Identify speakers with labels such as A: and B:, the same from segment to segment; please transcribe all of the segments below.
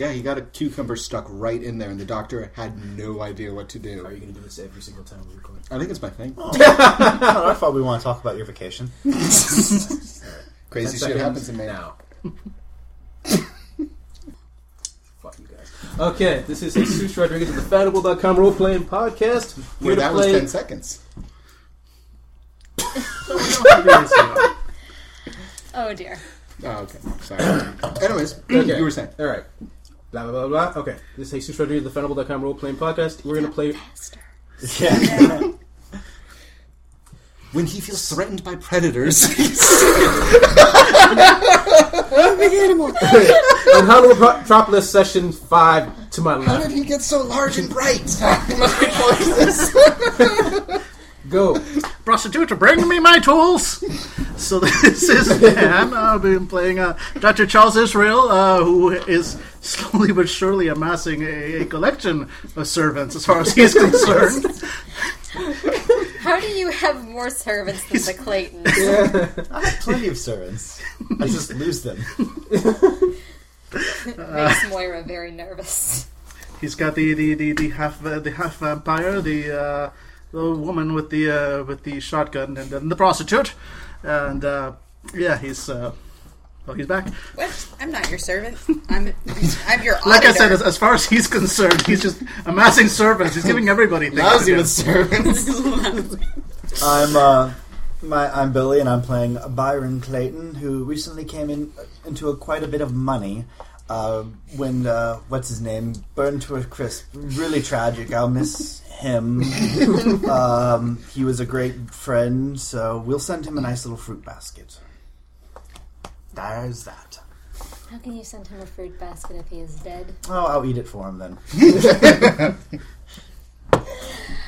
A: Yeah, he got a cucumber stuck right in there, and the doctor had no idea what to
B: Are
A: do.
B: you going to do this every single time we record?
A: I think it's my thing.
C: Not our fault. We want to talk about your vacation.
A: Crazy
B: Ten
A: shit
B: seconds
A: happens in Maine.
B: now. Fuck you guys. Okay, this is Jesus Rodriguez of the Fanable.com role playing podcast. Here
A: Wait,
B: to
A: that was
B: play-
A: 10 seconds.
D: Oh dear.
A: Oh, okay. Sorry. Anyways,
B: Okay.
A: you were saying.
B: All right. Blah blah blah blah. Okay, this is Jesus Rodriguez of the Fanable.com role playing podcast. We're gonna play.
D: Faster.
C: Yeah.
A: When he feels threatened by predators.
B: and Huddle Pro- Metropolis session five to my
A: How
B: left.
A: did he get so large and bright? He must be poisonous.
B: Go.
E: prostitute, bring me my tools. So this is Dan. I've been playing uh, Dr. Charles Israel, uh, who is slowly but surely amassing a, a collection of servants, as far as he's concerned.
D: How do you have more servants than the Claytons?
C: Plenty of servants. I just lose them.
D: Makes Moira very nervous.
E: he's got the the, the, the half uh, the half vampire, the uh, the woman with the uh, with the shotgun, and then the prostitute, and uh, yeah, he's. Uh, Oh, he's back.
F: What? I'm not your servant. I'm I'm your auditor.
E: Like I said, as, as far as he's concerned, he's just amassing servants. He's giving everybody things.
A: Lousy
E: to do.
A: with servants.
C: I'm uh, my I'm Billy, and I'm playing Byron Clayton, who recently came in uh, into a, quite a bit of money. Uh, when uh, what's his name burned to a crisp, really tragic. I'll miss him. um, he was a great friend, so we'll send him a nice little fruit basket. There's that.
D: How can you send him a fruit basket if he is dead?
C: Oh, I'll eat it for him then.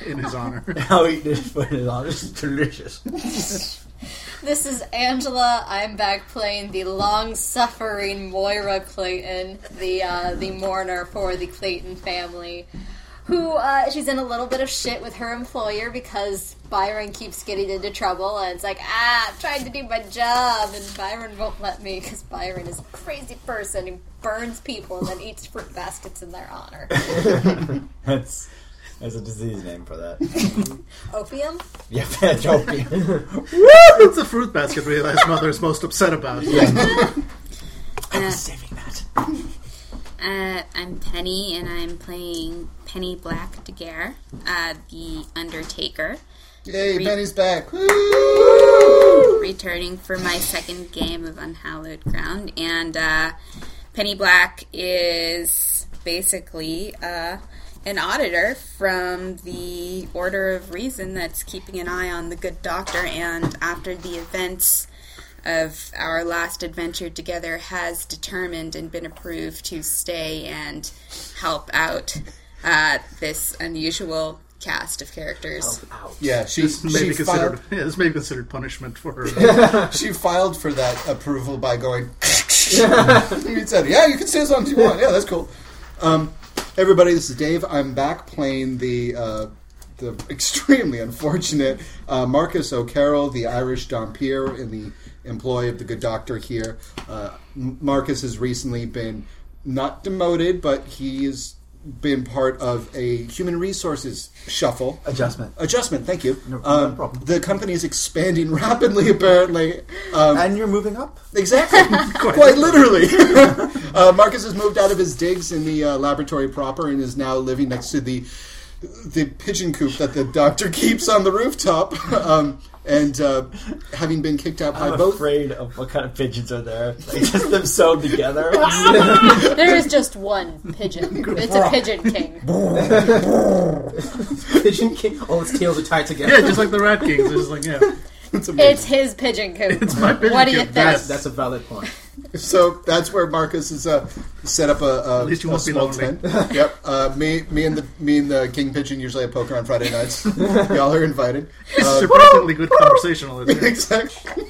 E: in his honor.
C: I'll eat it for his honest. It's delicious.
D: This is Angela. I'm back playing the long-suffering Moira Clayton, the uh, the mourner for the Clayton family. Who uh, she's in a little bit of shit with her employer because Byron keeps getting into trouble, and it's like, ah, I'm trying to do my job, and Byron won't let me because Byron is a crazy person who burns people and then eats fruit baskets in their honor.
C: That's there's a disease name for that.
D: Opium.
C: Yeah, that's
E: It's a fruit basket really that his mother is most upset about.
C: saving that.
G: Uh, I'm Penny, and I'm playing Penny Black Daguerre, uh, the Undertaker,
A: Yay, Benny's back. Woo!
G: returning for my second game of Unhallowed Ground. And uh, Penny Black is basically uh, an auditor from the Order of Reason that's keeping an eye on the good doctor. And after the events of our last adventure together has determined and been approved to stay and help out uh, this unusual cast of characters.
A: Yeah, she,
E: This may
A: she,
E: be considered
A: filed,
E: yeah, this may be considered punishment for her.
A: she filed for that approval by going. he said, "Yeah, you can say as long as you want. Yeah, that's cool." Um, everybody, this is Dave. I'm back playing the uh, the extremely unfortunate uh, Marcus O'Carroll, the Irish Dompier in the employ of the good doctor here. Uh, M- Marcus has recently been not demoted, but he has been part of a human resources shuffle
C: Adjustment.
A: adjustment. Thank you.
C: No- no
A: Um,
C: problem.
A: The company is expanding rapidly, apparently. Um,
C: And you're moving up.
A: Exactly. Quite, literally. uh, Marcus has moved out of his digs in the uh, laboratory proper and is now living next to the the pigeon coop that the doctor keeps on the rooftop. um, and uh, having been kicked out by
C: I'm
A: both,
C: afraid of what kind of pigeons are there. Like just them sewn together.
D: There is just one pigeon. It's a pigeon king.
B: Pigeon King. All its tails are tied together.
E: yeah, just like the Rat Kings. It's like yeah,
B: Uh,
D: It's his pigeon coop.
E: it's my pigeon
D: What do you
E: coop.
D: think?
E: That's-
B: That's a valid point.
A: so that's where Marcus is uh, set up a, a
E: At least you
A: a
E: won't be
A: small
E: lonely.
A: tent. yep. Uh, me, me and the me and the king pigeon usually have poker on Friday nights. Y'all are invited.
E: It's
A: Uh,
E: surprisingly good conversationalist.
A: exactly.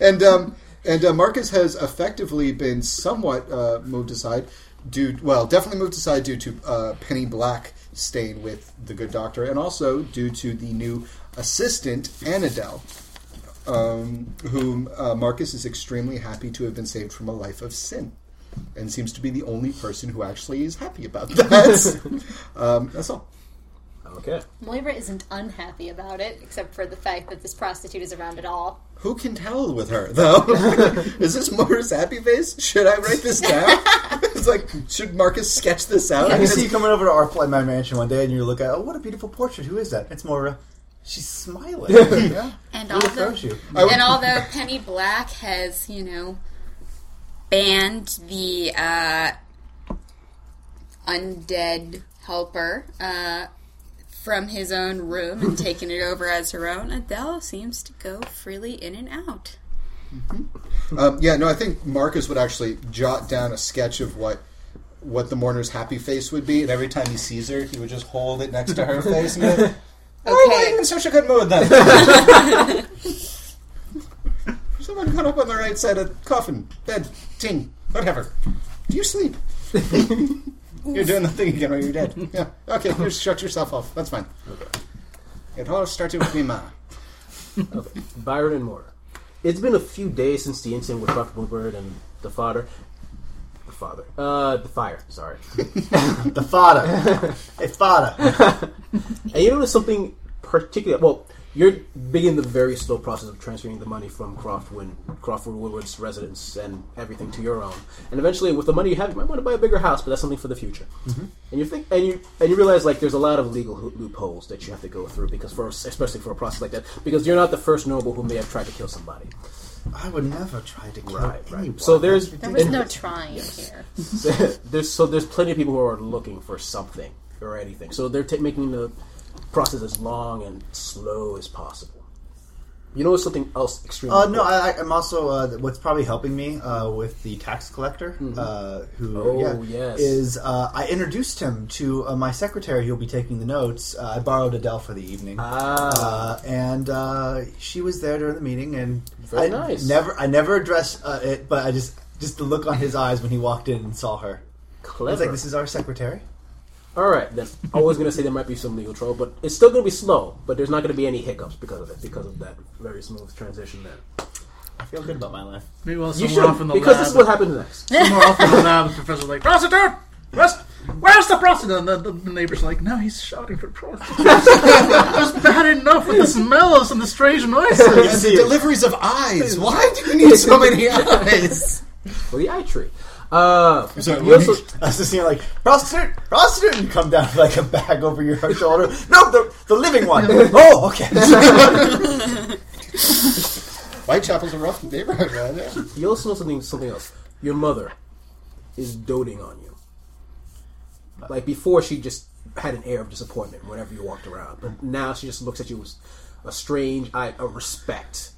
A: and um, and uh, Marcus has effectively been somewhat uh, moved aside due well, definitely moved aside due to uh, Penny Black staying with the Good Doctor, and also due to the new assistant Annadel. Um, whom uh, Marcus is extremely happy to have been saved from a life of sin.
H: and seems to be the only person who actually is happy about that. um, that's all.
B: Okay.
D: Moira isn't unhappy about it, except for the fact that this prostitute is around at all.
H: Who can tell with her though? is this Moira's happy face? Should I write this down? it's like should Marcus sketch this out?
C: I
H: I
C: can
H: mean,
C: see you
H: it's-
C: coming over to Art Flight My Mansion one day and you look at, oh, what a beautiful portrait. Who is that? It's Moira. She's smiling. yeah.
G: And
C: Really
G: although,
C: throws you.
H: I would-
G: and although Penny Black has, you know, banned the uh, undead helper uh, from his own room and taken it over as her own, Adele seems to go freely in and out.
H: Um, yeah, no, I think Marcus would actually jot down a sketch of what what the mourner's happy face would be, and every time he sees her, he would just hold it next to her face and go, "Oh, "Why am I
G: Okay.
H: in such a good mood then?" Someone got up on the right side of coffin, bed, ting, whatever. Do you sleep? you're doing the thing again while you're dead. Yeah. Okay, you shut yourself off. That's fine. It all started with me, ma.
B: Byron and Mora. It's been a few days since the incident with Buck Bluebird and the fodder. The father. Uh, the fire, sorry.
C: The fada. Hey, fada.
B: And you notice something particular. Well, you're beginning the very slow process of transferring the money from Croftwin, Crawford Woodward's residence and everything to your own. And eventually, with the money you have, you might want to buy a bigger house, but that's something for the future. And you think, and you and you realize like there's a lot of legal ho- loopholes that you have to go through because for especially for a process like that, because you're not the first noble who may have tried to kill somebody.
C: I would never try to kill
B: Right,
C: anyone.
B: right. So there's
D: There was
B: and-
D: no trying here.
B: there's so there's plenty of people who are looking for something or anything. So they're ta making the process as long and slow as possible. You know something else extremely.
C: Uh, no,
B: important.
C: I, I- I'm also uh, what's probably helping me uh, with the tax collector, uh, who
B: Oh,
C: yeah,
B: yes.
C: is uh, I introduced him to uh, my secretary, who'll be taking the notes. Uh, I borrowed Adele for the evening,
B: Ah.
C: uh, and uh, she was there during the meeting. And
B: Very
C: I
B: nice.
C: Never, I never addressed uh, it, but I just just the look on his eyes when he walked in and saw her. I
B: clever.
C: was like, "This is our secretary."
B: All right, then. I was gonna say there might be some legal trouble, but it's still gonna be slow. But there's not gonna be any hiccups because of it, because of that very smooth transition there.
C: I feel good about my life.
E: Meanwhile,
B: You
E: somewhere
B: should
E: off in the
B: because
E: lab,
B: this is what happens next.
E: somewhere off in the lab, the professor's like, prostitute! Where's, where's the prostitute? And the, the, the neighbor's like, no, he's shouting for prostitute. That's bad enough with the smells and the strange noises.
H: And the deliveries of eyes. Why do you need so many eyes?
B: For the eye tree. Uh,
H: sorry,
B: you also,
C: I was just seeing like prostitute, prostitute, and you come down with, like a bag over your shoulder. No, the, the living one. oh, okay.
H: Whitechapel's a rough neighborhood, man. Yeah.
B: you also know something something else. Your mother is doting on you. Like before, she just had an air of disappointment whenever you walked around, but now she just looks at you with a strange eye of respect.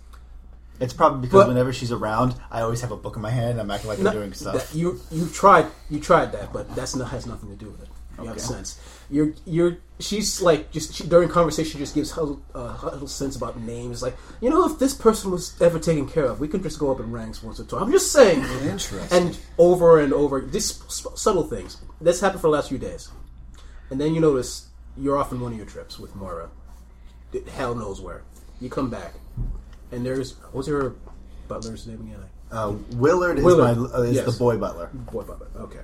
C: It's probably because
B: But-
C: whenever she's around, I always have a book in my hand. and I'm acting like I'm doing
B: That-
C: stuff.
B: you you tried you tried that, but that's not has nothing to do with it. You have a sense. You're you're she's like just she, during conversation just gives her uh, little sense about names. Like you know if this person was ever taken care of, we could just go up in ranks once or twice. I'm just saying.
H: Interesting.
B: And over and over, these s- subtle things. This happened for the last few days, and then you notice you're off on one of your trips with Moira. D- Hell knows where. You come back, and there's what's her butler's name again?
C: Uh, Willard is
B: Willard,
C: my uh, is
B: yes.
C: the boy butler.
B: Boy Butler. Okay.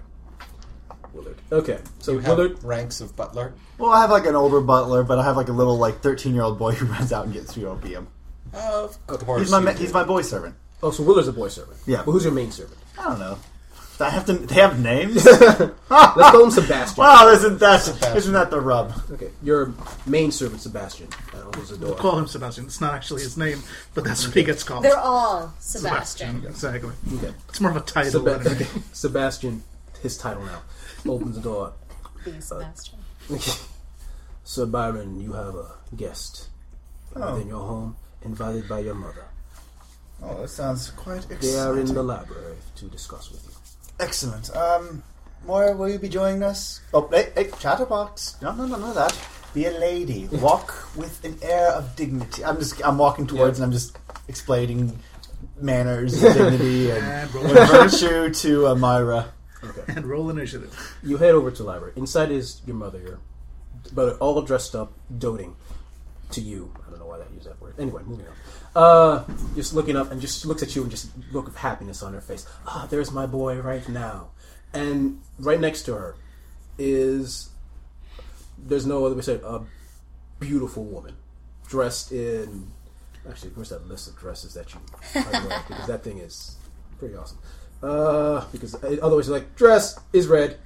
B: Willard. Okay. So
H: have
B: Willard.
H: ranks of butler.
C: Well, I have like an older butler, but I have like a little like 13 year old boy who runs out and gets me opium.
H: Of course,
C: He's my ma- he's my boy servant.
B: Oh, so Willard's a boy servant.
C: Yeah.
B: But who's your main servant?
C: I don't know. Do I have to. They have names.
B: Let's call him Sebastian.
C: wow, isn't that isn't that the rub?
B: Okay. Your main servant, Sebastian, uh, who's a door.
E: Call him Sebastian. It's not actually his name, but that's what he gets called.
D: They're all Sebastian.
E: Exactly.
B: Okay.
E: It's more of a title.
B: Seba-
E: than
B: okay.
E: anything.
B: Sebastian, his title now, opens the door.
D: Being Sebastian.
B: Sir Byron, you have a guest
E: Oh.
B: within your home, invited by your mother.
C: Oh, that sounds quite
B: They
C: exciting.
B: are in the library to discuss with you.
C: Excellent. Um, Moira, will you be joining us? Oh, hey, hey, chatterbox. No, no, no, no, that. Be a lady. Walk with an air of dignity. I'm just, I'm walking towards
B: Yeah.
C: and I'm just explaining manners and dignity and
E: And roll,
C: virtue to uh, Myra.
E: and roll initiative.
B: You head over to the library. Inside is your mother, your but all dressed up, doting. to you. I don't know why I used that word. Anyway, moving on. Uh, just looking up and just looks at you and just look of happiness on her face. Ah, there's my boy right now. And right next to her is there's no other way to say it, a beautiful woman dressed in actually where's that list of dresses that you by the way, because that thing is pretty awesome. Uh, because uh, otherwise, you're like dress is red.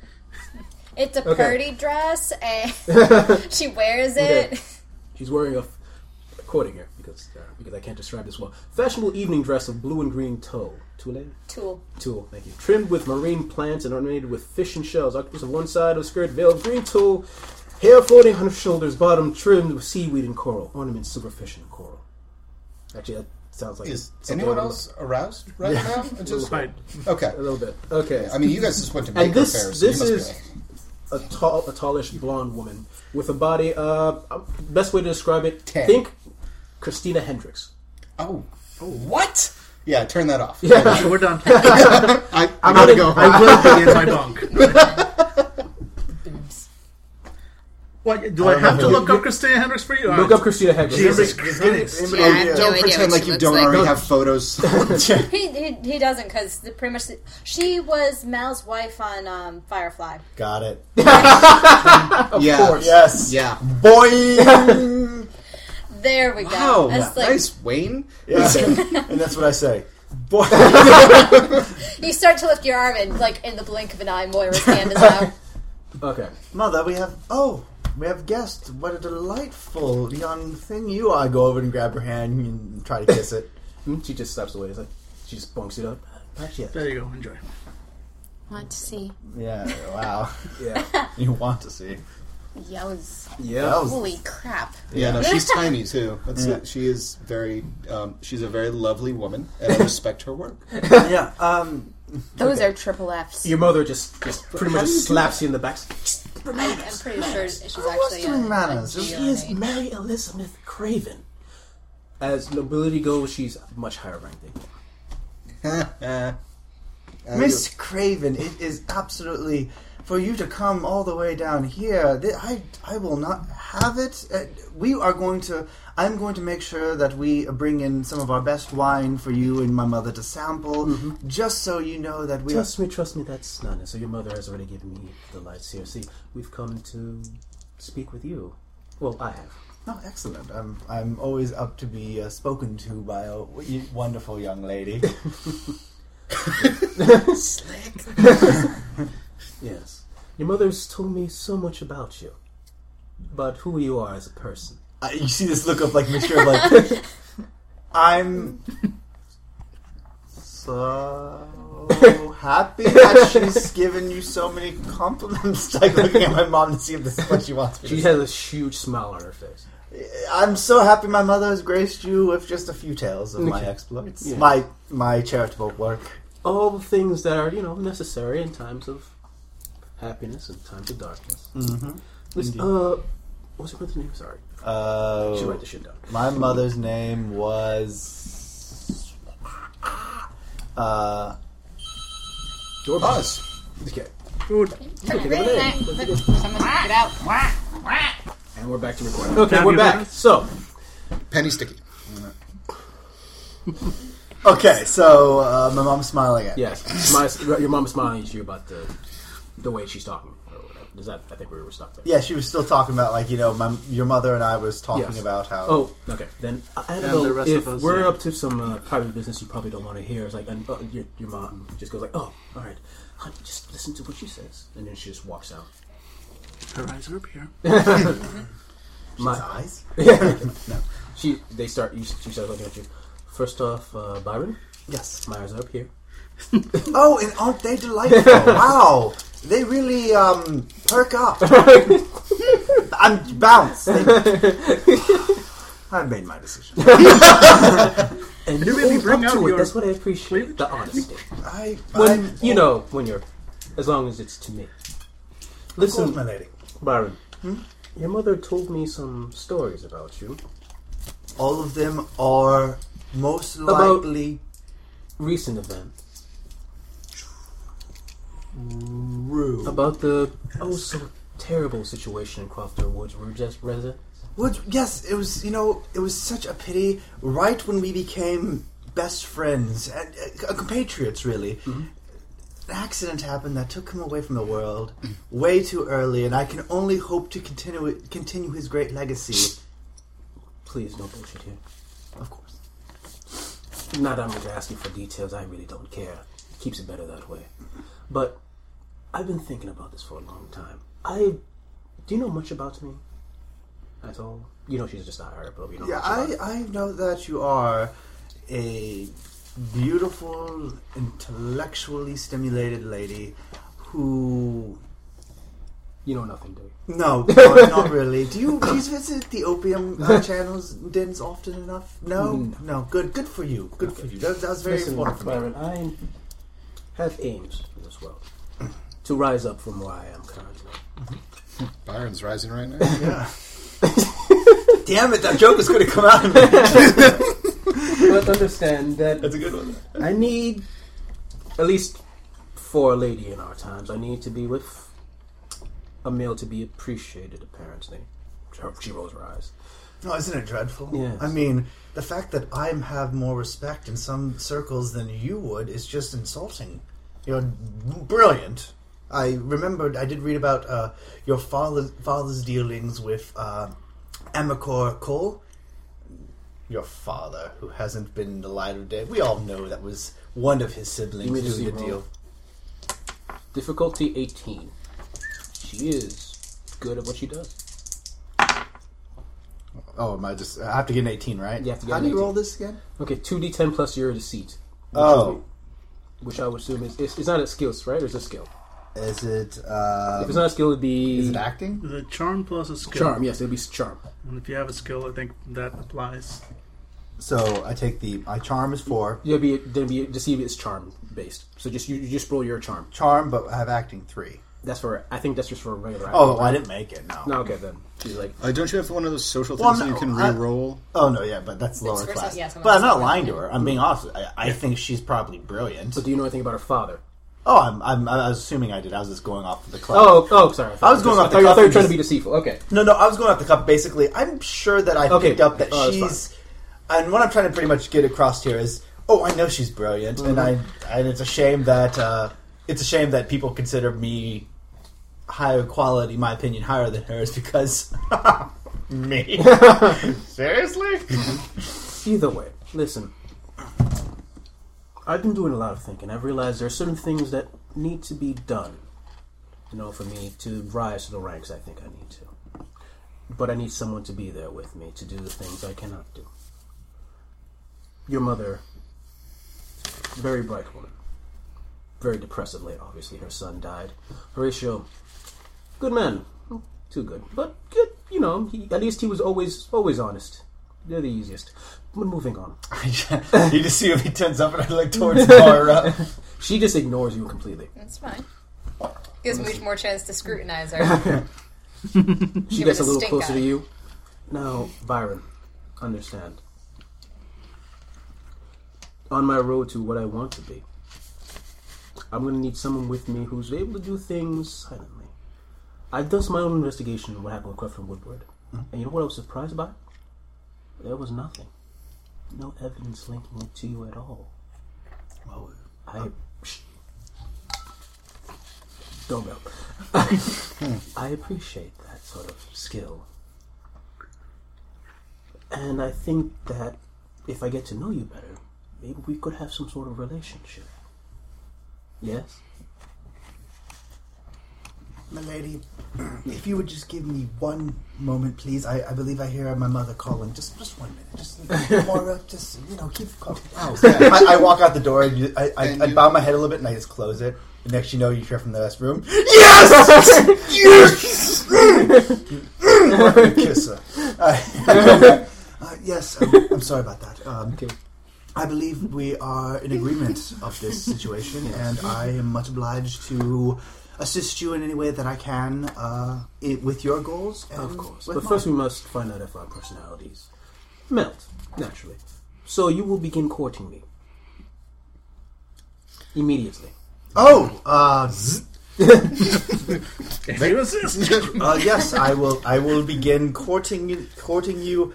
D: It's a
B: Okay.
D: party dress, and she wears it.
B: Okay. She's wearing a, f- quoting here because uh, because I can't describe this well. Fashionable evening dress of blue and green tulle, tulle,
D: Tool.
B: tulle. Thank you. Trimmed with marine plants and ornamented with fish and shells. Octopus on one side of the skirt, veil of green tulle, hair floating on her shoulders, bottom trimmed with seaweed and coral. Ornaments silverfish and coral. Actually, that sounds like
H: Is
B: something
H: anyone
B: I would-
H: else aroused right now? It's just-
E: Right.
H: okay.
B: A little bit. Okay.
H: I mean, you guys just went to
B: And
H: Baker
B: this-
H: Fair, so you
B: this
H: must
B: is-
H: be like,
B: a tall, a tallish blonde woman with a body. Uh, best way to describe it.
H: Tan.
B: Think Christina Hendricks.
H: oh, oh, what? Yeah, turn that off.
E: Okay, we're done.
H: I, I gotta
B: in-
H: go.
E: I will be in my bunk. What do I, have to look up Christina Hendricks for you?
B: Look up Christina Hendricks.
E: Jesus Christ.
G: Yeah, I have no
H: don't
G: idea
H: pretend
G: what
H: like
G: she
H: you
G: looks
H: don't
G: like.
H: already have photos.
D: He, he, he doesn't because pretty much she was Mal's wife on um, Firefly.
C: Got it.
H: yeah.
B: course.
C: Yes.
H: Yeah.
C: Boing.
D: There we go.
H: Wow.
D: That's like-
H: nice, Wayne.
C: Yeah. and that's what I say. Boy.
D: You start to lift your arm, and like in the blink of an eye, Moira's hand is out.
B: Okay.
C: Mother, we have. Oh, we have guests. What a delightful young thing you are. I go over and grab her hand and try to kiss it.
B: Hmm, She just steps away. It's like she just bunks it up. Not yet.
E: There you go. Enjoy.
G: Want to see?
C: yeah. Wow.
B: Yeah.
C: You want to see?
G: Yos!
C: That
B: Yeah.
C: was
G: Holy crap!
H: Yeah, no, she's tiny too. That's it. She is very. Um, she's a very lovely woman, and I respect her work.
C: yeah. Um.
G: Those are triple Fs.
B: Your mother just just pretty much slaps you in the back.
D: I, I'm pretty sure she's
C: I was
G: uh,
D: actually.
C: doing
D: on-
C: manners.
D: on
C: She
B: She is
D: GRA.
B: Mary Elizabeth Craven. As nobility goes, she's much higher ranked than you.
C: Miss Craven, it is absolutely for you to come all the way down here. th- I I will not have it. Uh, We are going to. I'm going to make sure that we bring in some of our best wine for you and my mother to sample, just so you know that we.
B: Trust me, trust me, that's none. So your mother has already given me the lights here. See, we've come to speak with you. Well, I have.
C: are, oh, excellent! I'm I'm always up to be uh, spoken to by a w- wonderful young lady.
B: Yes. Your mother's told me so much about you. About who you are as a person.
C: Uh, you see this look of like mixture of like I'm so happy that she's given you so many compliments. Like looking at my mom to see if this is what she wants me to
B: She has a huge smile on her face.
C: say. I'm so happy my mother has graced you with just a few tales of my exploits, my my charitable work.
B: All the things that are, you know, necessary in times of happiness and times of darkness.
C: Mm-hmm.
B: Listen,
C: Indeed.
B: uh, what's your mother's name? Sorry. She
C: Uh,
B: wrote this shit down.
C: my mother's name was uh,
B: Doorbell.
H: Pause.
B: Okay.
E: Dude,
F: Someone get out.
B: And we're back to recording. Okay,
E: Now
B: we're
E: you
B: back.
E: guys?
B: So,
H: Penny sticky.
C: okay. So uh, my mom's smiling at me.
B: yes, my, your mom is smiling at you about the the way she's talking. or whatever. Is that? I think we were stuck there.
C: Yeah, she was still talking about like you know, my your mother and I was talking
B: Yes.
C: about how.
B: Oh, okay. Then I don't
E: And
B: know
E: the rest
B: if
E: of us,
B: we're
E: yeah.
B: up to some uh, private business you probably don't want to hear. It's like and, uh, your, your mom just goes like, "Oh, all right, honey, just listen to what she says," and then she just walks out.
E: her eyes are up here.
B: My-
C: eyes.
B: she they start you, she starts looking at you. First off, uh, Byron,
C: Yes.
B: Myers are up here.
C: Oh, and aren't they delightful? wow, they really um perk up. I'm bounced. I made my decision.
B: And you
E: really bring
B: up
E: out
B: to it.
E: your-
B: That's what I appreciate. The honesty.
C: I,
B: When
C: I-
B: you know when you're, as long as it's to me.
C: of course,
B: Listen,
C: my lady.
B: Byron. Your mother told me some stories about you.
C: All of them are most
B: About-
C: likely
B: Recent events.
C: rude.
B: About the oh so terrible situation in Crofter Woods where just residents
C: Which, yes, it was, you know, it was such a pity right when we became best friends, and, uh, compatriots, really. An accident happened that took him away from the world way too early, and I can only hope to continue it- continue his great legacy.
B: Please, no bullshit here.
C: Of course.
B: Not that I'm going to ask you for details. I really don't care. Keeps it better that way. But I've been thinking about this for a long time. I do you know much about me at all? You know, she's just not her, but you know.
C: Yeah,
B: much about
C: I, I know that you are a beautiful, intellectually stimulated lady who.
B: you know nothing, do you?
C: No, no, not really. Do you, do you visit the opium uh, channels dens often enough? No, no, Good, good for you. Mm. Good for you. That, that was very
B: Listen,
C: important.
B: Byron, I have aims in this world to rise up from where I am currently.
H: Byron's rising right now.
C: Damn it! That joke is going to come out. That's
B: but understand that
C: a good one.
B: I need, at least for a lady in our times, I need to be with a male to be appreciated, apparently. She- She rolls her eyes.
C: No, isn't it dreadful?
B: Yes.
C: I mean, the fact that I have more respect in some circles than you would is just insulting. You're brilliant. I remembered I did read about uh, your father, father's dealings with uh, Amicor Cole. Your father, who hasn't been in the light of day. We all know that was one of his
B: You
C: siblings
B: made a
C: doing
B: zero.
C: the deal.
B: Difficulty 18. She is good at what she does.
C: Oh, am I just? I have to get an eighteen, right?
B: You have to get
C: How
B: an
C: do you
B: 18.
C: roll this again?
B: Okay, 2d10 plus your deceit,
C: Oh,
B: which I would assume is. It's, it's not a skill, right? Or is it a skill?
C: Oh, is it? Uh,
B: If it's not a skill, it'd be.
C: is it acting?
E: The charm plus a skill.
B: Charm, yes, it'd be charm.
E: And if you have a skill, I think that applies.
C: So I take the my charm is four.
B: Yeah, be then be deceive is charm based. So just you, you just roll your charm.
C: charm, but I have acting three.
B: That's for I think that's just for a regular.
C: Oh, I didn't make it. No.
B: no, okay then. She's like,
H: Uh, don't you have one of those social things
C: Well,
H: that you
C: no,
H: can
C: I-
H: re-roll?
C: Oh no, yeah, but that's lower
D: versus-
C: class.
D: yeah, someone
C: but I'm
D: else's
C: not
D: lower
C: lying to her. I'm being honest. I, I think she's probably brilliant.
B: do you know anything about her father?
C: Oh, I'm, I'm, I was assuming I did. I was just going off the cuff.
B: Oh, oh, sorry. thought
C: I was
B: you
C: going
B: just-
C: off the
B: I thought, I thought
C: cuff
B: you were
C: and
B: trying to
C: just-
B: be deceitful. Okay,
C: no, no, I was going off the cuff. Basically, I'm sure that I
B: Okay.
C: picked up that
B: Oh, that's
C: she's. And what I'm trying to pretty much get across here is, oh, I know she's brilliant, and I,
B: Mm-hmm.
C: and it's a shame that uh, it's a shame that people consider me higher quality, my opinion higher than hers, because me. Seriously.
B: either way, listen. I've been doing a lot of thinking. I've realized there are certain things that need to be done, you know, for me to rise to the ranks. I think I need to, but I need someone to be there with me to do the things I cannot do. Your mother, very bright woman, very depressive late. Obviously, her son died. Horatio, good man, too good, but good. You know, he, at least he was always always honest. They're the easiest. But moving on.
C: you just see him, he turns up and I look towards Mara.
B: She just ignores you completely.
D: That's fine. Gives me more chance to scrutinize her.
B: She
D: Give
B: gets
D: it
B: a
D: a
B: little
D: stink
B: closer
D: eye.
B: to you. Now, Byron, understand. On my road to what I want to be, I'm going to need someone with me who's able to do things silently. I've done some my own investigation of what happened with Clifton Woodward. And you know what I was surprised by? There was nothing. No evidence linking it to you at all. I Shh. don't know. I appreciate that sort of skill, and I think that if I get to know you better, maybe we could have some sort of relationship. Yes.
C: Milady, if you would just give me one moment, please. I, I believe I hear my mother calling. Just just one minute. Just, Mara, just, you know, keep calm. Oh, I, I walk out the door and you, I, I,
H: And
C: I
H: you-
C: bow my head a little bit and I just close it. And next you know, you hear from the last room, Yes! yes! Kiss her. Uh, uh, yes, um, I'm sorry about that. Um,
B: Okay.
C: I believe we are in agreement of this situation, and I am much obliged to assist you in any way that I can uh, i with your goals. And
B: Of course.
C: Mm, with
B: But
C: mine.
B: first, we must find out if our personalities melt, naturally. So you will begin courting me. Immediately.
C: oh, uh, zzz.
E: If you insist.
C: Uh, yes, I will. I will begin courting you. Courting you.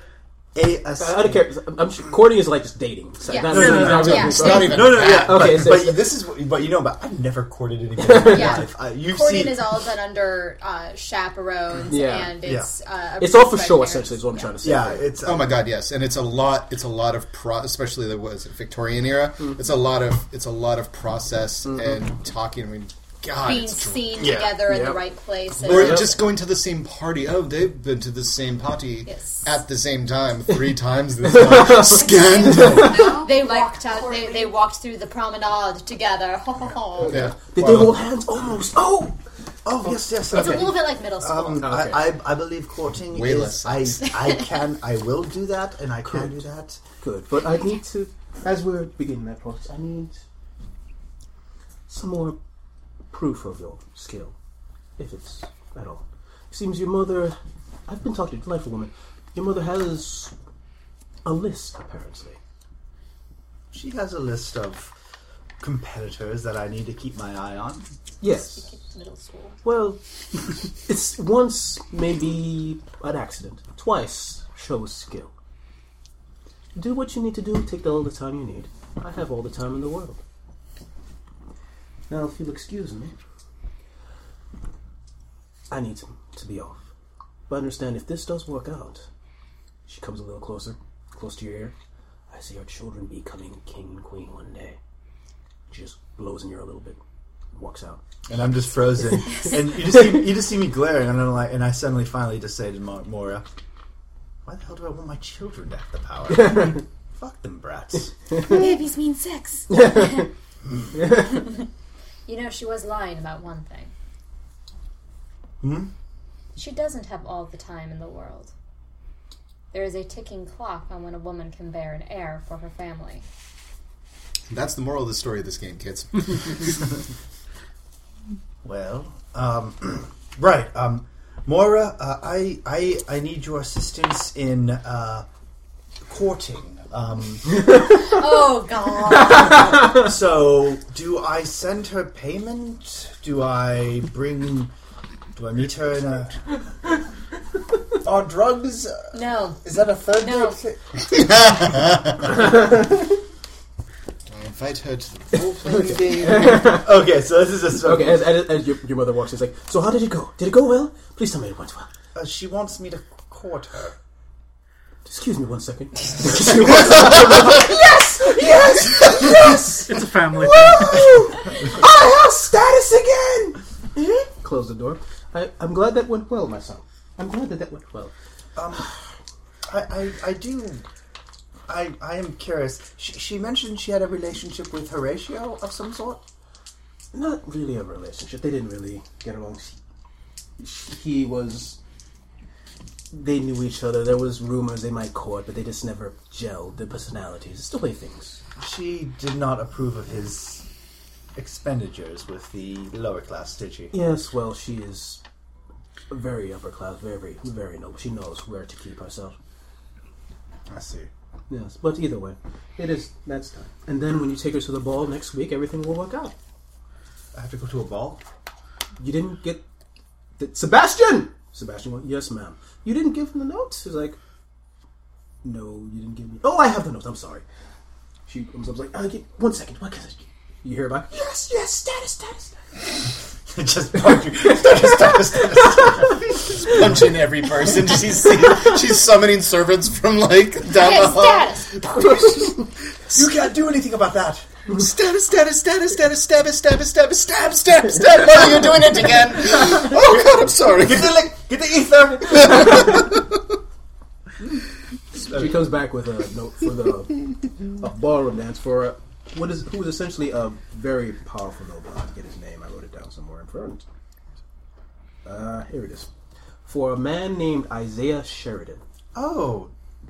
C: A, a,
B: I don't care. I'm sure courting is like just dating. So
D: Yes.
B: not-
D: No,
E: no, no,
B: not
D: no,
B: really-
D: yeah.
H: Not even.
C: No, no, yeah.
B: Okay,
C: but,
B: so-
C: but this is. what- But you know, but I've never courted anyone in my
D: Yeah.
C: life. I, you've
D: Courting
C: seen.
D: is all done under uh, chaperones,
B: Yeah.
D: and it's uh,
B: It's all for
D: approved by
B: show,
D: parents.
B: essentially, is what I'm trying to say.
C: yeah, it's. uh,
B: Um,
H: Oh my god, yes, and it's a lot. It's a lot of pro, especially the what is it, Victorian era. It's a lot of it's a lot of process and talking. I mean, God,
D: Being
H: it's dr-
D: seen
H: yeah.
D: together in the
B: Yep.
D: right place.
H: Or
D: and-
H: just going to the same party. Oh, they've been to the same party
D: Yes.
H: at the same time three times this time. Scandal.
D: They walked out. They, they walked through the promenade together.
H: yeah.
B: Did they hold hands almost? Oh,
C: Oh yes, yes.
D: It's a
C: okay.
D: little bit like middle school.
C: Um,
B: Okay.
C: I, I, I believe courting
H: Way
C: is. I,
H: less
C: I can. I will do that, and I can do that.
B: good. But I need to, as we're beginning that process, I need some more proof of your skill, if it's at all. seems your mother. I've been talking to a delightful woman. Your mother has a list, apparently.
C: She has a list of competitors that I need to keep my eye on.
B: Yes.
D: middle school.
B: Well, it's once maybe an accident, twice shows skill. Do what you need to do, take all the time you need. I have all the time in the world. Now, if you'll excuse me, I need to, to be off. But understand if this does work out, she comes a little closer, close to your ear. I see our children becoming king and queen one day. She just blows in your ear a little bit, walks out.
C: And I'm just frozen. and you just see, you just see me glaring, and I'm like, and I suddenly finally just say to Ma- Moira, "Why the hell do I want my children to have the power? Fuck them brats."
G: Babies mean sex.
D: You know, she was lying about one thing.
C: Hmm?
D: She doesn't have all the time in the world. There is a ticking clock on when a woman can bear an heir for her family.
H: That's the moral of the story of this game, kids.
C: Well, um, right, um, Moira, uh, I, I, I need your assistance in uh, courting. Um,
D: Oh God!
C: so, do I send her payment? Do I bring? Do I meet her in a? Are drugs? uh,
D: no,
C: Is that a third
D: No.
C: date? thi-
H: I invite her to the role playing
C: Okay, so this is a circle.
B: Okay, as, as, as your, your mother walks in, it's like, so how did it go? Did it go well? Please tell me it went well.
C: Uh, she wants me to court her.
B: Excuse me one second.
E: It's a family.
B: I have status again! Hmm? Close the door. I, I'm glad that went well, my son. I'm glad that that went well.
C: I, I, I do. I, I am curious. She, she mentioned she had a relationship with Horatio of some sort.
B: Not really a relationship. They didn't really get along. She, he was. They knew each other. There was rumors they might court, but they just never gelled. Their personalities. It's the way things.
C: She did not approve of his expenditures with the lower class, did she?
B: Yes, well, she is very upper class, very, very noble. She knows where to keep herself.
C: I see.
B: Yes, but either way, it is that's time. And then when you take her to the ball next week, everything will work out.
C: I have to go to a ball?
B: You didn't get the, Sebastian. Sebastian, went, yes, ma'am. You didn't give him the notes. He's like, no, you didn't give me. Oh, I have the notes. I'm sorry. She comes up like, I get one second. What can I? You hear about? Yes, yes, status, status. status."
C: just punch you. Stop, stop, stop, stop.
H: punching every person. She's she's summoning servants from like down the hall.
C: You can't do anything about that.
H: Stab, stab, stab, stab, stab, stab, stab, stab, stab, stab. No, you're doing it again. Oh God, I'm sorry.
C: Get the, li- get the
B: She comes back with a note for the a ballroom dance for a, what is who is essentially a very powerful noble. I forget his name. I wrote it down somewhere in front. Uh, here it is. For a man named Isaiah Sheridan.
C: Oh,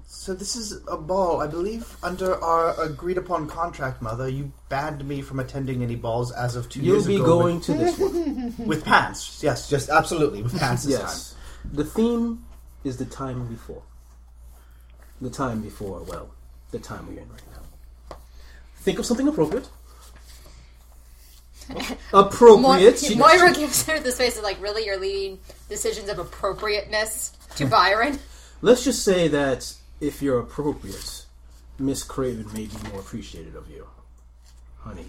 C: so this is a ball. I believe under our agreed upon contract, Mother, you banned me from attending any balls as of two
B: You'll
C: years
B: be
C: ago.
B: going to this one.
C: with, with pants. Yes, just absolutely with pants this
B: Yes. The theme is the time before. The time before, well, the time we're in right now. Think of something appropriate.
D: Mo-
B: appropriate. She-
D: Moira gives her this face of like, really, you're leaving decisions of appropriateness to Byron.
B: Let's just say that if you're appropriate, Miss Craven may be more appreciated of you, honey.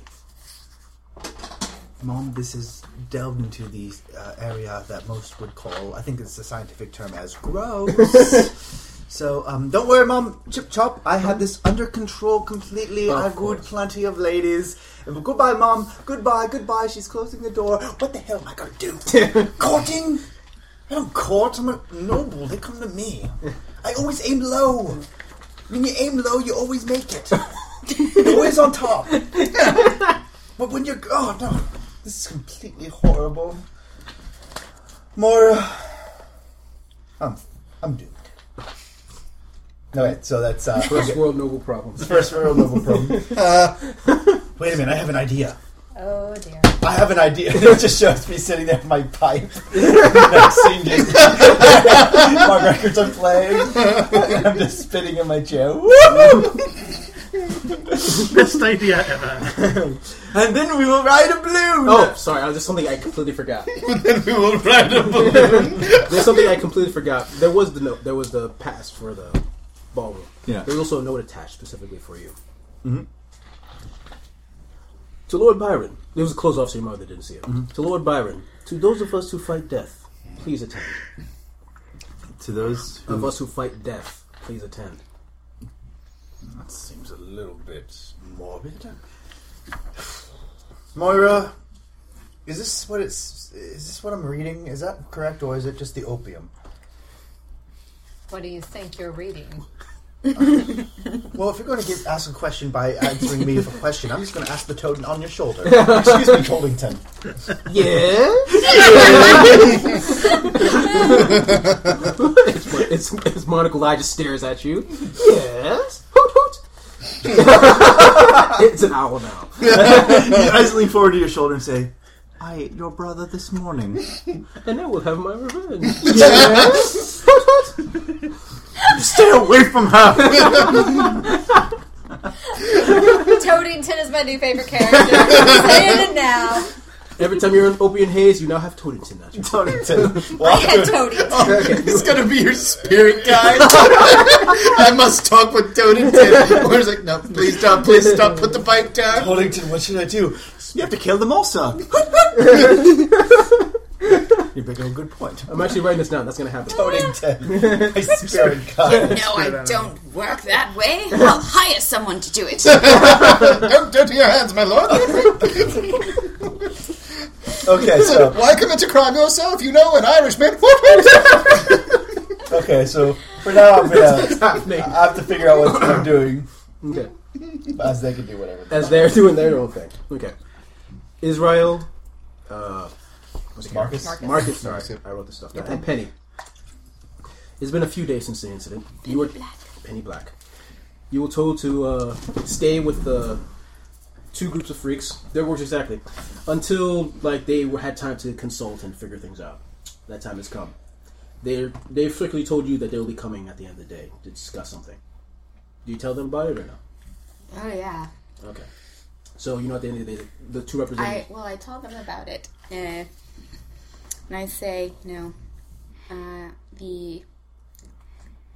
C: Mom, this is delved into the uh, area that most would call, I think it's the scientific term as gross. so, um, don't worry, Mom. Chip chop, I have this under control completely.
B: Of
C: I've wooed
B: course.
C: plenty of ladies. And goodbye, Mom. Goodbye, goodbye. She's closing the door. What the hell am I going to do? Courting? I don't court. I'm a noble. They come to me. I always aim low. When you aim low, you always make it. You're always on top. But when you're oh no, this is completely horrible. Mora, I'm I'm doomed. No wait, so that's uh,
B: First world noble problems.
C: first real level problem. Uh, wait a minute, I have an idea.
D: Oh dear.
C: I have an idea. It just shows me sitting there with my pipe, not singing. my records are playing. I'm just spitting in my chair. Woo!
E: Best idea ever.
C: And then we will ride a balloon.
B: Oh, sorry, I was just something I completely forgot.
H: we will ride a balloon.
B: There's something I completely forgot. There was the note. There was the pass for the ballroom.
C: Yeah.
B: There was also a note attached specifically for you. Mm-hmm. To Lord Byron, it was closed off so your mother didn't see it. To Lord Byron, to those of us who fight death, please attend.
C: To those
B: Of us who fight death, please attend.
C: That seems a little bit morbid. Moira, is this what it's? Is this what I'm reading? Is that correct, or is it just the opium?
D: What do you think you're reading?
C: Well, if you're going to give, ask a question by answering me with a question, I'm just going to ask the toad on your shoulder. Excuse me, Toddington.
B: Yeah. it's, it's monocle eye just stares at you. Yes. Hoot hoot. it's an owl now.
C: You guys lean forward to your shoulder and say, "I ate your brother this morning."
B: And I will have my revenge. Yes. Hoot hoot.
C: Stay away from her.
D: Toadington is my new favorite character. Saying it now.
B: Every time you're in opium haze, you now have Toadington at you.
C: Toddington.
D: I had Toadington.
H: He's gonna be your spirit guide. I must talk with Toadington. Where's like, no, please stop, please stop, put the bike down.
C: Toddington, what should I do? You have to kill them all, sir. you bring up a good point.
B: I'm actually writing this down. That's gonna happen.
C: Toddington, my spirit guide.
G: No, I don't work that way. I'll hire someone to do it.
H: Don't "Oh, dirty your hands, my lord.
C: Okay, so
H: Why commit a crime yourself? You know, an Irishman.
C: okay, so for now I'm gonna
B: Happening.
C: I have to figure out what I'm doing
B: Okay.
C: as they can do whatever.
B: As they're doing their own thing. Okay. Israel. Uh,
C: Marcus,
B: Marcus, sorry, I wrote this stuff down. And Penny. It's been a few days since the incident. you were Penny Black. You were told to uh, stay with the two groups of freaks. Their works exactly until like they were, had time to consult and figure things out. That time has come. They they strictly told you that they'll be coming at the end of the day to discuss something. Do you tell them about it or no?
D: Oh yeah.
B: Okay. So you know at the end of the day, the two
G: I
B: representatives.
G: well, I tell them about it, uh, and I say, you know, uh, the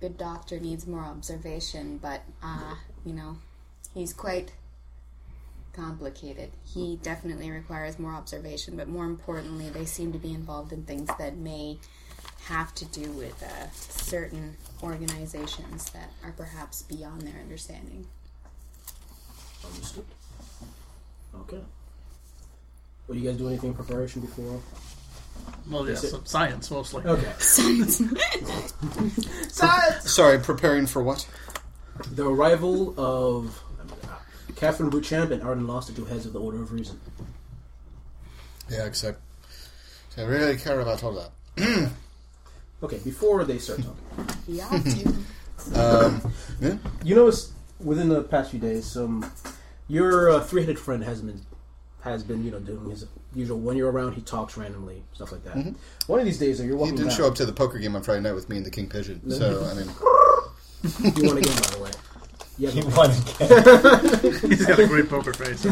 G: good doctor needs more observation, but uh, you know, he's quite complicated. He definitely requires more observation, but more importantly, they seem to be involved in things that may have to do with uh, certain organizations that are perhaps beyond their understanding.
B: Understood. Okay. Will you guys do anything in preparation before?
E: Well, yes,
B: Yes, it-
E: science mostly.
B: Okay.
H: Sorry, preparing for what?
B: The arrival of Catherine Bouchamp and Arden Lost, the two heads of the Order of Reason.
H: Yeah, except I really care about all that.
B: Okay, before they start talking,
G: Yeah, dude.
H: Yeah?
B: you notice within the past few days, um, your uh, three-headed friend has been has been you know doing his usual. When you're around, he talks randomly, stuff like that. One of these days, though, you're
H: Mm-hmm.
B: walking.
H: He didn't
B: around-
H: show up to the poker game on Friday night with me and the King Pigeon. So I mean,
B: You won again, by the way. You
C: he
B: haven't-
C: won again.
E: He's got a great poker face.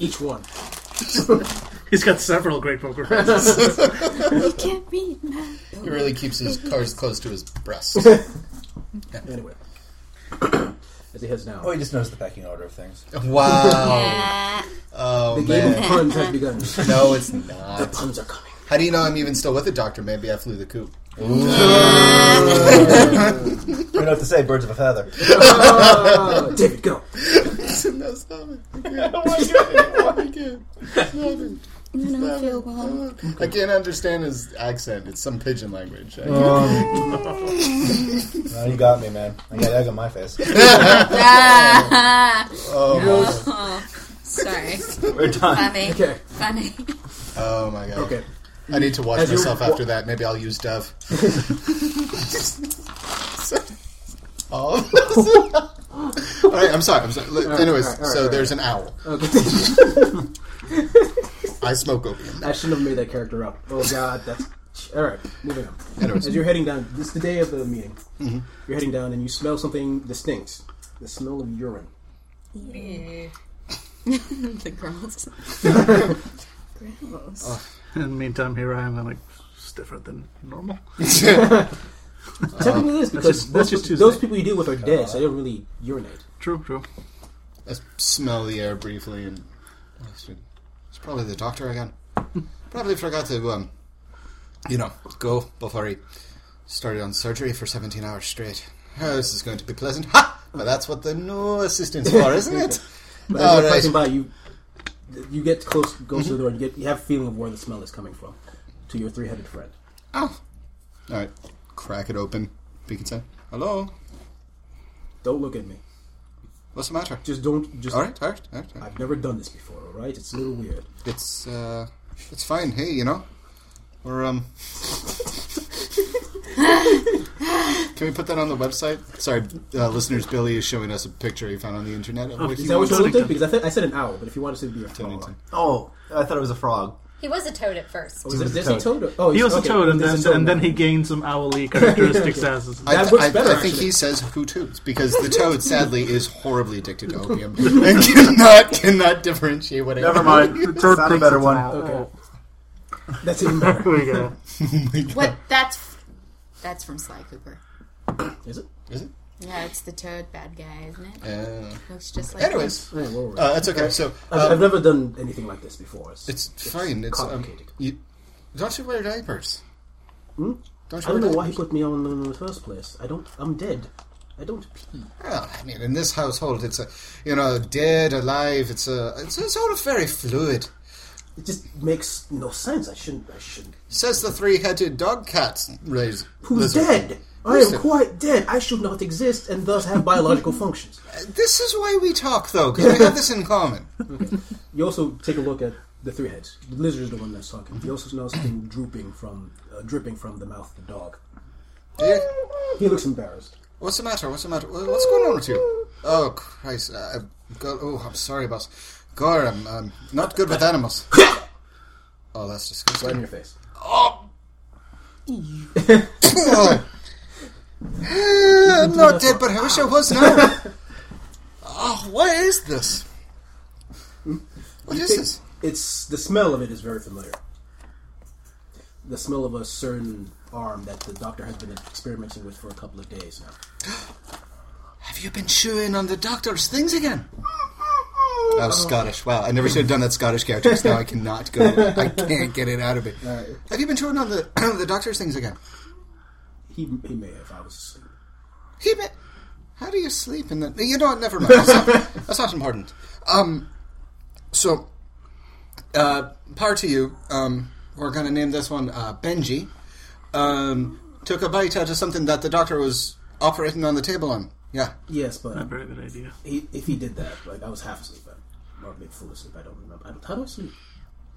B: Each one.
E: He's got several great poker faces.
G: You can't read my
A: He really keeps his cards close to his breast.
B: Anyway. As he heads now.
C: Oh, he just knows the pecking order of things.
A: wow. Oh
B: the game of
A: man.
B: puns has begun.
A: No, it's not.
B: puns are coming.
A: How do you know I'm even still with the doctor? Maybe I flew the coop.
C: We know what to say, birds of a feather.
B: Uh, David, go.
A: no, stop it. I
C: Oh
A: can't. I can't. Stop it.
G: don't feel well.
A: I can't understand his accent. It's some pigeon language. I-
B: Oh.
C: No, you got me, man. I got egg on my face.
G: Ah,
A: oh, my,
G: sorry.
C: We're done.
G: Funny.
B: Okay.
G: Funny.
A: oh my god.
B: Okay.
A: I need to wash
B: As you-
A: myself after that. Maybe I'll use Dove. oh. all right, I'm sorry. I'm sorry. Li- Anyways,
B: all right, all
A: so
B: right,
A: there's an owl. I smoke opium.
B: I shouldn't have made that character up. Oh God, that's all right. Moving on.
A: Anyways.
B: As you're heading down, this is the day of the meeting.
E: Mm-hmm.
B: You're heading down, and you smell something distinct. The smell of urine.
G: the girls. Gross.
E: In the meantime, here I am. I'm like stiffer than normal.
B: Technically, it is because
E: just- Uh-huh.
B: those,
E: that's
B: those
E: just Tuesday.
B: people you deal with are dead, so they don't really urinate.
E: True, true.
A: I smell the air briefly, and it's probably the doctor again. Probably forgot to, um, you know, go before he started on surgery for 17 hours straight. Oh, this is going to be pleasant. Ha! But that's what the new assistant's for, isn't it?
B: But
E: Oh,
A: All
B: as you're
A: right.
B: passing by, you you get close, goes
E: Mm-hmm.
B: to the door, and you get you have a feeling of where the smell is coming from to your three-headed friend.
A: Oh. All right. Crack it open. Pinkinson. Hello.
B: Don't look at me.
A: What's the matter?
B: Just don't. Just.
A: All right. All right. All right. all right.
B: I've never done this before. All right. It's a little weird.
A: It's uh, it's fine. Hey, you know, we're um. Can we put that on the website? Sorry, uh, listeners. Billy is showing us a picture he found on the internet of Wiki
B: Oh, Is that what you
A: Monster.
B: looked at? Because I, th- I said an owl, but if you wanted to be a frog.
A: Donington.
C: Oh, I thought it was a frog.
D: He was a toad at first.
B: Oh, is it,
C: He was
B: there's
C: a
B: a toad. Oh,
E: He
B: he's-
E: was a
B: okay,
E: toad, and
B: there's
E: then
B: a toad
E: and then
B: now.
E: he gained some owly characteristics as
A: I,
B: That works
A: I,
B: better,
A: I think
B: actually.
A: he says who toots because the toad, sadly, is horribly addicted to opium and cannot cannot differentiate what it
C: Never mind.
E: Toad
C: Found a
E: thinks
C: better
E: it's
C: one.
E: an owl.
B: Okay. That's even better.
E: There we go.
F: What? That's that's from Sly Cooper.
B: Is it?
A: is it?
F: Yeah, it's the Toad bad guy, isn't it?
A: Uh,
F: Looks just like.
A: anyways,
B: Yeah, well, we're-
A: uh, that's okay. So
B: I've, I've
A: um,
B: never done anything like this before. It's,
A: it's fine. It's um,
B: complicated. Hmm?
A: you, don't you wear diapers? Don't you
B: I don't
A: wear
B: know why he
A: diapers?
B: put me on in the first place. I don't. I'm dead. I don't pee.
A: Well, I mean, in this household, it's a you know dead, alive. It's a it's, it's sort of very fluid.
B: It just makes no sense. I shouldn't. I shouldn't.
A: Says the three-headed dog cat raised
B: Who's
A: lizard.
B: dead? I
A: Who's
B: am
A: dead?
B: quite dead. I should not exist and thus have biological functions.
A: This is why we talk, though, because we have this in common.
B: You also take a look at the three heads. The lizard is the one that's talking. You also smell something drooping from, uh, dripping from the mouth of the dog.
A: Yeah.
B: He looks embarrassed.
A: What's the matter? What's the matter? Wha- What's going on with you? Oh Christ! Uh, go, oh, I'm sorry, boss. Gore, I'm, I'm not good with animals. oh, that's
B: Right
A: disgusting.
B: in your face.
A: Oh. Eh, I'm not dead, but I wish I was now. oh, what is this? What is this?
B: It's the smell of it is very familiar. The smell of a certain arm that the doctor has been experimenting with for a couple of days now.
A: Have you been chewing on the doctor's things again? That was Scottish. Wow, I never should have done that Scottish character. 'cause Now I cannot go. I can't get it out of me. Have you been chewing on the the doctor's things again?
B: He, he may have. I was asleep.
A: He been, how do you sleep in the? You know, what, never mind. That's not, that's not important. Um, so, uh, power to you. Um, we're gonna name this one uh, Benji. Um, took a bite out of something that the doctor was operating on the table on. Yeah.
B: Yes, but
E: Very good idea.
B: he, if he did that, like I was half asleep, I, or maybe full asleep. I don't remember. I don't, how do I sleep?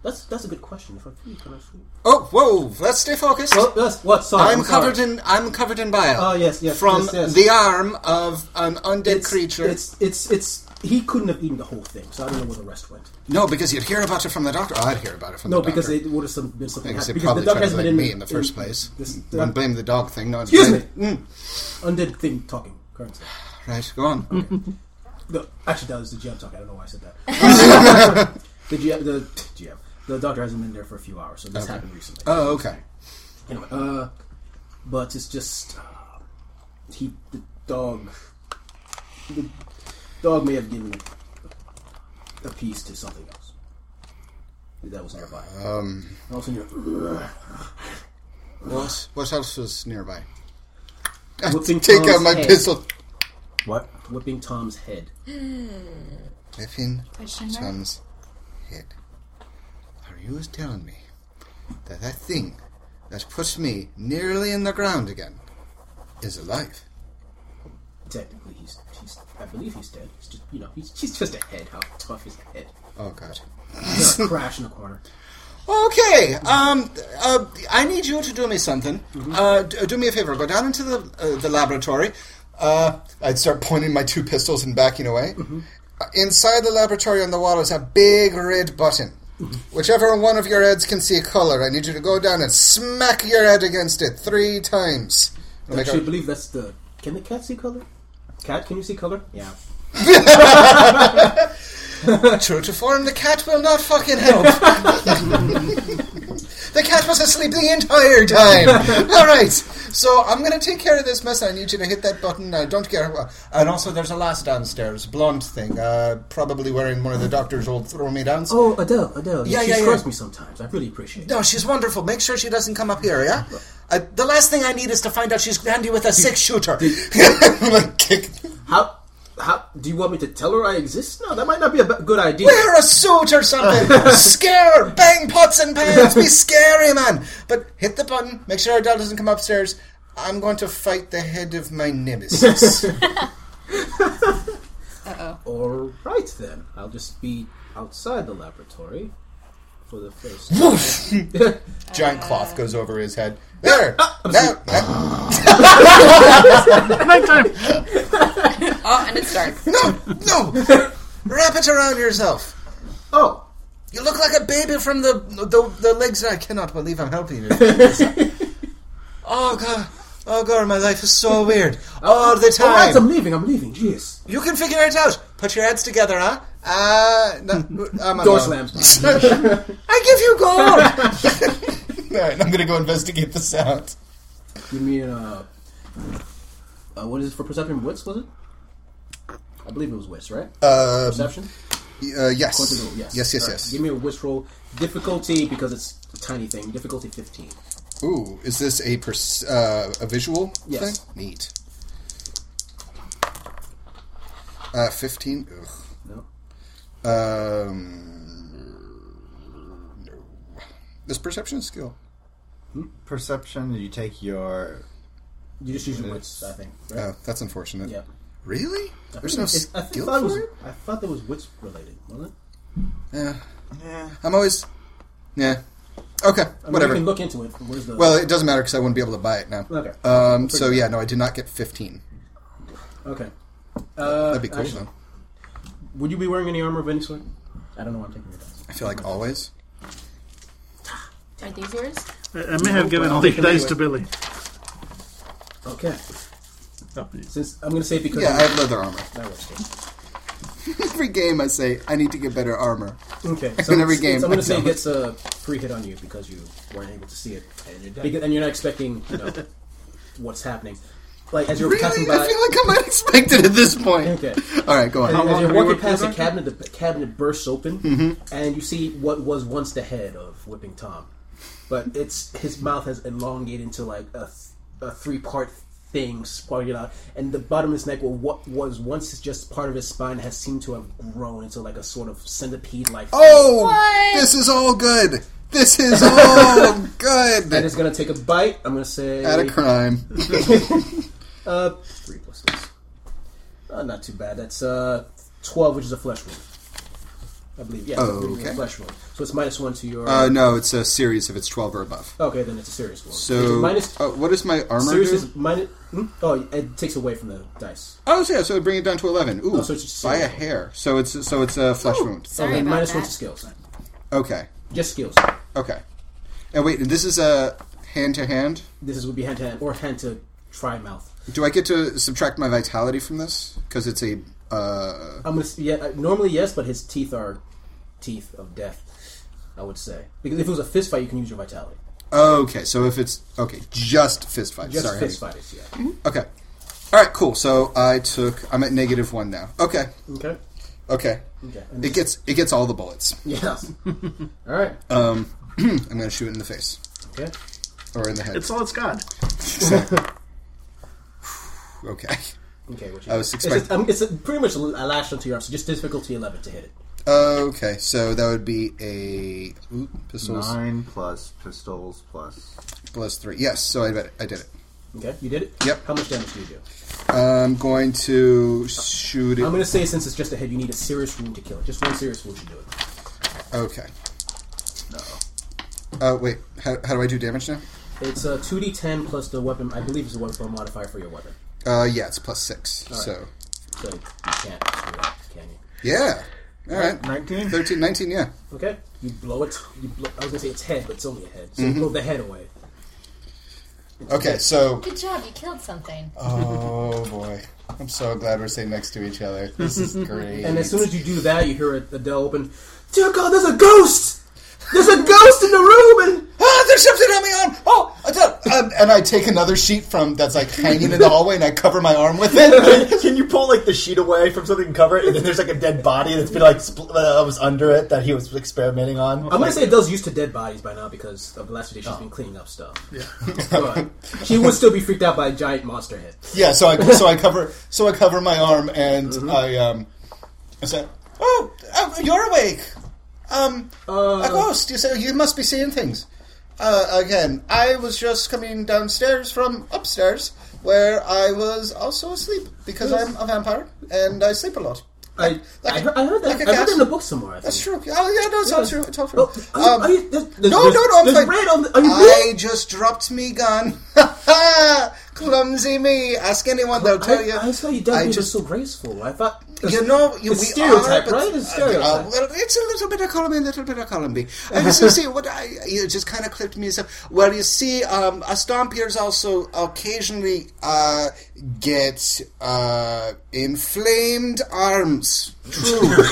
B: That's that's a good question. If I sleep, can I sleep?
A: Oh, whoa! Let's stay focused.
B: Oh, yes, what? Sorry,
A: I'm,
B: I'm, sorry.
A: covered in I'm covered in bile.
B: Oh, yes, yes,
A: From
B: yes, yes.
A: the arm of an undead
B: it's,
A: creature.
B: It's it's it's. He couldn't have eaten the whole thing, so I don't know where the rest went.
A: no, because you'd hear about it from the doctor. Oh, I'd hear about it from
B: No,
A: the doctor.
B: because it would have some, been something.
A: I guess they
B: happened- because
A: probably
B: the doctor
A: tried to
B: has been
A: blame
B: in
A: me in the first place.
B: this-
A: One blame the dog thing. No,
B: Excuse Mm.
A: blame- Mm,
B: undead thing talking currency.
A: right, go on. Okay.
B: No, actually, that was the GM talk. I don't know why I said that. the GM, the GM, the doctor hasn't been there for a few hours, so this happened recently.
A: Oh, okay.
B: Anyway, uh, but it's just uh, he the dog. The dog may have given a piece to something else that was nearby. Um, and also near,
A: What, what else was nearby? I
B: Whooping
A: take out
B: Tom's
A: my
B: head.
A: pistol.
C: What?
B: whipping Tom's head.
A: Pippin
F: Question mark?
A: Tom's head. Are you is telling me that that thing that puts me nearly in the ground again is alive?
B: Technically, he's, he's I believe he's dead. He's just you know he's, he's just a head. How tough is a head?
A: Oh god.
B: He's gonna crash in the corner.
A: Okay. Um. Uh, I need you to do me something. Uh, d- do me a favor. Go down into the uh, the laboratory. Uh, I'd start pointing my two pistols and backing away. Uh, inside the laboratory on the wall is a big red button. Whichever one of your heads can see color, I need you to go down and smack your head against it three times. It'll
B: I
A: make a-
B: actually believe that's the. Can the cat see color? Cat, can you see color? Yeah.
A: True to form, the cat will not fucking help. the cat was asleep the entire time. All right, so I'm gonna take care of this mess. I need you to hit that button. I don't care. wha- And also, there's a lass downstairs, blonde thing, uh, probably wearing one of the doctor's old throw me downs.
B: Oh, Adele, Adele.
A: Yeah,
B: she
A: yeah, yeah.
B: trusts me sometimes. I really appreciate it.
A: No, she's wonderful. Make sure she doesn't come up here, yeah? Uh, the last thing I need is to find out she's handy with a six shooter. like, kick.
B: How? How do you want me to tell her I exist? No, that might not be a b- good idea.
A: Wear a suit or something. Scare, bang pots and pans. Be scary, man. But hit the button. Make sure Adele doesn't come upstairs. I'm going to fight the head of my nemesis.
B: All right then, I'll just be outside the laboratory for the first.
A: Giant cloth goes over his head. There. Now, now-
E: Nighttime.
G: Oh, and it's dark.
A: no, no. Wrap it around yourself.
B: oh,
A: You look like a baby from the the, the legs. I cannot believe I'm helping you. oh god. Oh god, my life is so weird. All the
B: all right, I'm
A: time.
B: leaving. I'm leaving. Jeez.
A: You can figure it out. Put your heads together, huh? Uh, no, I'm
B: Door
A: alone.
B: slams.
A: I give you gold. All right, I'm gonna go investigate the sound.
B: Give me an. Uh, uh, what is it for perception? Wits was it? I believe it was wits, right?
A: Uh,
B: perception.
A: uh, yes.
B: Quantico, yes.
A: yes, yes,
B: All right,
A: yes.
B: Give me a wits roll. Difficulty because it's a tiny thing. Difficulty fifteen.
A: Ooh, is this a pers- uh, a visual
B: Yes.
A: thing? Neat. Uh, fifteen. Ugh.
B: No.
A: Um, no. This perception skill.
C: Perception, you take your.
B: You just use your wits, I think. Right?
A: Uh, that's unfortunate.
B: yeah.
A: Really? There's no
B: It- I,
A: skill
B: thought it was,
A: for it.
B: I thought that was wits related, wasn't it?
A: Yeah.
C: Yeah.
A: I'm always. Yeah. Okay.
B: I mean,
A: whatever.
B: You can look into it. Where's the
A: Well, it doesn't matter because I wouldn't be able to buy it now.
B: Okay.
A: Um, so yeah, no, I did not get fifteen.
B: okay. Uh,
A: That'd be cool
B: actually,
A: though.
B: Would you be wearing any armor of any sort? I don't know. why I'm taking your dice.
A: I feel like always.
F: Are these yours?
E: I, I may have given all these dice to Billy.
B: Okay. Since I'm gonna say it because
A: Yeah, I have leather armor.
B: that works. good.
A: every game I say I need to get better armor.
B: Okay. So
A: In every
B: it's-
A: game.
B: it's- I'm gonna say it gets a free hit on you because you weren't able to see it, and you're, because, and you're not expecting you know what's happening. Like as you're
A: Really, I
B: passing
A: feel
B: by.
A: like I'm unexpected at this point.
B: Okay.
A: All right, go on.
E: How
B: As
E: long
B: you're
E: have you
B: walking
E: worked
B: past
E: with
B: the cabinet, the cabinet bursts open,
A: Mm-hmm.
B: and you see what was once the head of Whipping Tom, but it's his mouth has elongated into like a, th- a three-part thing, sprouted out, and the bottom of his neck, well, what was once just part of his spine, has seemed to have grown into like a sort of centipede-like.
A: Oh,
D: What?
A: this is all good. This is all good.
B: And it's gonna take a bite. I'm gonna say
A: At a crime.
B: uh, three plus six. Uh, not too bad. That's uh, twelve, which is a flesh wound. I believe, yeah,
A: Oh,
B: which is a
A: okay.
B: flesh wound. So it's minus one to your.
A: Uh, no, it's a series if it's twelve or above.
B: okay, then it's a serious wound. Which is
A: So,
B: minus
A: uh, what is my armor?
B: Serious
A: do?
B: is minus. Hmm? Oh, it takes away from the dice.
A: Oh, so yeah, so bring it down to eleven. Ooh,
B: Oh, so it's just
A: by a
B: zero.
A: hair. So it's so it's a flesh wound.
F: Sorry
B: okay,
F: about
B: minus
F: that.
B: one to skills.
A: Okay,
B: Just skills.
A: okay. And wait, this is a hand to hand.
B: This is would be hand to hand or hand to try mouth.
A: Do I get to subtract my vitality from this because it's a
H: Uh,
B: I'm gonna, s- yeah, uh, normally yes, but his teeth are teeth of death. I would say because if it was a fist fight, you can use your vitality.
H: okay, so if it's okay, just fist fight.
B: Just
H: Sorry,
B: fist
H: honey.
B: fights, yeah.
H: Okay. All right, cool. So I took. I'm at negative one now. Okay.
B: Okay.
H: Okay.
B: Okay.
H: It gets it gets all the bullets.
B: yes. All right.
H: Um, I'm gonna shoot it in the face
B: Okay.
H: or in the head.
E: It's all it's got.
H: okay.
B: Okay. What you
H: I was
B: it's,
H: expect-
B: just- um, it's a, pretty much a l- a lash onto your arm, so just difficulty eleven to hit it.
H: Okay. So that would be a ooh, pistols
I: Nine plus pistols plus.
H: plus three. Yes. So I did it. I did it.
B: Okay. You did it.
H: Yep.
B: How much damage do you do?
H: I'm going to shoot it.
B: I'm gonna say since it's just a head, you need a serious wound to kill it. Just one serious wound should do it.
H: Okay. No. Uh, wait. How, how do I do damage now?
B: It's a two d ten plus the weapon. I believe it's a weapon modifier for your weapon.
H: Uh, yeah, it's plus six.
B: right.
H: So
B: So you can't do that, can you?
H: yeah. All right.
I: 19?
H: 13, 19, yeah.
B: Okay. You blow it. You blow, I was gonna say its head, but it's only a head.
H: Mm-hmm.
B: So you blow the head away.
H: Okay, so
D: Good job, you killed something.
H: oh boy, I'm so glad we're sitting next to each other. This is great.
B: And as soon as you do that, you hear Adele open. Dear God, there's a ghost. There's a ghost in the room, and
H: ah, there's something on my arm. Oh, I don't- um, and I take another sheet from that's like hanging in the hallway, and I cover my arm with it.
C: Can you pull like the sheet away from something and cover it, and then there's like a dead body that's been like spl- uh, was under it that he was experimenting on?
B: I'm gonna say Adele's used to dead bodies by now because of the last
H: Oh.
B: few days she's been cleaning up stuff. Yeah, but she would still be freaked out by a giant monster head.
H: yeah, so I so I cover so I cover my arm, and
B: Mm-hmm.
H: I um, I said, oh, uh, you're awake. Um,
B: Uh,
H: a ghost. You say you must be seeing things. Uh, again, I was just coming downstairs from upstairs, where I was also asleep because I'm a vampire and I sleep a lot.
B: I,
H: Like
B: I,
H: a-
B: heard, I heard that.
H: like a
B: I read
H: gas-
B: it in a book somewhere. I think.
H: That's true. Oh, yeah, no, it's all
B: Yeah.
H: true. It's all true.
B: Oh, are you,
H: Um,
B: are you, there's, there's,
H: no,
B: there's,
H: no, no, I'm
B: there's
H: fine.
B: red on the. Are you
H: I
B: red?
H: just dropped me gun. Ha ha! Clumsy me. Ask anyone, they'll tell you.
B: I, I saw you dead.
H: I
B: You just
H: just-
B: so graceful. I thought
H: You know, you,
B: It's
H: we
B: stereotype,
H: are, but-
B: right? It's stereotype.
H: Uh, well, it's a little bit of column A, a little bit of column B. And so you see, what I you just kind of clipped me. and stuff. Well, you see, um, a stompiers also occasionally uh, get uh, inflamed arms. True.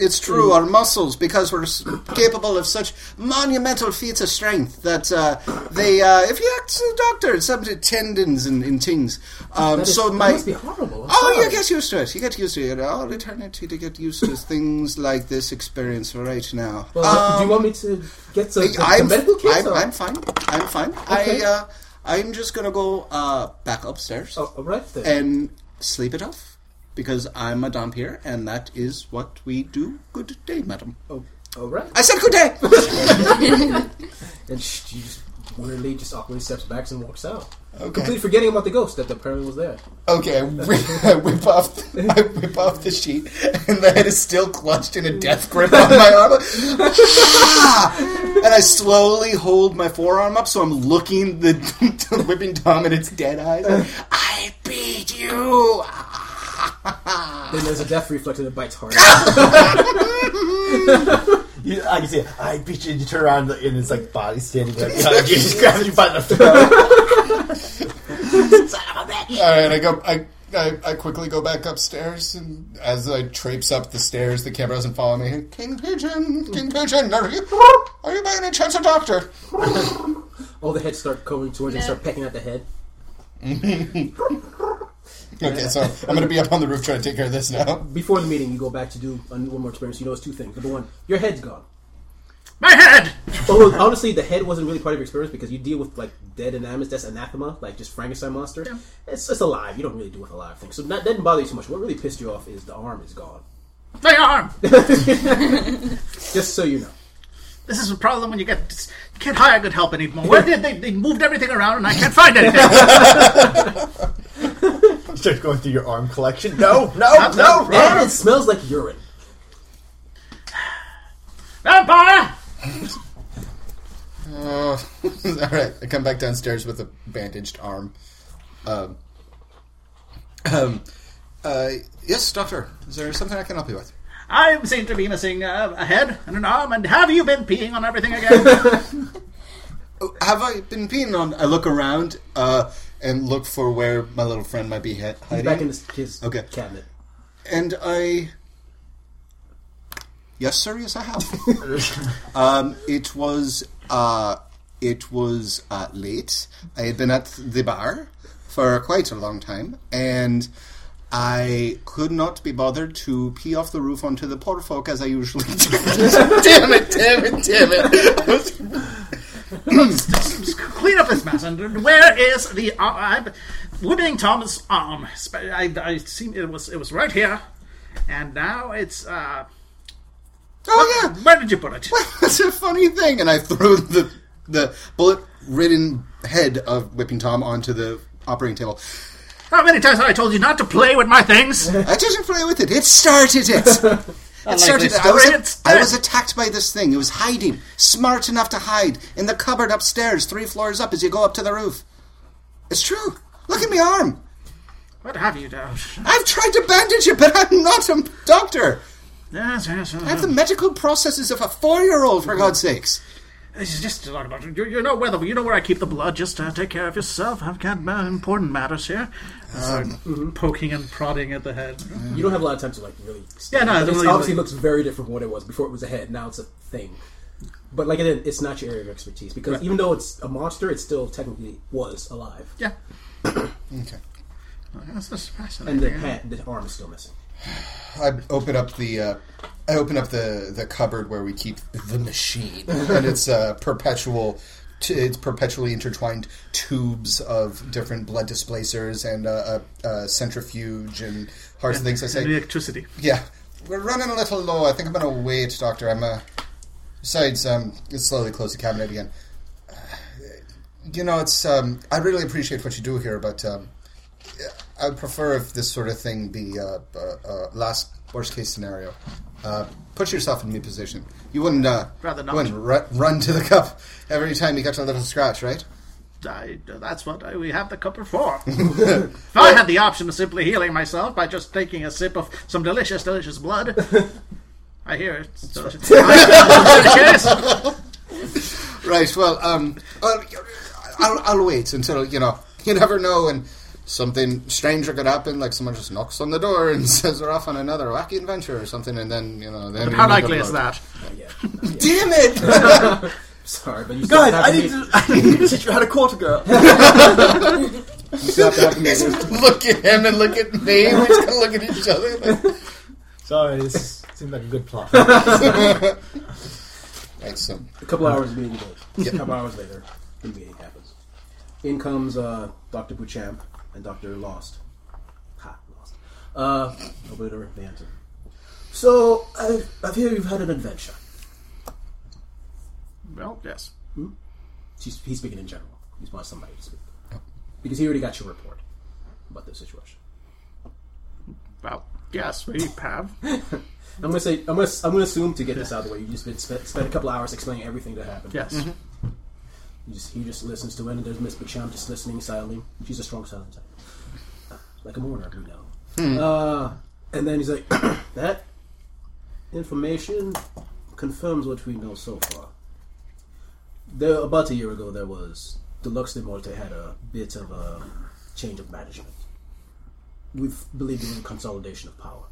H: It's true, our muscles, because we're s- capable of such monumental feats of strength that uh, they, uh, if you ask the doctor, it's up to tendons and, and things. Um,
B: that, is,
H: so
B: that
H: my,
B: must be horrible. I'm
H: Oh, you
B: sorry.
H: get used to it. You get used to it. All eternity to get used to things like this experience right now.
B: Well,
H: Um,
B: do you want me to get some, some
H: I'm,
B: medical care?
H: I'm, I'm fine. I'm fine.
B: Okay.
H: I, uh, I'm just gonna go uh, back upstairs
B: Oh, all right then.
H: and sleep it off because I'm a dump here, and that is what we do. Good day, madam.
B: Oh, all right.
H: I said good day.
B: And she just weirdly, just awkwardly steps back and walks out,
H: okay.
B: completely forgetting about the ghost that apparently was there.
H: Okay. I whip, I whip off. The, I whip off the sheet, and the head is still clutched in a death grip on my arm. Ah! and I slowly hold my forearm up, so I'm looking the, the whipping Tom in its dead eyes. I beat you.
B: Then there's a death reflex and it bites hard.
C: You, I can see it. I beat you. and You turn around and it's like body standing there. behind you You just grab you by the throat.
H: All right, I go. I, I I quickly go back upstairs, and as I traipse up the stairs, the camera doesn't follow me. King Pigeon, King Pigeon, are you are you by any chance a doctor?
B: All the heads start going towards and start pecking at the head.
H: Okay, so I'm gonna be up on the roof trying to take care of this now.
B: Before the meeting, you go back to do an- one more experience. You notice two things. Number one, your head's gone.
E: My head!
B: Oh, honestly, the head wasn't really part of your experience because you deal with like dead enamas. That's anathema, like just Frankenstein monster. It's it's alive. You don't really deal with alive things, so that doesn't bother you too much. What really pissed you off is the arm is gone.
E: My arm!
B: Just so you know.
E: This is a problem when you get you can't hire good help anymore. Where did they, they moved everything around and I can't find anything?
C: You Start going through your arm collection. No, no, no.
B: And it smells like urine.
E: Vampire!
H: Uh, all right, I come back downstairs with a bandaged arm. Um, um, uh, yes, doctor. Is there something I can help you with?
E: I seem to be missing uh, a head and an arm, and have you been peeing on everything again?
H: Oh, have I been peeing on? I look around uh, and look for where my little friend might be he-
B: He's
H: hiding.
B: back in his, his
H: Okay.
B: cabinet.
H: and I. Yes, sir. Yes, I have. um, it was uh, it was uh, late. I had been at the bar for quite a long time, and I could not be bothered to pee off the roof onto the poor folk as I usually do. damn it! Damn it! Damn it!
E: Clean up this mess. And where is the uh, uh, Wooding Thomas arm? Sp- I, I seen it was it was right here, and now it's. uh
H: oh yeah,
E: Where did you put it?
H: That's a funny thing. And I throw the the bullet ridden head of Whipping Tom onto the operating table.
E: How many times have I told you not to play with my things?
H: I didn't play with it. It started it. It started it. I
E: story.
H: was,
E: It's
H: I
E: dead.
H: was attacked by this thing. It was hiding, smart enough to hide in the cupboard upstairs, three floors up as you go up to the roof. It's true. Look at my arm.
E: What have you done?
H: I've tried to bandage it, but I'm not a doctor.
E: Yes, yes, uh, yes.
H: I have the medical processes of a four-year-old, for God's sakes.
E: This is just to talk about you, you know where the, you know where I keep the blood. Just uh, take care of yourself. I've got uh, important matters here. Uh, Poking and prodding at the head.
B: You don't have a lot of time to like really.
E: Yeah, no, I
B: it
E: don't really-
B: obviously looks very different from what it was before. It was a head. Now it's a thing. But like I said, it's not your area of expertise because even though it's a monster, it still technically was alive,
E: Yeah,
H: Okay.
E: that's just
B: and
E: fascinating.
B: the head, the arm is still missing.
H: I open up the uh, I open up the the cupboard where we keep the machine, and it's uh, perpetual. T- it's perpetually intertwined tubes of different blood displacers and uh, a, a centrifuge and hearts and things. I
E: And the
H: say,
E: electricity.
H: yeah, we're running a little low. I think I'm gonna wait, Doctor. I'm uh, besides, um, it's slowly close the cabinet again. Uh, You know, it's um, I really appreciate what you do here, but um, I'd prefer if this sort of thing be uh, uh, uh, last worst case scenario. Uh, put yourself in me position. You wouldn't uh,
E: Rather not.
H: you Wouldn't ru- run to the cup every time you got a little scratch, right?
E: I, that's what I, we have the cupboard for. if I had the option of simply healing myself by just taking a sip of some delicious, delicious blood, I hear it's delicious. Cheers.
H: Right. Well, um, I'll, I'll, I'll wait until you know. You never know, and something stranger could happen. Like someone just knocks on the door and says they're off on another wacky adventure or something, and then you know. Then you
E: How
H: need to
E: likely is
H: look.
E: that?
B: Not yet. Not yet.
H: Damn it!
B: Sorry, but you still
C: Guys,
B: have
C: I
B: to
C: need
B: make-
C: to, I need to teach you how to quarter girl.
B: you still have to have to make-
H: look at him and look at me. We're just gonna look at each other. Like,
C: Sorry, this seemed like a good plot.
H: right. So
B: a couple hours meeting. goes. A couple hours later, the meeting happens. In comes uh, Doctor Buchamp and Doctor Lost. Ha, Lost. Uh, obliterate the answer. So I, I hear you've had an adventure.
E: Well, yes.
B: She's, he's speaking in general. He just wants somebody to speak. Because he already got your report about the situation.
E: Well, yes, we have.
B: I'm gonna say I'm gonna I'm gonna assume to get this out of the way. You just been, spent, spent a couple hours explaining everything that happened.
E: Yes.
B: You just, he just listens to it, and there's Miss Bacham just listening silently. She's a strong silent type, like a mourner, we know. Uh, and then he's like, "That information confirms what we know so far." There, about a year ago, there was the Lux de Morte had a bit of a change of management. We've believed in consolidation of power.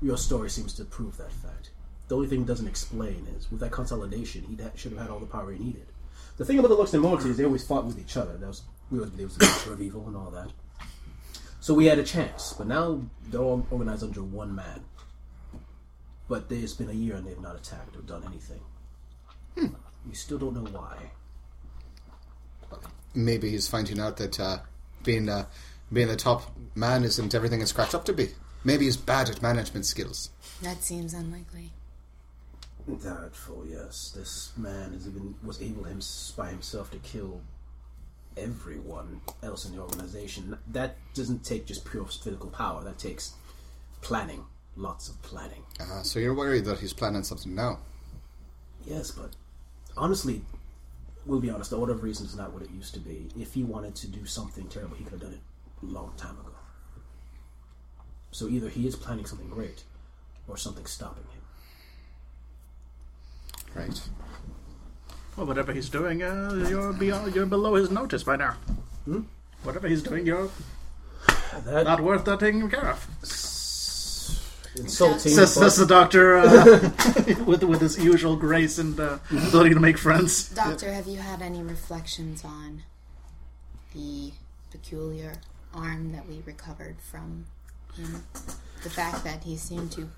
B: Your story seems to prove that fact. The only thing it doesn't explain is, with that consolidation, he ha- should have had all the power he needed. The thing about the Lux and Morty is they always fought with each other. That was, we always believed it was the nature of evil and all that. So we had a chance, but now they're all organized under one man. But there's been a year and they've not attacked or done anything. We still don't know why.
H: maybe he's finding out that uh, being uh, being the top man isn't everything it's cracked up to be. Maybe he's bad at management skills.
G: That seems unlikely.
B: Doubtful, yes. This man has even was able him, by himself to kill everyone else in the organization. That doesn't take just pure physical power. That takes planning, lots of planning.
H: Uh, so you're worried that he's planning something now.
B: Yes, but honestly, we'll be honest. The Order of Reason is not what it used to be. If he wanted to do something terrible, he could have done it a long time ago. So either he is planning something great, or something's stopping him.
H: Right.
E: Well, whatever he's doing, uh, you're beyond, you're below his notice by now. Whatever he's doing, you're
B: That-
E: not worth that taking care of.
B: insulting.
E: Says,
B: but-
E: says the doctor uh, with with his usual grace and uh, ability to make friends.
G: Doctor, have you had any reflections on the peculiar arm that we recovered from him? The fact that he seemed to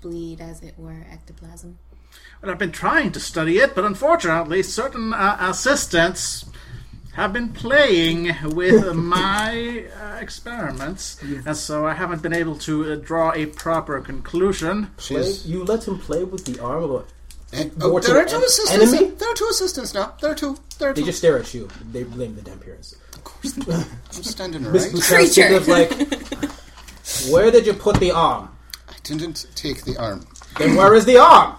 G: bleed, as it were, ectoplasm?
E: And I've been trying to study it, but unfortunately, certain uh, assistants have been playing with my uh, experiments, and so I haven't been able to uh, draw a proper conclusion.
B: Play-
H: She's
B: you let him play with the arm of a.
H: and,
J: Oh,
B: Mortal
J: there are two
B: en-
J: assistants.
B: enemy?
J: There are two assistants now. There are two. There are
B: They
J: two.
B: just stare at you. They blame the damn parents.
J: I'm standing
B: Miss
J: right.
B: Bouchard sort of like, where did you put the arm?
J: I didn't take the arm.
B: Then where is the arm?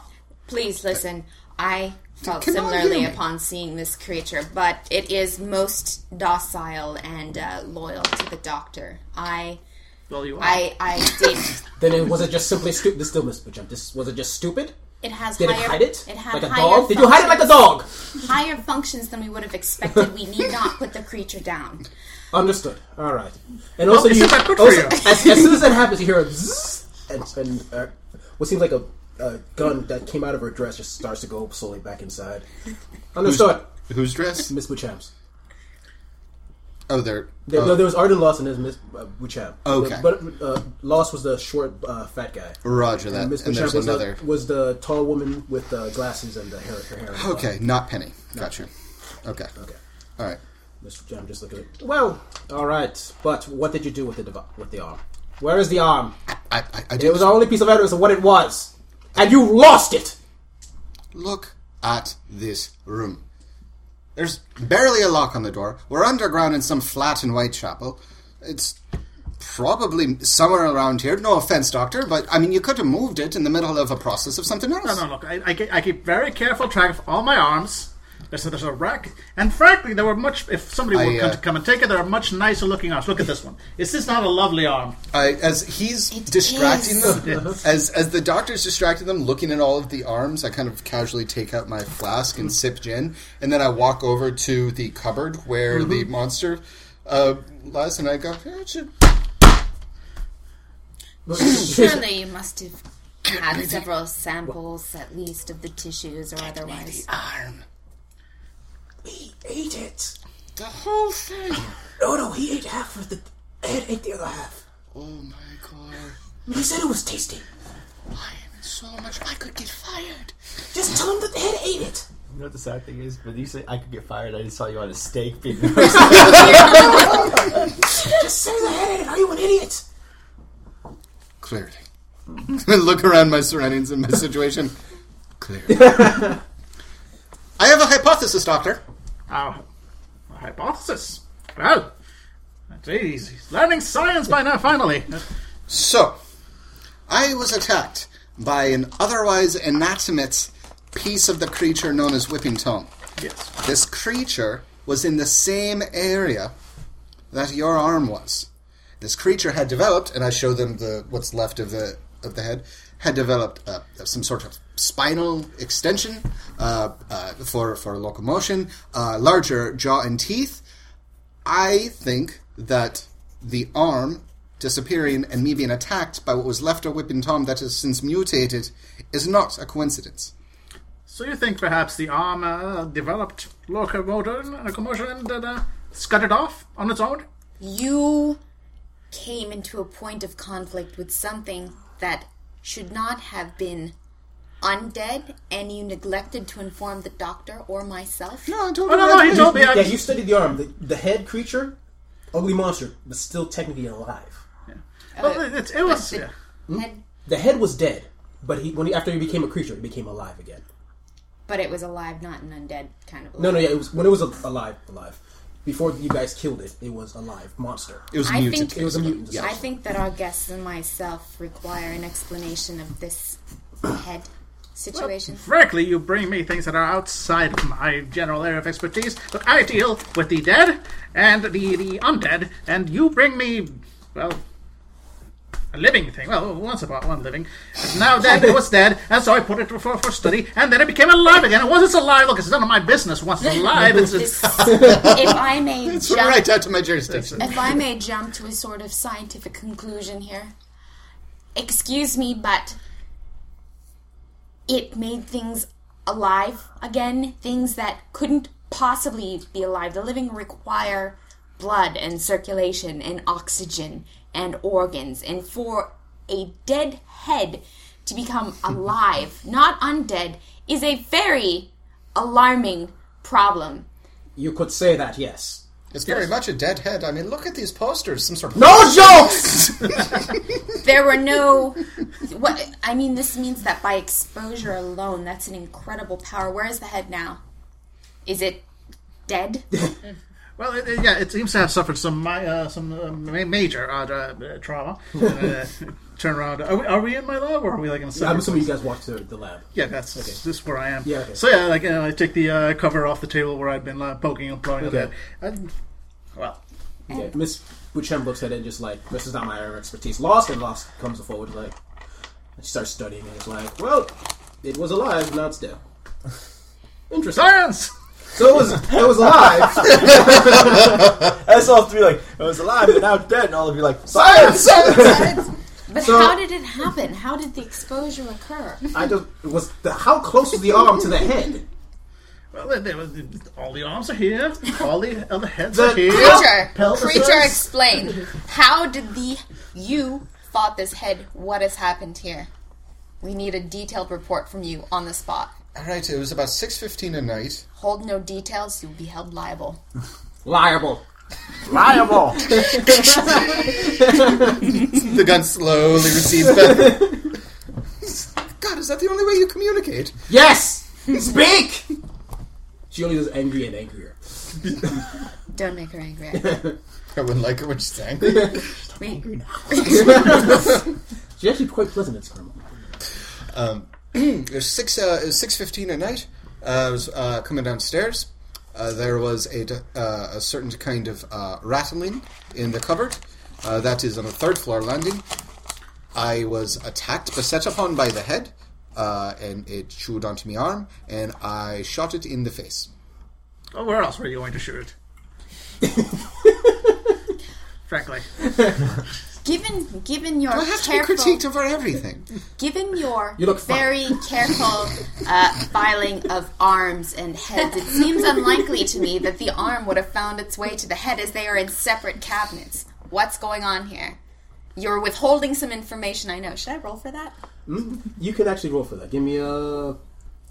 G: Please listen. I felt
J: Come on,
G: similarly
J: hear me.
G: upon seeing this creature, but it is most docile and uh, loyal to the doctor. I,
E: Well, you are.
G: I, I did.
B: Then it, was it just simply stupid? This still Miss Bouchard. This was it just stupid?
G: It has
B: Did
G: higher.
B: it hide it?
G: had
B: like a
G: higher
B: dog? Did you hide it like a
G: functions-
B: dog?
G: Higher functions than we would have expected. We need not put the creature down.
B: Understood. All right. And also,
E: isn't
B: you,
E: that good for
B: also
E: you?
B: as, as soon as that happens, you hear a zzz, and, and uh, what seems like a, a gun that came out of her dress just starts to go slowly back inside. Understood,
H: who's dressed?
B: Miss Buchamps.
H: Oh, there.
B: There,
H: oh,
B: no, there was Arden Loss and there's Miss uh, Buchamp.
H: Okay.
B: But uh, Loss was the short, uh, fat guy.
H: oh, Roger that.
B: Miss
H: and
B: Buchamp
H: there's
B: was, the-
H: another.
B: was the tall woman with the glasses and the hair. Her hair
H: Okay, not Penny. Got you. Okay.
B: Okay.
H: All right.
B: Uh, Miss Buchamp just looked at it. Well, all right. But what did you do with the devi- with the arm? Where is the arm?
H: I, I, I
B: It
H: did
B: was our only piece of evidence of what it was, and you lost it.
H: look at this room. There's barely a lock on the door. We're underground in some flat in Whitechapel. It's probably somewhere around here. No offense, Doctor, but I mean, you could have moved it in the middle of a process of something else.
E: No, no, look, I, I, ke- I keep very careful track of all my arms. There's, there's a rack, and frankly, there were much. If somebody
H: I,
E: were come
H: uh,
E: to come and take it, there are much nicer looking arms. Look at this one. Is this not a lovely arm?
H: I, as he's distracting them, as as the doctor's distracting them, looking at all of the arms, I kind of casually take out my flask and sip gin, and then I walk over to the cupboard where the
B: Mm-hmm.
H: monster uh, lies, and I go, "Yeah, it should
G: Surely you must have had several samples, at least, of the tissues or otherwise.
H: arm
B: He ate it.
H: the whole thing."
B: No, no, he ate half of the. Ed ate the other half.
H: Oh my god!
B: He said it was tasty.
H: I am in so much. I could get fired.
B: Just tell him that Ed ate it.
C: You know what the sad thing is? When you say I could get fired, I just saw you on a steak being
B: Just say that Ed ate it. Are you an idiot?
H: Clearly, I look around my surroundings and my situation. Clearly, I have a hypothesis, Doctor.
E: Our, our hypothesis. Well, geez, he's learning science by now, finally.
H: So, I was attacked by an otherwise inanimate piece of the creature known as Whipping Tom.
E: Yes.
H: This creature was in the same area that your arm was. This creature had developed, and I show them the what's left of the of the head had developed uh, some sort of spinal extension uh, uh, for for locomotion, uh, larger jaw and teeth. I think that the arm disappearing and me being attacked by what was left of Whipping Tom that has since mutated is not a coincidence.
E: So you think perhaps the arm uh, developed locomotor, locomotion and uh, scuttered off on its own?
G: You came into a point of conflict with something that should not have been undead, and you neglected to inform the doctor or myself?
H: No, I don't
E: Oh, no,
H: know.
E: no, he told me.
B: Yeah,
E: I,
B: you studied the arm. The, the head creature, ugly monster, was still technically alive.
E: well, it, it, it was. yeah.
G: Had-
B: The head was dead, but he when he, after he became a creature, he became alive again.
G: But it was alive, not an undead kind of alive.
B: No, no, yeah, it was when it was al- alive, alive. Before you guys killed it, it was alive monster.
H: It was
G: I
H: mutated.
G: think-
B: It was a mutant.
G: I think that our guests and myself require an explanation of this head situation.
E: Frankly, you bring me things that are outside of my general area of expertise. Look, I deal with the dead and the, the undead, and you bring me, well, a living thing. Well, once about one living. But now that it was dead, and so I put it for, for study, and then it became alive again. And once it's alive, look, it's none of my business. Once it's alive, it's, it's
G: if I may
H: It's right
G: jump,
H: out to my jurisdiction.
G: if I may jump to a sort of scientific conclusion here. Excuse me, but it made things alive again, things that couldn't possibly be alive. The living require blood and circulation and oxygen and organs, and for a dead head to become alive, not undead, is a very alarming problem.
B: You could say that, yes.
H: It's very much a dead head. I mean, look at these posters. Some sort of
B: No jokes!
G: There were no. What I mean, this means that by exposure alone, that's an incredible power. Where is the head now? Is it dead?
E: Well, it, it- yeah, it seems to have suffered some mi- uh, some uh, ma- major uh, uh, trauma. uh, turn around. Are we, are we in my lab, or are we like in a
B: I'm
E: separate
B: assuming you
E: place?
B: guys walked to the lab.
E: Yeah, that's this is where I am.
B: Yeah, okay.
E: So yeah, like you know, I take the uh, cover off the table where I'd been like, poking and blowing at
B: Okay.
E: that. And, well,
B: Yeah, Miss Buchem looks at it and just like, this is not my area of expertise. Lost and Lost comes forward like, and she starts studying and it's like, well, it was alive, now it's dead. Interesting.
E: science.
B: So it was, it was alive.
C: I saw all three like it was alive, but now it's dead, and all of you like science.
G: But
B: So- Uh,
G: how did it happen? How did the exposure occur?
B: I just it was the, how close was the arm to the head?
E: Well, there- there was- all the arms are here. All the other heads
B: The
E: are here.
G: Creature,
B: Pelvises?
G: creature, explain. How did the you fought this head? What has happened here? We need a detailed report from you on the spot.
H: All right, it was about six fifteen at night.
G: Hold no details; you'll be held liable.
B: Liable.
C: Liable.
H: The gun slowly recedes back. God, is that the only way you communicate?
B: Yes. Speak. She only does angry and angrier.
G: Don't make her angry.
H: I wouldn't like it when she sang.
B: She's actually quite pleasant at Skirmal.
H: It was six uh, it was six fifteen at night. Uh, I was uh, coming downstairs. Uh, there was a, d- uh, a certain kind of uh, rattling in the cupboard. Uh, that is on the third floor landing. I was attacked, beset upon by the head, uh, and it chewed onto my arm, and I shot it in the face.
E: Oh, where else were you going to shoot it? Frankly,
G: Given given your
H: I have to be
G: careful
H: critiqued over everything.
G: given your
B: You look fine.
G: very careful uh, filing of arms and heads, it seems unlikely to me that the arm would have found its way to the head as they are in separate cabinets. What's going on here? You're withholding some information. I know. Should I roll for that
B: You can actually roll for that. Give me a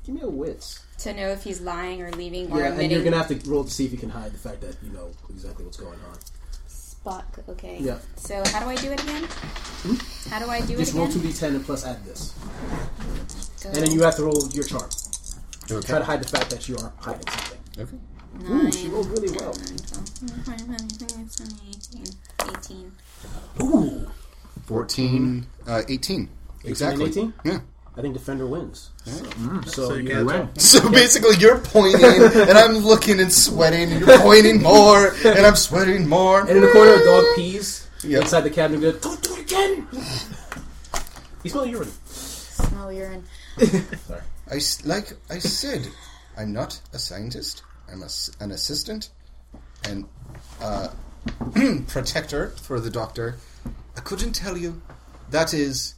B: give me a wits.
K: to know if he's lying or leaving or
B: Yeah, and you're
K: omitting.
B: gonna have to roll to see if you can hide the fact that you know exactly what's going on.
K: Spock, okay.
B: Yeah. Hmm?
K: So how do I do it again? How do I do
B: Just
K: it
B: roll
K: again?
B: two d10 and plus add this, and then you have to roll your charm. Try to hide the fact that you are hiding something.
H: Okay.
B: Ooh, she rolled really well.
K: 18.
B: Ooh,
H: 14, uh, 18. Exactly.
B: 18?
H: Yeah.
B: I think defender wins. Mm, So,
E: you
B: you
E: can't
B: win.
H: So basically, you're pointing, and I'm looking and sweating, and you're pointing more, and I'm sweating more.
B: And in the corner, a dog pees
H: Yeah.
B: inside the cabinet. Goes, Don't do it again. he smells urine.
G: smell urine?
H: I s- like I said, I'm not a scientist. I'm a s an assistant and uh, protector for the doctor. I couldn't tell you. That is,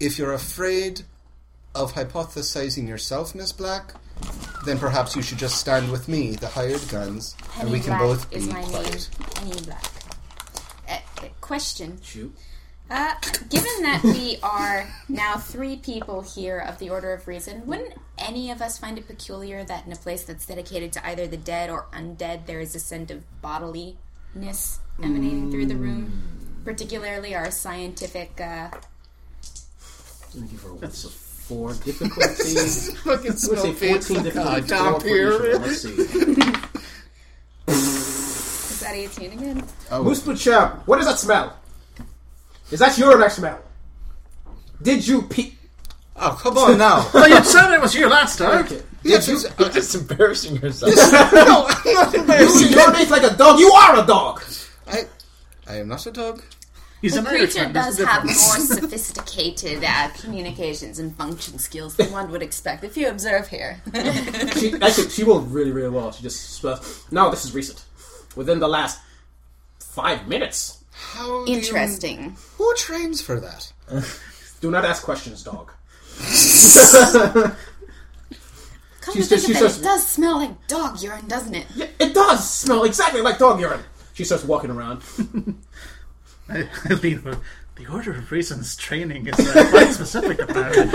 H: if you're afraid of hypothesizing yourself, Miss Black, then perhaps you should just stand with me, the hired guns, and we can
G: Black
H: both
G: is
H: be
G: my
H: quiet.
G: name. Penny Black. Eh,
K: Uh, question.
B: Shoot.
K: Uh, given that we are now three people here of the Order of Reason, wouldn't any of us find it peculiar that in a place that's dedicated to either the dead or undead, there is a scent of bodilyness emanating through the room? Particularly our scientific. Uh,
B: Let me give her a win. So four difficulty. Let's
H: Fucking
B: say fourteen difficulty. Four for each of them. Let's see.
K: is that 18 again?
B: Moose Butcham, what does that smell? Is that urine I smell? Did you pee?
H: Oh, come on now.
E: well, you said it was you last time.
B: Okay.
H: Did you? uh,
C: You're just embarrassing yourself.
H: No, I'm not
B: You
H: embarrassing.
B: urinate like a dog. You are a dog.
H: I, I am not a dog.
E: He's
D: The
E: an
D: creature
E: Irishman. That's
D: does
E: the
D: have more
E: difference.
D: sophisticated uh, communications and function skills than one would expect if you observe here.
B: She actually she rolled really really well. She just spells. No, this is recent. Within the last five minutes.
H: How do you-
D: Interesting.
H: who trains for that?
B: Do not ask questions, dog.
G: Come
B: She's
G: to
B: just-
G: think
B: she's
G: of it,
B: just-
G: it does smell like dog urine, doesn't it?
B: Yeah, it does smell exactly like dog urine. She starts walking around.
E: I, I lean over. The order of reasons training is uh, quite specific, apparently.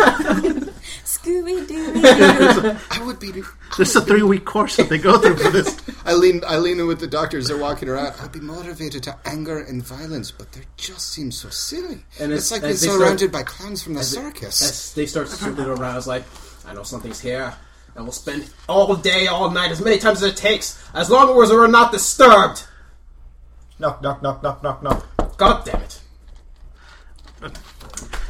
D: Scooby Doo.
H: I would be.
E: This is a three week course that they go through for this.
H: I lean. I lean in with the doctors. They're walking around. I'd be motivated to anger and violence, but they just seem so silly.
B: And as-
H: it's, like
B: as
H: being
B: they start-
H: surrounded by clowns from the circus.
B: As they start circling around, it's like, I know something's here, and we'll spend all day, all night, as many times as it takes, as long as we're not disturbed.
C: Knock, knock, knock, knock, knock, knock.
B: God damn it.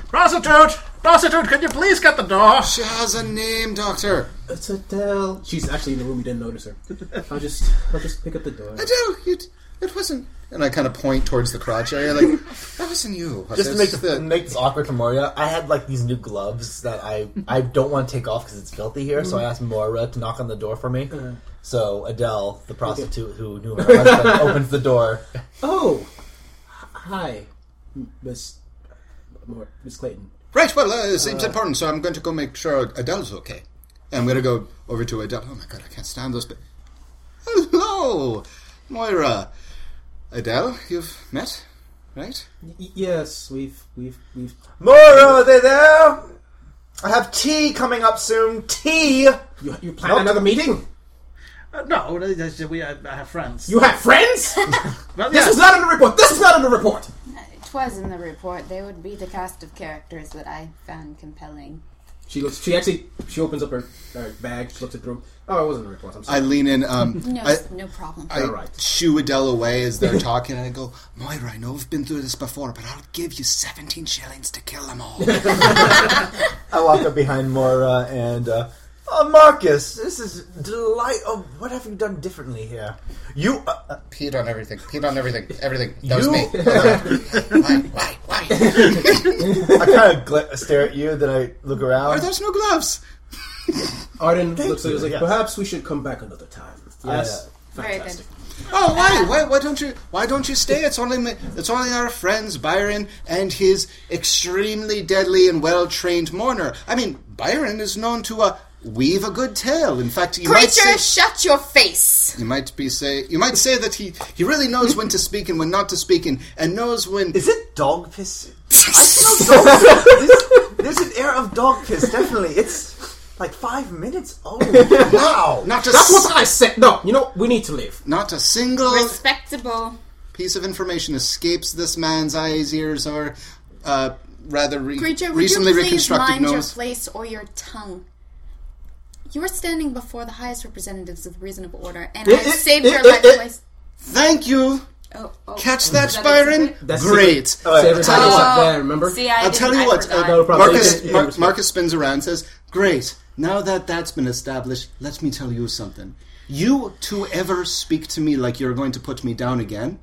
E: Prostitute! Prostitute, could you please get the door?
H: she has a name, doctor.
B: It's Adele. She's actually in the room. You didn't notice her. I'll just, I'll just pick up the door.
H: Adele, it, it wasn't. And I kind of point towards the crotch area, like that wasn't you.
C: Just to make,
H: That's
C: the, make this awkward for Moria, I had like these new gloves that I I don't want to take off because it's filthy here. So I asked Moria to knock on the door for me. So Adele, the prostitute who knew her husband, opens the door.
B: Oh, hi, Miss, Mor- Miss Clayton.
H: Right, well, uh, it seems important, so I'm going to go make sure Adele's okay. I'm going to go over to Adele. Oh my god, I can't stand those. But... Hello, Moira. Adele, you've met, right?
B: Y- y- yes, we've, we've, we've.
C: Moira, are they there? I have tea coming up soon. Tea.
B: You, you plan another meeting?
E: Uh, no, that's- we, uh, I, I have friends.
B: You have friends?
E: well,
B: this
E: yes.
B: is not in the report. This is not in the report.
G: It was in the report. They would be the cast of characters that I found compelling.
B: She looks. She actually. She opens up her, her bag. She looks at the room. Oh, it wasn't in the report. I'm sorry.
H: I lean in. Um,
G: No,
H: I,
G: no problem.
H: I
B: All right.
H: shoo Adele away as they're talking, and I go, Moira, I know we've been through this before, but I'll give you 17 shillings to kill them all.
C: I walk up behind Moira and, uh, oh, Marcus, this is delight. Oh, what have you done differently here? You, uh, uh,
H: Peed on everything. Peed on everything. Everything. That was
C: You-
H: me. why? Why? Why?
C: I kind of gl- stare at you, then I look around.
H: Are those no gloves?
B: Arden looks at
C: you,
B: us like
C: yes.
B: perhaps we should come back another time. Yes.
G: Very
B: Fantastic.
H: Oh, why? Why? Why don't you? Why don't you stay? It's only my, it's only our friends Byron and his extremely deadly and well trained mourner. I mean, Byron is known to uh, weave a good tale. In fact, you might
D: Creature,
H: say,
D: shut your face.
H: you might be say you might say that he he really knows when to speak and when not to speak and, and knows when.
C: Is it dog piss? I smell dog piss. There's, there's an air of dog piss, definitely. It's like five minutes old. Wow.
H: Not a,
B: That's
H: s-
B: what I said. No, Oh, you know we need to leave.
H: not a single
D: Respectable.
H: piece of information escapes this man's eyes, ears, or uh, rather re-
G: Creature, would
H: recently
G: you please
H: reconstructed
G: mind your
H: nose.
G: place or your tongue? You are standing before the highest representatives of reasonable order, and
B: It-
G: I've
B: it-
G: saved
B: it-
G: your
B: it-
G: life
B: it-
G: twice.
H: Thank you.
D: Oh, oh.
H: Catch that,
D: Is that
H: Byron.
D: it?
B: That's
H: Great.
B: So everybody's
H: Oh.
B: up there. Remember?
D: See, I
H: I'll
D: didn't-
H: tell you
D: I
H: what,
D: forgot.
B: I got a problem.
H: Marcus,
B: You can- you
H: Mar-
B: can-
H: Marcus spins around and says, Great, now that that's been established, let me tell you something. You two ever speak to me like you're going to put me down again?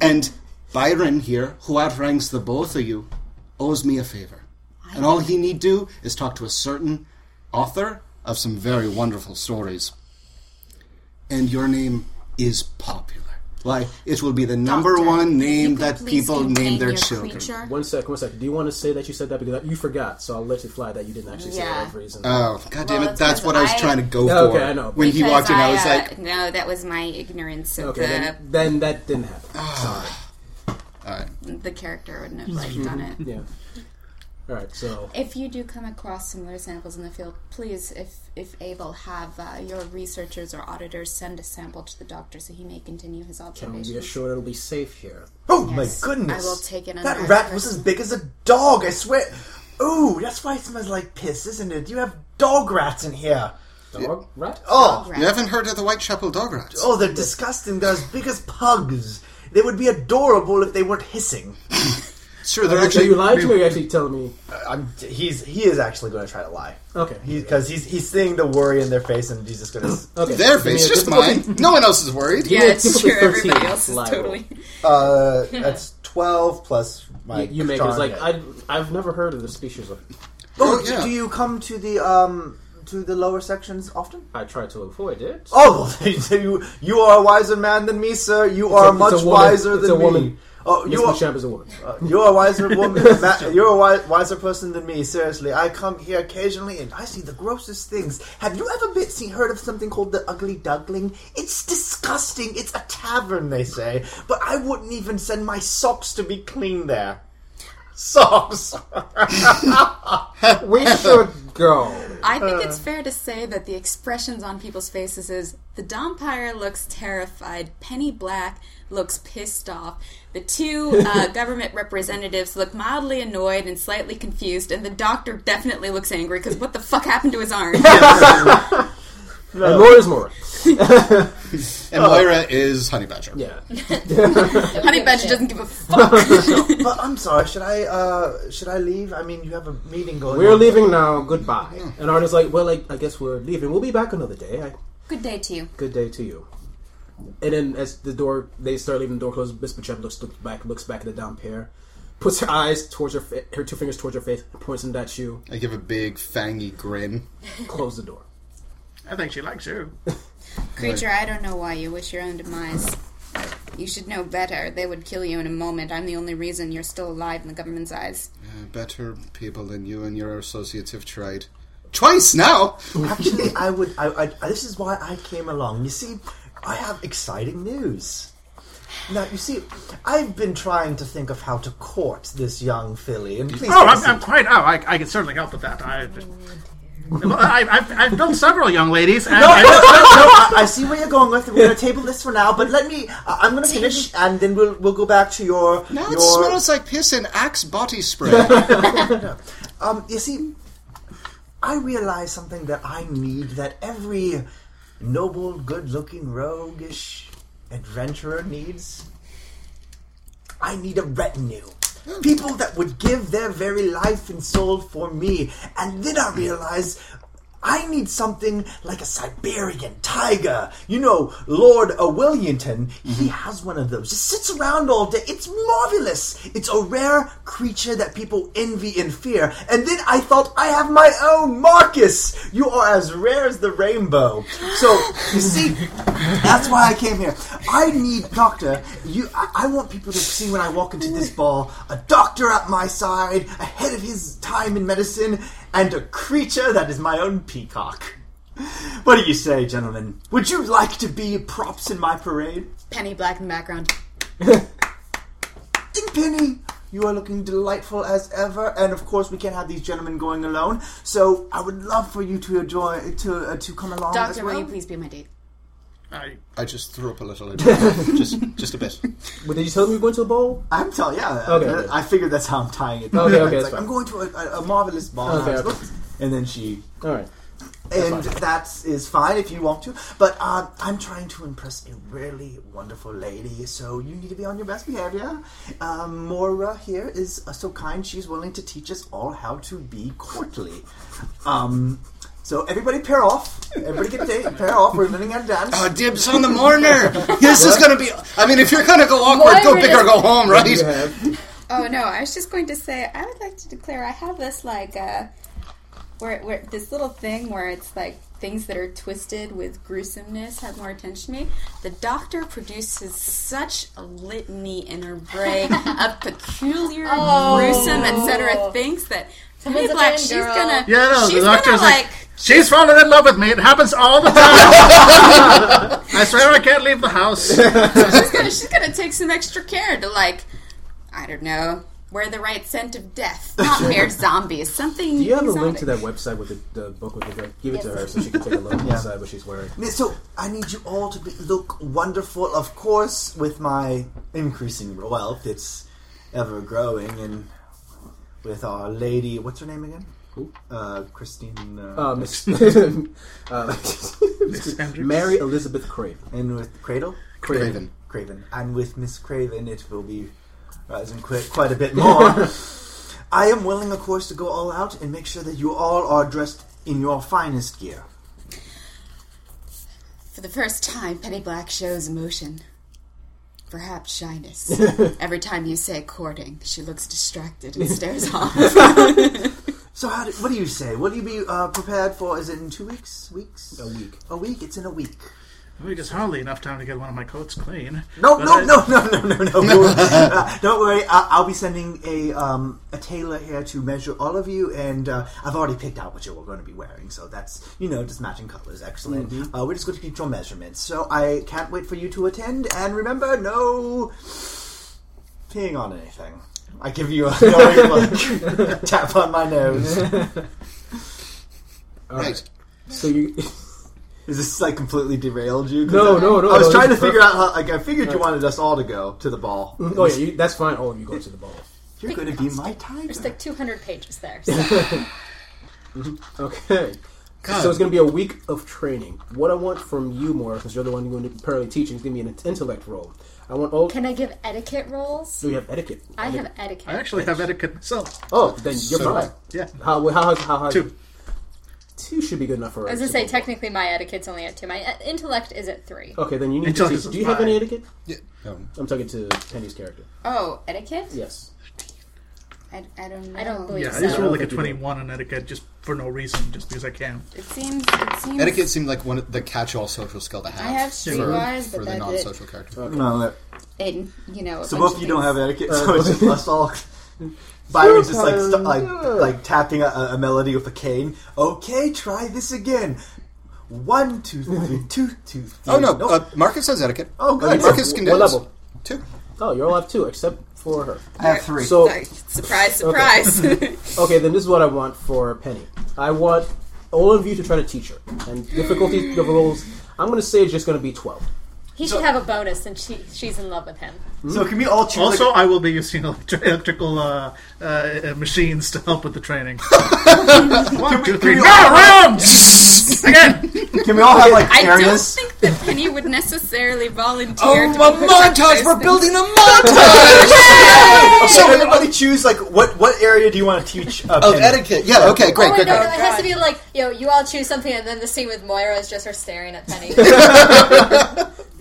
H: And Byron here, who outranks the both of you, owes me a favor. And all he need do is talk to a certain author of some very wonderful stories. And your name is popular. Why, it will be the number
G: Doctor,
H: one name
G: you could
H: that
G: please
H: people name
G: contain
H: their
G: your
H: children.
G: creature?
B: One sec. One sec. Do you want to say that you said that because I, you forgot? So I'll let you fly that you didn't actually say
D: Yeah.
B: that for a reason.
H: Oh, god damn it.
D: that's
H: That's
D: because
H: what I was
D: I-
H: trying to go
B: Yeah,
H: for.
B: okay, I know.
H: When he
D: Because
H: walked in, I was
D: uh,
H: like,
D: no, that was my ignorance of
B: okay.
D: the,
B: Then, then that didn't happen.
H: Ah.
B: Sorry.
D: the character. Wouldn't have
G: Mm-hmm.
D: liked on it.
B: Yeah. All right. So
G: If you do come across similar samples in the field, please, if if able, have uh, your researchers or auditors send a sample to the doctor so he may continue his
B: can um, we be
G: observations.
B: assured it'll be safe here?
C: Oh
G: Yes,
C: my goodness.
G: I will take it under
C: That rat was
G: advisement.
C: as big as a dog, I swear. Ooh, that's why it smells like piss, isn't it? You have dog rats in here.
B: Dog, rat.
C: Oh,
H: you haven't heard of the Whitechapel dog rats?
C: oh, they're disgusting. They're as big as pugs. They would be adorable if they weren't hissing.
H: sure, they're
B: So
H: actually.
B: you lied to me. or You actually telling me.
C: I'm, he's he is actually going to try to lie.
B: Okay.
C: Because he's he's seeing the worry in their face, and he's just going to.
B: Okay.
H: Their
B: Give me
H: face,
B: a
H: just
B: difficulty-
H: mine. No one else is worried.
D: Yeah,
B: Yeah,
D: it's
B: typically
D: true. Everybody
B: 13
D: else is
B: liable.
D: totally.
C: Uh, that's twelve plus my.
B: you, you make it.
C: charm
B: It's like
C: hit.
B: I, I've never heard of this species. Of,
A: Oh,
C: Oh,
A: yeah.
C: do you come to the um to the lower sections often?
B: I try to avoid it.
C: Oh, well, you you are a wiser man than me, sir. You are
B: it's a
C: much
B: woman.
C: wiser
B: It's
C: than
B: a woman.
C: me. Oh,
B: Miss
C: you are.
B: Machamp is a woman.
C: You're a wiser woman. Ma- you're a wi- wiser person than me. Seriously, I come here occasionally and I see the grossest things. Have you ever been, seen, heard of something called the Ugly Duckling? It's disgusting. It's a tavern, they say, but I wouldn't even send my socks to be cleaned there. Socks.
B: we should go.
G: I think it's fair to say that the expressions on people's faces is the Dompire looks terrified, Penny Black looks pissed off, the two uh, government representatives look mildly annoyed and slightly confused, and the doctor definitely looks angry because what the fuck happened to his arm?
B: And more is more.
H: And Moira is Honey Badger.
B: Oh. Yeah.
G: Honey Badger doesn't give a fuck.
C: but I'm sorry. Should I? Uh, should I leave? I mean, you have a meeting going.
B: We're
C: on.
B: leaving now. Goodbye. And Arda's like, well, I, I guess we're leaving. We'll be back another day. I,
G: Good day to you.
B: good day to you. And then as the door, they start leaving the door closed. Miss Bichet looks, looks back, looks back at the down pair, puts her eyes towards her, fa- her two fingers towards her face, and points them at you.
H: I give a big fangy grin.
B: Close the door.
E: I think she likes you.
G: Creature, I don't know why you wish your own demise. You should know better. They would kill you in a moment. I'm the only reason you're still alive in the government's eyes.
H: Uh, better people than you and your associates have tried. Twice now!
C: Actually, I would. I, I, this is why I came along. You see, I have exciting news. Now, you see, I've been trying to think of how to court this young filly, and please,
E: Oh, I'm,
C: proceed.
E: I'm quite. Oh, I, I can certainly help with that. I, well, I, I've, I've known several young ladies. And,
C: no, no, no,
E: and-
C: no, I, I see where you're going with. it. We're going to table this for now, but let me. I I'm going to finish, and then we'll we'll go back to your.
H: Now
C: your,
H: it smells like piss and axe body spray.
C: Um, you see, I realize something that I need that every noble, good looking, roguish adventurer needs. I need a retinue. People that would give their very life and soul for me. And then I realize I need something like a Siberian tiger. You know, Lord Willington, he has one of those. Just sits around all day. It's marvelous. It's a rare creature that people envy and fear. And then I thought, I have my own Marcus. You are as rare as the rainbow. So, you see, that's why I came here. I need doctor. You, I, I want people to see when I walk into this ball a doctor at my side, ahead of his time in medicine, and a creature that is my own peacock. What do you say, gentlemen? Would you like to be props in my parade?
D: Penny Black in the background.
C: Ding Penny, you are looking delightful as ever, and of course we can't have these gentlemen going alone. So I would love for you to join to uh, to come along. as
F: Doctor,
C: well.
F: will you please be my date?
E: I-
H: I just threw up a little. just, just a bit.
B: But did you tell them you were going to the bowl?
C: I'm telling, yeah.
B: Okay.
C: uh, I figured that's how I'm tying it.
B: Okay, okay,
C: It's
B: that's
C: like,
B: fine.
C: I'm going to a, a, a marvelous ball.
B: Okay,
C: house.
B: okay.
C: And then she,
B: All right.
C: and that's is fine if you want to. But uh, I'm trying to impress a really wonderful lady, so you need to be on your best behavior. Um, Mora here is uh, so kind; she's willing to teach us all how to be courtly. Um, so everybody pair off. Everybody get a date. Pair off. We're learning how to dance.
H: Oh, dibs on the mourner! This is gonna be. I mean, if you're gonna go awkward, go
G: Moira
H: big or go home, right?
G: Oh no, I was just going to say I would like to declare I have this like uh where where this little thing where it's like things that are twisted with gruesomeness have more attention to me. The doctor produces such a litany in her brain of peculiar, gruesome, etc. things that Penny
D: Oh. Someone's a
G: Black
D: fan
G: she's
D: girl.
G: gonna
E: yeah, no,
G: she's
E: the doctor's
G: gonna
E: like,
G: like
E: she's falling in love with me. It happens all the time. I swear I can't leave the house.
G: she's gonna she's gonna take some extra care to like I don't know. Wear the right scent of death, not mere zombies. Something.
B: Do you have a
G: exotic.
B: link to that website with the, the book with the Give it to her so she can take a look and decide what she's wearing.
C: Yeah, So I need you all to be, look wonderful. Of course, with my increasing wealth, it's ever growing, and with our lady, what's her name again? Uh, Christine. Uh,
B: Uh, Miss, uh, Mary Elizabeth Craven.
C: and with Cradle,
H: Craven.
C: Craven, and with Miss Craven, it will be rising quite, quite a bit more. I am willing, of course, to go all out and make sure that you all are dressed in your finest gear.
G: For the first time, Penny Black shows emotion.
F: perhaps shyness. Every time you say courting, she looks distracted and stares off.
C: So how do, what do you say? What do you be uh, prepared for? Is it in two weeks? Weeks?
B: A week.
C: A week? It's in a week.
E: I think it's hardly enough time to get one of my coats clean.
C: No,
E: But
C: no,
E: I-
C: no, no, no, no, no. uh, don't worry. I- I'll be sending a um, a tailor here to measure all of you, and uh, I've already picked out what you're all going to be wearing. So that's you know just matching colors. Excellent.
B: Mm-hmm.
C: Uh, we're just going to keep your measurements. So I can't wait for you to attend. And remember, no peeing on anything. I give you a knowing look. tap on my nose.
B: All
H: Right.
B: So you.
C: Is this like completely derailed you? 'Cause
B: No,
C: I,
B: no, no,
C: I was
B: no,
C: trying to
B: this is
C: figure out how. Like, I figured you wanted us all to go to the ball.
B: Oh yeah, you, that's fine. All of you go to the ball.
C: You're going to be my tiger.
D: There's like 200 pages there. So.
B: Okay. So it's going to be a week of training. What I want from you, Moira, because you're the one going to be apparently teaching, is going to be an intellect role. I want all.
D: Can I give etiquette rolls?
B: so you have etiquette.
D: I have
E: I
D: etiquette.
E: actually have etiquette myself.
B: Oh, then you're fine.
E: Yeah.
B: How, how, how, how,
E: Two.
B: Two should be good enough for
D: As I
B: us.
D: say, technically my etiquette's only at two. My uh, intellect is at three.
B: Okay, then you need
E: Until
B: to.
E: this
B: teach-
E: is
B: Do you have any
E: mine.
B: etiquette?
H: Yeah. Um,
B: I'm talking to Penny's character.
G: Oh, etiquette?
B: Yes.
F: I, I don't know.
D: I don't believe
E: Yeah, I
D: so.
E: just rolled like a
B: think you do.
E: 21 on etiquette just for no reason, just because I can.
F: It seems. It seems.
H: etiquette seemed like one of the catch-all social skill to have.
F: I have streetwise, but
H: for, for the
F: that's
H: non-social character.
C: No, that-
F: It, you know. a
C: so
F: bunch
C: both
F: of
C: of you don't
F: things.
C: have etiquette, so it's just us all. Byron's just like st- like like tapping a, a melody with a cane. Okay, try this again. One, two, three, two, two. Three.
H: Oh no,
C: Nope.
H: uh, Marcus has etiquette.
C: oh, good.
H: Marcus can do
B: What
H: this.
B: level?
H: Two.
B: Oh, you all have two, except for her.
C: I have three.
B: So
G: Sorry. Surprise, surprise.
B: Okay, then this is what I want for Penny. I want all of you to try to teach her. And difficulty levels, I'm going to say it's just going to be 12.
D: He should have a bonus since she, she's in love with him.
C: so can we all choose?
E: Also,
C: like,
E: I will be using electri- electrical uh, uh, uh, machines to help with the training. One, two, three, go around! Again!
C: can we all have like
G: I don't
C: areas?
G: think that Penny would necessarily volunteer to
H: Oh,
G: be her
H: a montage!
G: first
H: We're
G: thing.
H: building a montage!
C: So everybody choose like what what area do you want to teach? Uh,
H: of
C: Penny?
H: etiquette. Yeah, okay,
D: Oh,
H: great,
D: wait,
H: great,
D: no, no,
H: great.
D: it has to be like, yo, you all choose something, and then the scene with Moira is just her staring at Penny.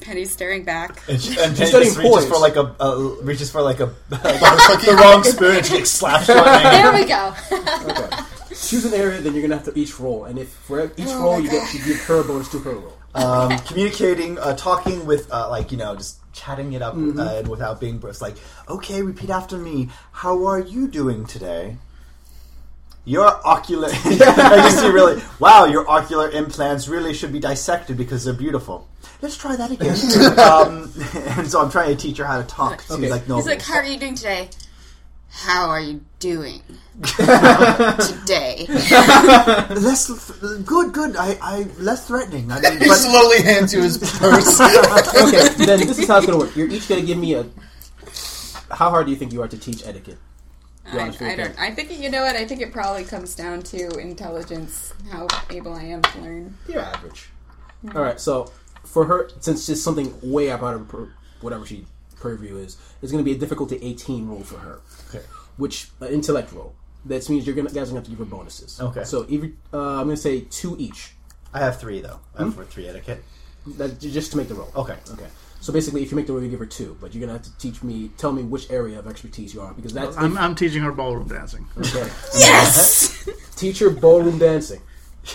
G: Penny's staring back.
C: And, she, and Penny
B: studying
C: just reaches
B: poise.
C: for like a uh, reaches for like a the wrong spoon and she like slaps you on the hand.
D: there we go.
B: Choose an area, then you're going to have to each roll. And if for each
H: Oh
B: roll, you get to give her a bonus to her roll.
C: um, communicating, uh, talking with, uh, like you know, just chatting it up uh, and without being brusque. Like, okay, repeat after me. How are you doing today? Your ocular, I just see really. Wow, your ocular implants really should be dissected because they're beautiful. Let's try that again. um, and so I'm trying to teach her how to talk to
B: Okay.
C: like nobles.
G: He's like, How are you doing today?
F: How are you doing today?
C: less, good, good. I, I less threatening. I mean,
H: He
C: but
H: slowly hands you his purse.
B: Okay, then this is how it's going to work. You're each going to give me a. How hard do you think you are to teach etiquette? You
G: I,
B: wanna feel
G: I don't.
B: that?
G: I think you know what. I think it probably comes down to intelligence, how able I am to learn.
B: You're average. All right, so for her, since it's something way up out of her, whatever she purview is, it's going to be a difficulty 18 roll for her,
C: Okay.
B: which uh, intellect roll. That means you're gonna guys are gonna have to give her bonuses.
C: Okay.
B: So every, uh, I'm gonna say two each,
C: I have three though. I have three etiquette.
B: that, just to make the roll.
C: Okay.
B: Okay. So basically, if you make the roll, you give her two, but you're gonna have to teach me, tell me which area of expertise you are, because that's
E: I'm, I'm teaching her ballroom dancing.
B: okay.
G: Yes.
B: Teach her ballroom dancing.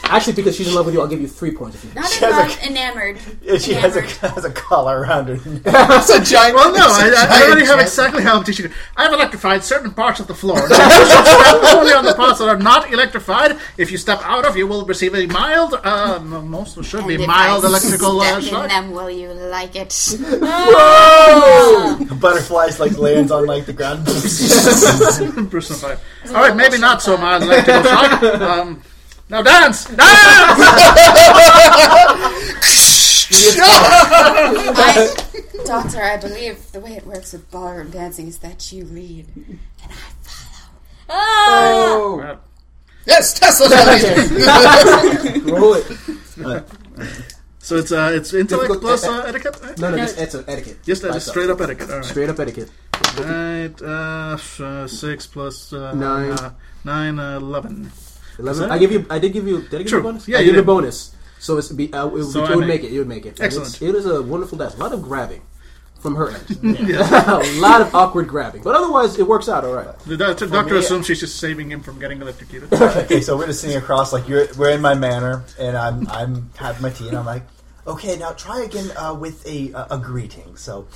B: Actually, because she's in love with you, I'll give you three points. If you
G: Not
C: She has
G: in
C: a-
G: Uh-huh. love, enamored.
C: Yeah, she has a has a collar around her. neck.
H: It's a giant. Well,
E: No, I, I- I already have exactly how I'm teaching her. I've electrified certain parts of the floor. Now, you should step only on the parts that are not electrified. If you step out of, you will receive a mild, uh, no, most should be
F: If
E: mild
F: I
E: electrical
F: step
E: uh,
F: in
E: shock.
F: them, will you like it? Oh,
C: Butterflies like lands on like the ground.
E: Personified. All right, maybe not so mild electrical shock. Um, now dance, dance.
F: I, doctor, I believe the way it works with ballroom dancing is that you lead.
H: Yes, Tesla.
B: roll it.
E: So it's uh, it's intellect
B: Difficult-
E: plus uh, etiquette. Right?
B: No, no, just it's an etiquette.
E: Just uh,
B: By
E: just
B: itself.
E: straight up etiquette. All right.
B: Straight up etiquette.
E: All right uh, f- uh, six plus uh,
B: Nine.
E: Uh, nine, uh, eleven.
B: Eleven.
E: that-
B: I give you. I did give you. Did I give
E: True.
B: you a bonus?
E: Yeah,
B: I
E: you
B: gave you a
E: did.
B: bonus. So it's be, uh, it, would-
E: So
B: it
E: I
B: would
E: make-
B: make it. You would make it. And
E: Excellent.
B: It's, it is a wonderful dance. A lot of grabbing. from her end. a lot of awkward grabbing, but otherwise it works out all right.
E: The doctor, doctor
C: me,
E: assumes she's just saving him from getting electrocuted.
C: Okay, so we're just sitting across, like you're, we're in my manor, and I'm I'm having my tea, and I'm like, okay, now try again uh, with a uh, a greeting. So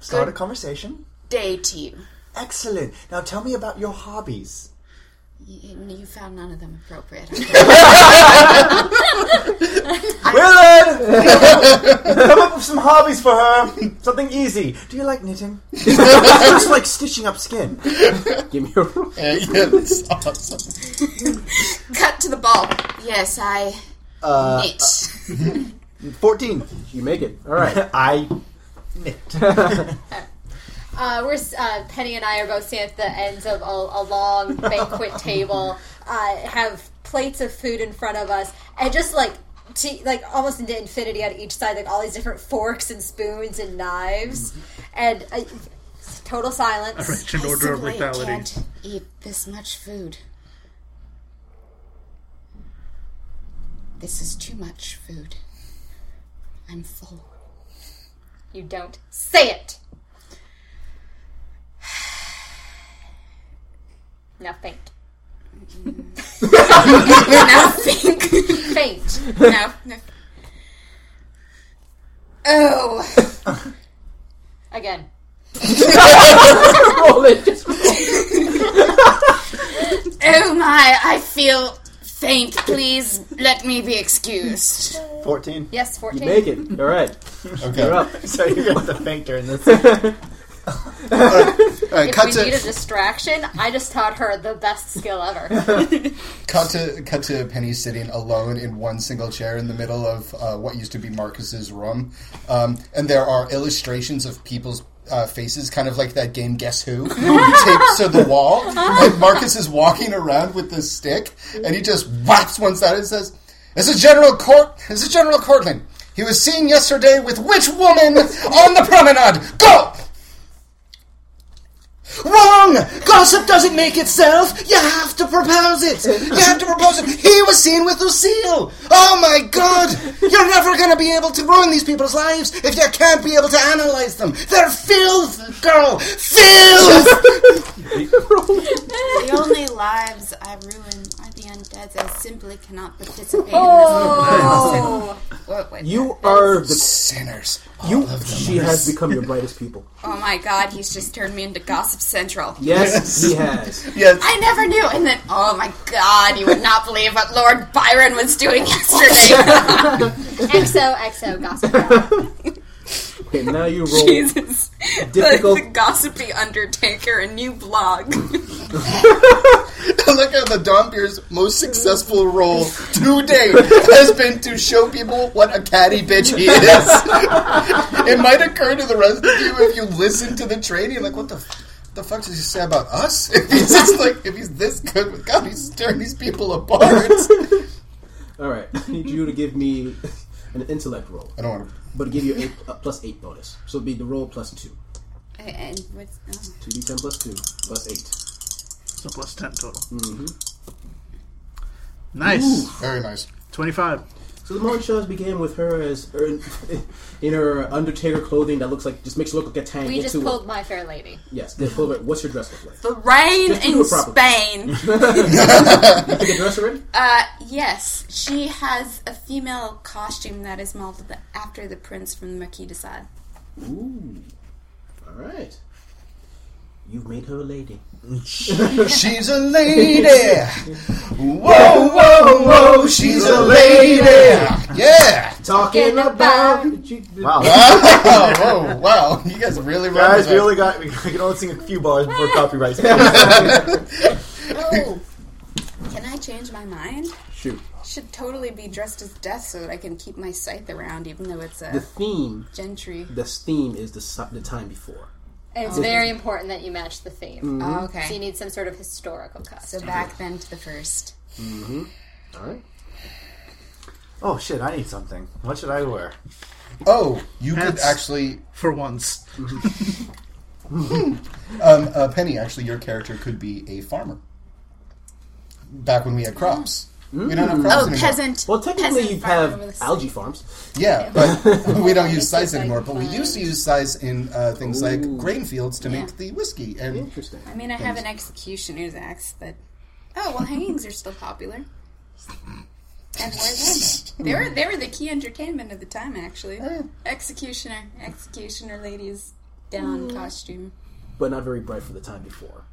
C: start a
F: Good.
C: conversation.
F: Day to you.
C: Excellent. Now tell me about your hobbies.
F: You, you found none of them appropriate.
C: Willard, come up with some hobbies for her. Something easy. Do you like knitting? Just like stitching up skin.
B: Give me a roll.
A: yeah, that's awesome.
F: Cut to the ball. Yes, I
C: Uh,
F: knit.
C: Fourteen.
B: You make it all right.
C: I knit.
D: Uh, we're s- uh, Penny and I are both sitting at the ends of a, a long banquet table. Uh, have plates of food in front of us, and just like to, like almost into infinity on each side, like all these different forks and spoons and knives,
F: Mm-hmm.
D: and uh, total silence.
E: Ancient
F: I
E: order of
F: simply
E: lethality.
F: can't eat this much food. This is too much food. I'm full.
D: You don't say it. Now faint,
G: now think.
D: faint.
G: no, no.
F: Oh,
D: Again,
B: roll it. Just
G: Oh my, I feel faint. Please let me be excused.
C: Fourteen.
D: yes, fourteen.
B: make it all right.
H: Okay.
B: You're up.
C: So you're gonna have to think during this.
H: All right,
D: If
H: cut
D: we
H: to
D: need a distraction, I just taught her the best skill ever.
H: cut to cut to Penny sitting alone in one single chair in the middle of uh, what used to be Marcus's room, um, and there are illustrations of people's. Uh, faces, kind of like that game Guess Who, taped to the wall. And Marcus is walking around with this stick, and he just whaps one side and says, "This is General Court. This is General Cortland. He was seen yesterday with which woman on the promenade? Go." Wrong! Gossip doesn't make itself. You have to propose it. You have to propose it. He was seen with Lucille. Oh my god! You're never going to be able to ruin these people's lives if you can't be able to analyze them. They're filth, girl. Filth.
F: the only lives I ruin are the undead. I simply cannot participate
D: Oh,
B: You are the
H: Sinners.
B: you. She has become your brightest pupil.
G: Oh my god, he's just turned me into Gossip Central.
B: Yes, he has.
G: I never knew. And then, oh my god, you would not believe what Lord Byron was doing yesterday.
D: XO XO gossip. Girl.
B: Okay, now you roll
G: Jesus.
B: difficult.
G: The, the Gossipy Undertaker, a new blog.
H: Look at the Don Beer's most successful role to date has been to show people what a catty bitch he is. it might occur to the rest of you if you listen to the training, like, what the, f- the fuck does he say about us? If he's just like, if he's this good with God, he's tearing these people apart. I
B: All right, I need you to give me an intellect roll,
H: don't want to.
B: but give you a, a plus eight bonus. So it'd be the roll plus two.
G: and what's, oh,
B: Two d ten plus two plus eight.
E: So plus 10 total. Nice.
H: Very nice.
E: 25.
B: So the morning shows began with her as er, in her Undertaker clothing that looks like just makes her look like a tank.
D: We
B: Get
D: just
B: to it.
D: pulled My Fair Lady.
B: Yes, they pulled it. What's your dress look like?
G: the rain
B: Just do
G: in
B: it properly.
G: Spain.
B: You think a dress already?
G: Uh, yes, she has a female costume that is modeled after the prince from the Marquis de Sade.
B: Ooh. All right. You've made her a lady.
H: She's a lady. Whoa, whoa, whoa. She's a lady. Yeah.
B: Talking about.
C: Wow,
H: Oh, whoa, wow. You guys really remember
C: guys, we
H: that.
C: only got we can only sing a few bars before copyright.
G: Oh, can I change my mind?
B: Shoot.
G: Should totally be dressed as death so that I can keep my scythe around, even though it's
B: The
G: a
B: theme.
G: gentry.
B: The theme is the si- the time before.
D: And it's very important that you match the theme.
H: Mm-hmm.
G: Oh,
D: So you
G: okay.
D: need some sort of historical costume.
G: So back then to the first.
B: All right.
C: oh shit, I need something. What should I wear?
H: Oh, you could
E: Hats.
H: actually
E: For once.
H: Um, uh, Penny, actually, your character could be a farmer. Back when we had crops, We don't have crops
G: Oh,
H: anymore.
G: peasant.
B: Well, technically,
G: peasant
B: you
G: farmer
B: have
G: with a-
B: algae farms.
H: Yeah, but we don't use
L: It's just
H: size anymore. But we
L: like
H: used to
L: fun.
H: use size in uh, things like
B: Ooh.
H: grain fields to make the whiskey. And
B: Interesting.
G: I mean, I have an executioner's axe, but oh well, hangings are still popular. And where them? They were they were the key entertainment of the time, actually. Executioner, executioner ladies down costume.
B: But not very bright for the time before.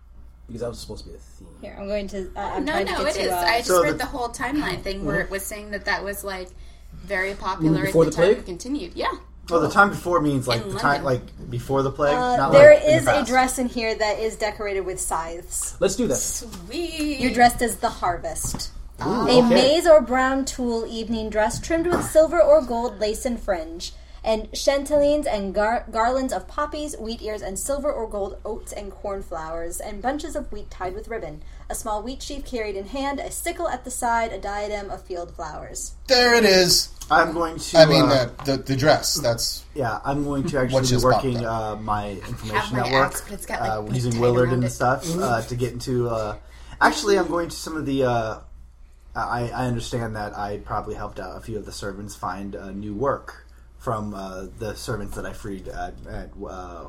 B: Because that was supposed to be a theme.
L: Here, I'm going to. Uh, I'm
G: No,
L: trying to
G: no,
L: get
G: it
L: to,
G: is.
L: uh,
G: I just
B: So
G: read the,
B: the-
G: whole timeline thing where it was saying that that was like very popular
B: before
G: at
B: the
G: the, time
B: plague?
G: it continued. Yeah.
C: Well, the time before means like
G: In
C: the time, like
G: London.
C: before the plague.
L: uh,
C: not
L: there
C: like in the
L: is a
C: past.
L: dress in here that is decorated with scythes.
B: Let's do that.
G: Sweet.
L: You're dressed as the harvest.
B: okay.
L: a maize or brown tulle evening dress trimmed with silver or gold lace and fringe, and chantelines and gar- garlands of poppies, wheat ears, and silver or gold oats and cornflowers, and bunches of wheat tied with ribbon. A small wheat sheaf carried in hand, a sickle at the side, a diadem of field flowers.
H: there it is.
C: I'm going to.
H: I mean,
C: uh,
H: the, the, the dress. That's
C: yeah, I'm going to actually
H: What's
C: be
H: his pop
C: working
H: then?
C: uh, my information
G: my
C: network
G: axe, but it's got, like, Mm-hmm.
C: uh,
G: wood
C: using
G: tied
C: Willard
G: around
C: and
G: it.
C: stuff uh, to get into. Uh, actually, I'm going to some of the. Uh, I, I understand that I probably helped out a few of the servants find uh, new work from uh, the servants that I freed at, at uh,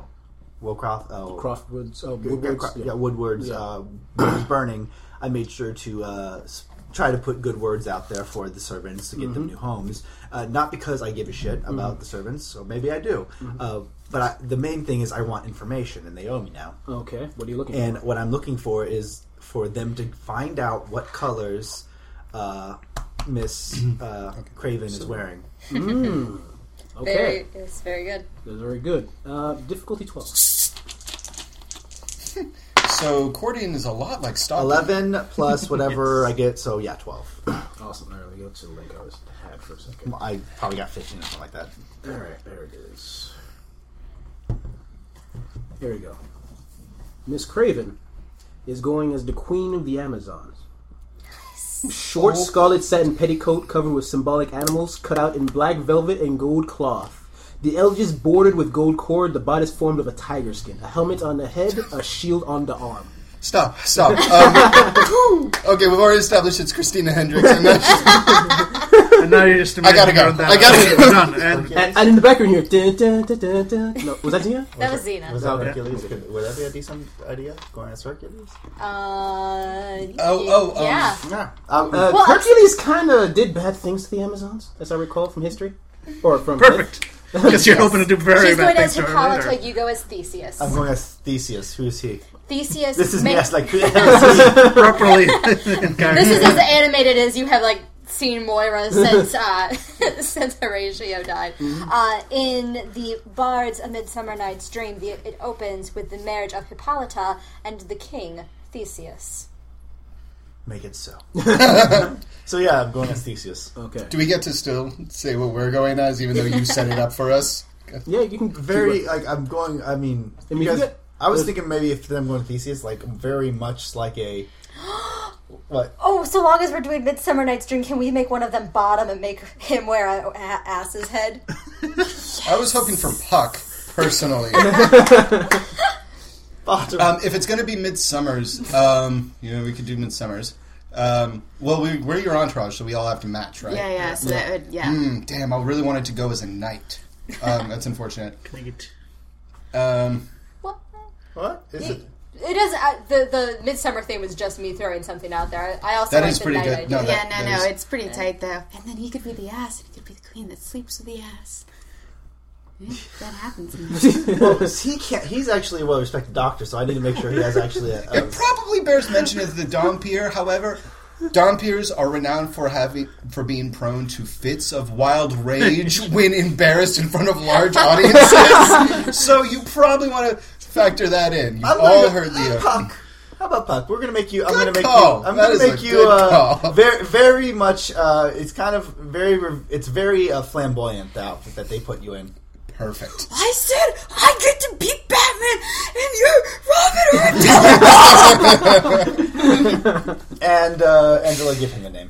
C: Woolcroft. Oh,
B: Croftwoods. Oh,
C: yeah,
B: Woodward's.
C: Cro-
B: yeah.
C: yeah, Woodward's
B: Yeah.
C: uh, was burning. I made sure to uh, s- try to put good words out there for the servants to get
B: Mm-hmm.
C: them new homes. Uh, not because I give a shit about the servants, or maybe I do.
B: Mm-hmm.
C: Uh, but I, the main thing is I want information, and they owe me now.
B: Okay. What are you looking
C: And what I'm looking for is for them to find out what colors uh, Miss uh, Craven is wearing.
B: for? Okay.
L: Very, it's very good.
B: That's very good. Uh, difficulty 12.
H: so accordion is a lot like stocking.
C: Eleven plus whatever I get, so yeah, twelve.
B: Awesome. All right, let me go to the link I was had for a second.
C: I probably got fifteen or something like that.
B: All right, there it is. Here we go. Miss Craven is going as the Queen of the Amazons. Short scarlet satin petticoat covered with symbolic animals cut out in black velvet and gold cloth. The edges bordered with gold cord, the bodice formed of a tiger skin, a helmet on the head, a shield on the arm.
H: Stop, stop. Um, okay, we've already established it's Christina Hendricks. And that's,
E: And now you're just
H: I gotta go.
E: imagining
H: I gotta
E: that.
H: go.
E: Done. And
B: And, and in the background here, dun, dun, dun, dun, dun. No, was that Tina?
L: That was Xena.
C: Was that Hercules? Could, would that be a decent idea? Going as Hercules?
L: Uh,
H: Oh, oh, um,
L: yeah.
C: Yeah. Um,
B: Uh,
L: Well,
B: Hercules kind of did bad things to the Amazons, as I recall from history, or from
E: perfect. Because you're hoping to do very
L: She's
E: bad
L: going as
E: things to her later.
L: Hippolyta. You go as Theseus.
C: I'm going as Theseus. Who is he?
L: Theseus.
C: This is me.
L: ma-
C: Yes, like Theseus.
E: properly. in character.
L: This is as animated as you have like seen Moira since uh, since Horatio died. Uh, in the Bard's A Midsummer Night's Dream, the, it opens with the marriage of Hippolyta and the king Theseus.
C: Make it so. so yeah, I'm going as Theseus.
B: Okay.
H: do we get to still say what we're going as, even though you set it up for us?
B: Yeah, you can
C: Very like I'm going. I mean,
B: I mean,
C: you guys-
B: you get-
C: I was thinking maybe if I'm going Theseus, like very much like a what?
L: Oh, so long as we're doing Midsummer Night's Dream, can we make one of them bottom and make him wear a, a ass's head?
H: I was hoping for Puck, personally. Um, if it's going to be Midsummer's, um, you know, we could do Midsummer's. Um, well, we, we're your entourage, so we all have to match, right?
G: yeah, yeah. So that would yeah.
H: Mm, damn, I really wanted to go as a knight. Um, that's unfortunate.
E: Dang it.
H: Um,
L: Well,
C: what is it?
L: It is uh, the the midsummer thing was just me throwing something out there. I also
H: That
L: like
H: is
L: the
H: pretty
L: night
H: good.
L: idea.
H: No, that-
G: Yeah, no,
H: that
G: no,
H: is-
G: it's pretty tight though. And then he could be the ass, and he could be the queen that sleeps with the ass. Yeah, that happens.
C: Well, he can't. He's actually a well-respected doctor, so I need to make sure he has actually a. a
H: It probably bears mention of the Dompier, however. Dompiers are renowned for having for being prone to fits of wild rage when embarrassed in front of large audiences. so you probably want to factor that in. You've
C: I'm gonna
H: all
C: go-
H: heard the uh,
C: Puck. How about Puck? We're gonna make you. I'm
H: Good
C: gonna make
H: call.
C: you. I'm
H: That is
C: gonna
H: a
C: make you
H: good
C: uh,
H: call.
C: very, very much. Uh, it's kind of very. re- It's very uh, flamboyant the outfit that they put you in.
H: perfect.
G: I said I get to beat Batman, and you're Robin Hood.
C: And uh, Angela, give him a name.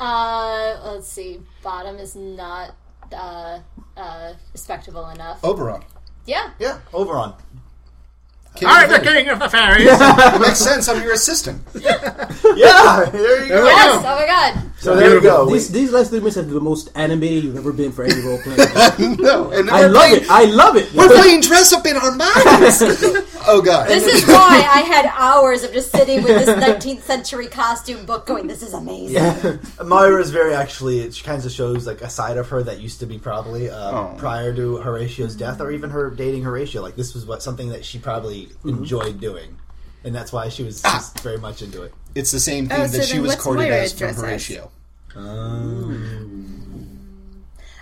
L: Uh, let's see. Bottom is not uh, uh, respectable enough.
H: Oberon.
L: Yeah.
C: Yeah, Overon.
H: King
E: I'm
H: of
E: the
H: Heaven.
E: king of the fairies.
H: Makes sense. I'm your assistant.
C: Yeah, there you go.
L: Yes. Oh my god.
C: So there you go.
B: These, these last three minutes have been the most animated you've ever been for any role playing.
H: No, and
B: I
H: we're
B: love
H: playing,
B: it. I love it.
H: We're playing dress up in our minds. oh god.
D: This is why I had hours of just sitting with this 19th century costume book going, this is amazing.
C: Myra's very actually. It kind of shows like a side of her that used to be probably uh,
H: Oh.
C: prior to Horatio's death, or even her dating Horatio. Like this was what something that she probably
H: Mm-hmm.
C: enjoyed doing, and that's why she
H: Ah!
C: was just very much into it.
H: It's the same thing
G: Oh, so
H: that she
G: then
H: was
G: what's
H: courted
G: Moira
H: as from
G: dress as?
H: Horatio. Oh.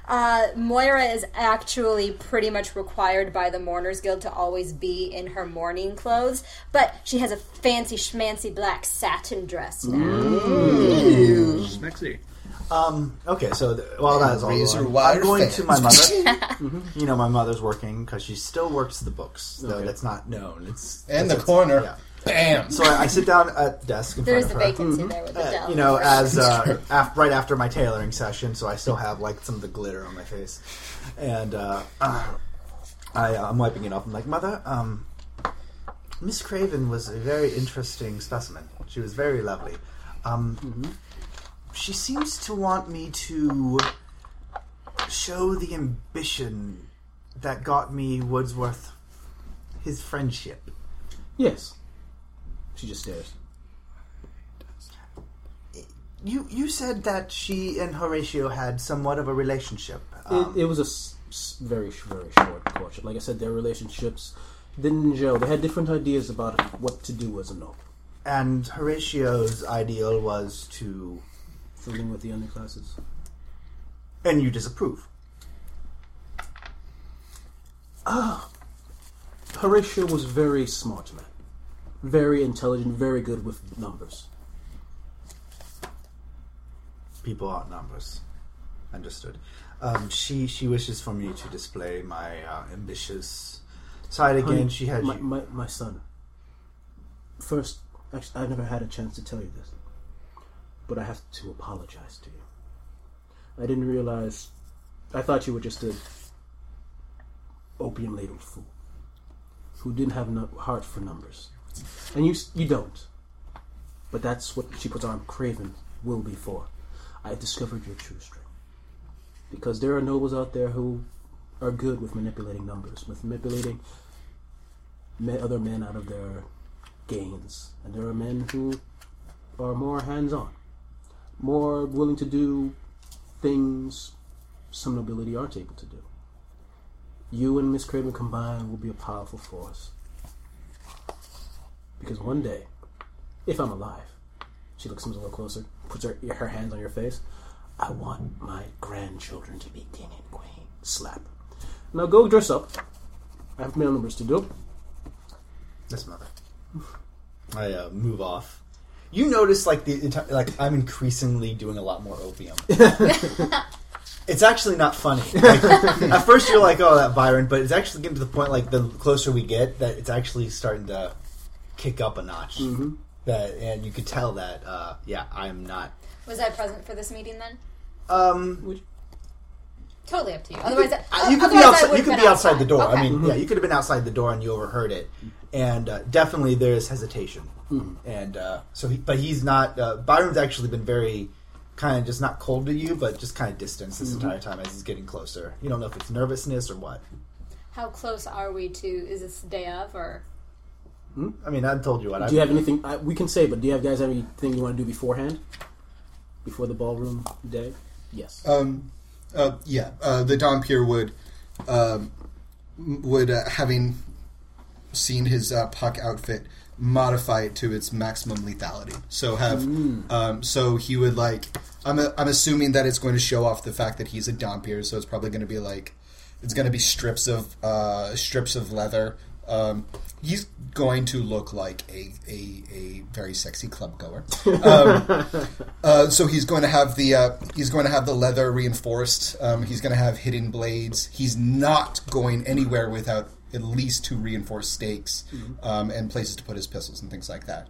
D: Uh, Moira is actually pretty much required by the Mourners Guild to always be in her mourning clothes, but she has a fancy schmancy black satin dress now.
E: Smexy.
C: Um, okay, so th- while that is all
H: Razor
C: going,
H: wire
C: I'm going
H: fans.
C: to my mother. You know, my mother's working because she still works the books, though that's not known. It's
H: And the
C: it's-
H: corner.
C: yeah.
H: Bam.
C: So I, I sit down at the desk in
D: There is a
C: front of her.
D: vacancy there with the
C: uh,
D: Dell.
C: you know, as uh, af- right after my tailoring session, so I still have like some of the glitter on my face, and uh, uh, I, uh, I'm wiping it off. I'm like, Mother, um, Miss Craven was a very interesting specimen. She was very lovely. Um, She seems to want me to show the ambition that got me Wordsworth his friendship.
B: Yes. She just stares.
C: You you said that she and Horatio had somewhat of a relationship. Um,
B: It, it was a s- s- very sh- very short courtship. Like I said, their relationships didn't gel. They had different ideas about what to do as a noble.
C: and Horatio's ideal was to
B: Something with the underclasses.
C: and you disapprove.
B: Horatio was very smart man, very intelligent, very good with numbers.
C: People aren't numbers. Understood. Um, she she wishes for me to display my uh, ambitious side again.
B: Honey,
C: she had
B: my,
C: you-
B: my, my son. First, actually, I've never had a chance to tell you this, but I have to apologize to you. I didn't realize. I thought you were just a opium ladled fool who didn't have no heart for numbers, and you s- you don't. But that's what she puts on Craven will be for. I discovered your true strength because there are nobles out there who are good with manipulating numbers, with manipulating men, other men out of their gains, and there are men who are more hands-on, more willing to do things some nobility aren't able to do. You and Miss Craven combined will be a powerful force, because one day, if I'm alive, she looks a little closer, puts her her hands on your face. I want my grandchildren to be king and queen. Slap. Now go dress up. I have mail numbers to do.
C: Yes, mother. I uh, move off. You notice, like the enti- like, I'm increasingly doing a lot more opium. it's actually not funny. Like, at first, you're like, "Oh, that Byron," but it's actually getting to the point, like, the closer we get, that it's actually starting to kick up a notch. That, and you could tell that, uh, yeah, I'm not.
D: Was I present for this meeting then?
C: Um,
D: Totally up to you. Otherwise,
C: Uh, you could be
D: otherwise I
C: outside.
D: would've
C: You could
D: been
C: be outside the door.
D: Okay.
C: I mean, yeah, you could have been outside the door and you overheard it. And uh, definitely, there is hesitation.
D: Hmm.
C: And uh, so, he, but he's not. Uh, Byron's actually been very kind of just not cold to you, but just kind of distanced
D: Mm-hmm.
C: this entire time as he's getting closer. You don't know if it's nervousness or what.
D: how close are we to? Is this the day of or?
C: I mean, I've told you what.
B: Do you
C: I
B: have anything I, we can say? But do you have guys have anything you want to do beforehand, before the ballroom day? Yes.
H: Um, uh, yeah, uh, the Don Pierre would um, would uh, having seen his uh, puck outfit modify it to its maximum lethality. So have um, so he would like. I'm a, I'm assuming that it's going to show off the fact that he's a Don Pierre, so it's probably going to be like it's going to be strips of uh, strips of leather. Um, he's going to look like a, a, a very sexy club goer. Uh, so he's going to have the uh, he's going to have the leather reinforced. Um, he's going to have hidden blades. He's not going anywhere without at least two reinforced stakes um, and places to put his pistols and things like that.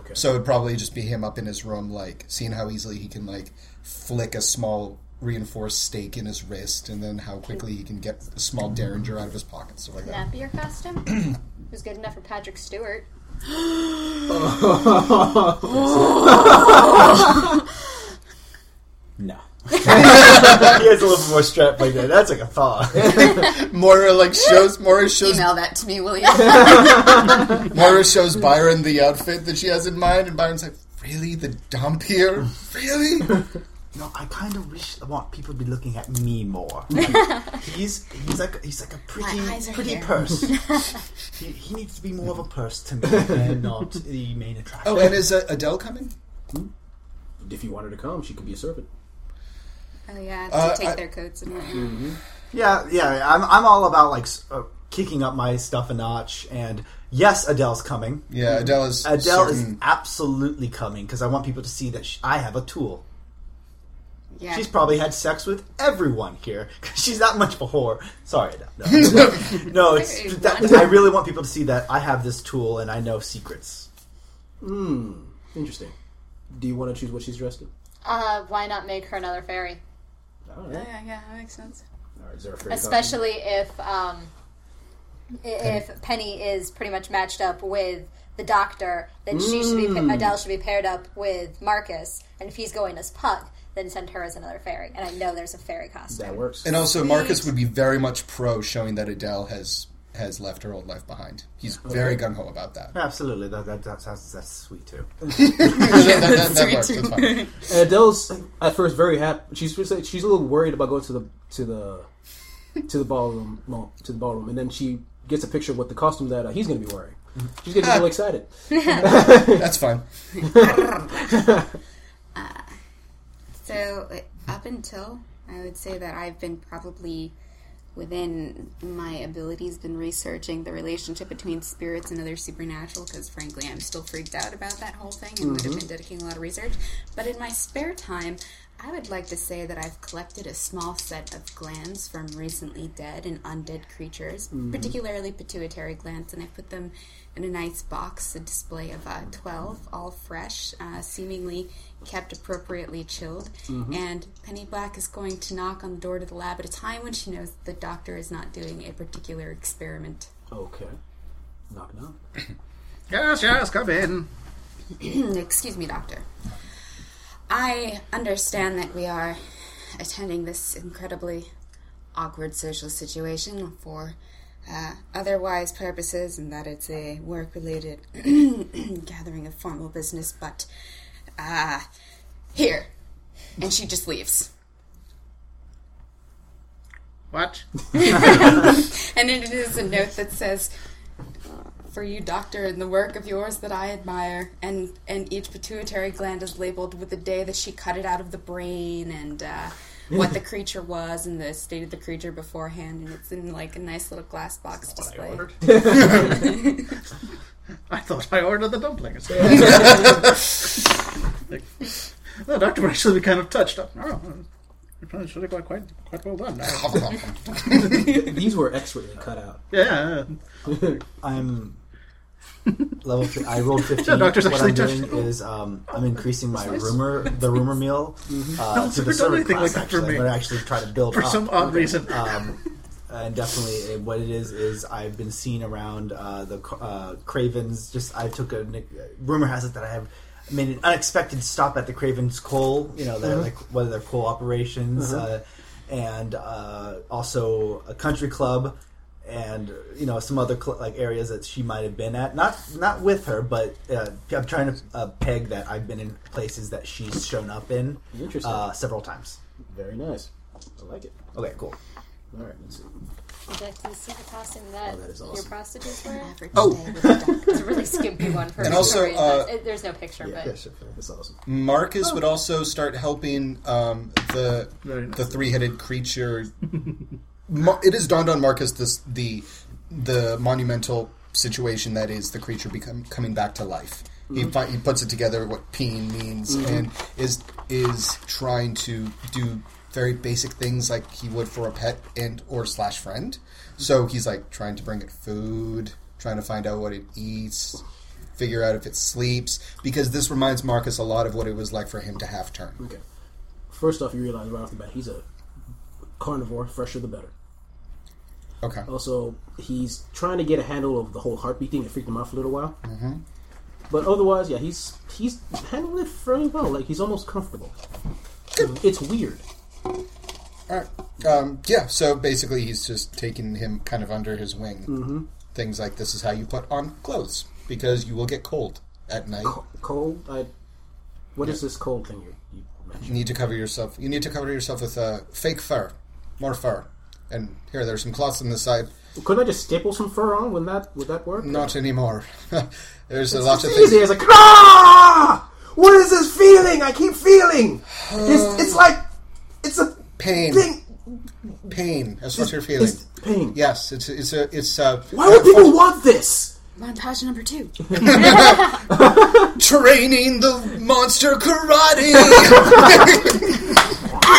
B: Okay.
H: So it'd probably just be him up in his room, like seeing how easily he can like flick a small reinforced stake in his wrist, and then how quickly he can get a small derringer out of his pocket, stuff like that.
D: That be your costume? it was good enough for Patrick Stewart.
C: No. he has a little more strap like that. That's like a thaw.
H: Moira like shows Moira shows
D: Email that to me, will you?
H: Moira shows Byron the outfit that she has in mind, and Byron's like, "Really, the dump here? Really?"
C: No, I kind of wish I want people to be looking at me more. he's he's like he's like a pretty
F: My eyes are
C: pretty
F: here.
C: purse. he, he needs to be more of a purse to me and not the main attraction.
H: Oh, and is uh, Adele coming?
B: If you want her to come, she could be a servant.
G: Oh yeah, to
H: Uh,
G: take
H: I-
G: their coats and whatnot.
C: yeah, yeah. I'm I'm all about like s- uh, kicking up my stuff a notch. And yes, Adele's coming.
H: Yeah, Adele is.
C: Adele is
H: certain-
C: absolutely coming because I want people to see that sh I have a tool.
F: Yeah.
C: She's probably had sex with everyone here 'cause she's that much of a whore. Sorry, no, no, no it's, that, I really want people to see that I have this tool and I know secrets.
B: Interesting. Do you want to choose what she's dressed in?
D: Uh, why not make her another fairy?
B: All right.
G: Yeah, yeah, that makes sense.
B: All right. Is there a fairy costume?
D: Especially if um, i- if Penny is pretty much matched up with the doctor, then she should be
H: Mm.
D: pa- Adele should be paired up with Marcus, and if he's going as Puck, then send her as another fairy. And I know there's a fairy costume.
B: That works.
H: and also, Marcus would be very much pro showing that Adele has has left her old life behind. He's very gung ho about that.
C: Absolutely, that, that, that, that's that's sweet too.
H: that, that, that, that works. That's fine.
B: And Adele's at first very happy. She's she's a little worried about going to the to the to the ballroom, well, to the ballroom, and then she gets a picture of what the costume that uh, he's going to be wearing. She's getting real excited.
H: That's fine.
G: So uh, up until I would say that I've been probably within my abilities been researching the relationship between spirits and other supernatural because frankly I'm still freaked out about that whole thing and would have been dedicating a lot of research. But in my spare time, I would like to say that I've collected a small set of glands from recently dead and undead creatures, particularly pituitary glands, and I put them in a nice box, a display of uh, 12, all fresh, uh, seemingly kept appropriately chilled. And Penny Black is going to knock on the door to the lab at a time when she knows the doctor is not doing a particular experiment.
B: Okay. Knock knock.
E: Yes, yes, come in.
G: Excuse me, doctor. I understand that we are attending this incredibly awkward social situation for uh, otherwise purposes and that it's a work related gathering of formal business, but uh, here. And she just leaves.
E: What?
G: And it is a note that says, "For you, doctor, in the work of yours that I admire." And and each pituitary gland is labeled with the day that she cut it out of the brain and uh, what the creature was and the state of the creature beforehand. And it's in like a nice little glass box display.
E: I thought I ordered the dumplings. like, the doctor would actually be kind of touched Oh, up. No, it's really quite, quite, quite well done.
B: These were expertly cut out.
E: yeah.
C: I'm level. Fi- I rolled fifteen.
E: The doctor's
C: what
E: actually
C: I'm
E: touched
C: doing is um, I'm increasing my rumor, the rumor meal uh, to the
E: Mm-hmm. don't
C: servant
E: anything
C: class.
E: like
C: actually,
E: that for
C: I'm
E: me.
C: gonna actually try to build
E: For
C: up.
E: some odd reason.
C: um, and definitely uh, what it is is I've been seen around uh, the uh, Cravens. Just I took a nick- rumor has it that I have made an unexpected stop at the Cravens coal. You know, their
B: Mm-hmm.
C: like one of their coal operations, uh and uh, also a country club. And you know some other cl- like areas that she might have been at, not not with her, but uh, I'm trying to uh, peg that I've been in places that she's shown up in
B: Interesting.
C: uh, several times.
B: Very nice. I like it.
C: Okay, cool.
B: All right. Let's see.
D: Would you like to see the costume that,
B: that is
D: your
B: awesome.
D: prostitutes wear?
F: Average
H: Oh.
F: day with a doctor.
D: It's a really skimpy one for
H: And
D: a
H: also,
D: story,
H: uh,
D: but it- there's no picture, but
B: Yeah, sure, fair. That's awesome.
H: Marcus would also start helping um, the
E: Oh. Very nice.
H: the three headed creature. Mar- it has dawned on Marcus this the the monumental situation that is the creature become coming back to life. He
E: Mm-hmm.
H: fi- he puts it together what peen means and is is trying to do very basic things like he would for a pet and or slash friend.
E: Mm-hmm.
H: So he's like trying to bring it food, trying to find out what it eats, figure out if it sleeps because this reminds Marcus a lot of what it was like for him to half turn.
B: Okay. First off, you realize right off the bat he's a carnivore. Fresher the better.
H: Okay.
B: Also, he's trying to get a handle of the whole heartbeat thing. It freaked him out for a little while. Mm-hmm. But otherwise, yeah, he's he's handled it fairly well. Like he's almost comfortable. It's weird.
H: All right. Um, yeah, so basically he's just taking him kind of under his wing. Mm-hmm. Things like this is how you put on clothes because you will get cold at night.
B: Co- Cold. I, what is this cold thing you, you mentioned?
H: You need to cover yourself. You need to cover yourself with uh, fake fur, more fur. And here, there's some cloths on the side.
B: Couldn't I just staple some fur on? Would that would that work?
H: Not anymore. there's a lot of
B: It's
H: things.
B: easy. It's like ah! What is this feeling? I keep feeling. It's it's like it's a
H: Pain,
B: thing.
H: pain. That's what you're feeling.
B: It's pain.
H: Yes, it's it's a it's uh, a
B: Why would people want this?
M: Montage number two.
H: training the monster karate.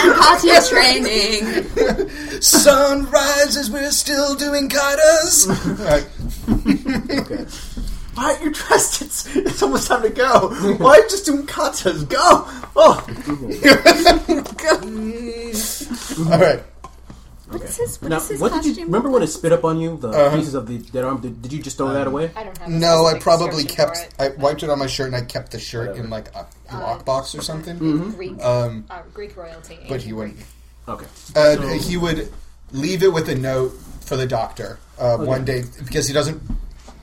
N: And Katya training.
H: Sun rises, we're still doing katas.
C: Why aren't you dressed? It's, it's almost time to go. Why are you just doing katas? Go! Oh!
H: All right.
N: What's his,
B: Now,
N: what's his
B: what did
N: costume?
B: you remember when it spit up on you? The pieces of the dead arm. Did, did you just throw that away?
L: I don't have. a
H: No, I
L: specific
H: probably
L: description for
H: kept.
L: it.
H: I wiped it on my shirt, and I kept the shirt in like a lockbox or something.
L: Greek,
H: Um,
L: uh, Greek royalty.
H: but he wouldn't.
B: Okay.
H: Uh, he would leave it with a note for the doctor uh, one day because he doesn't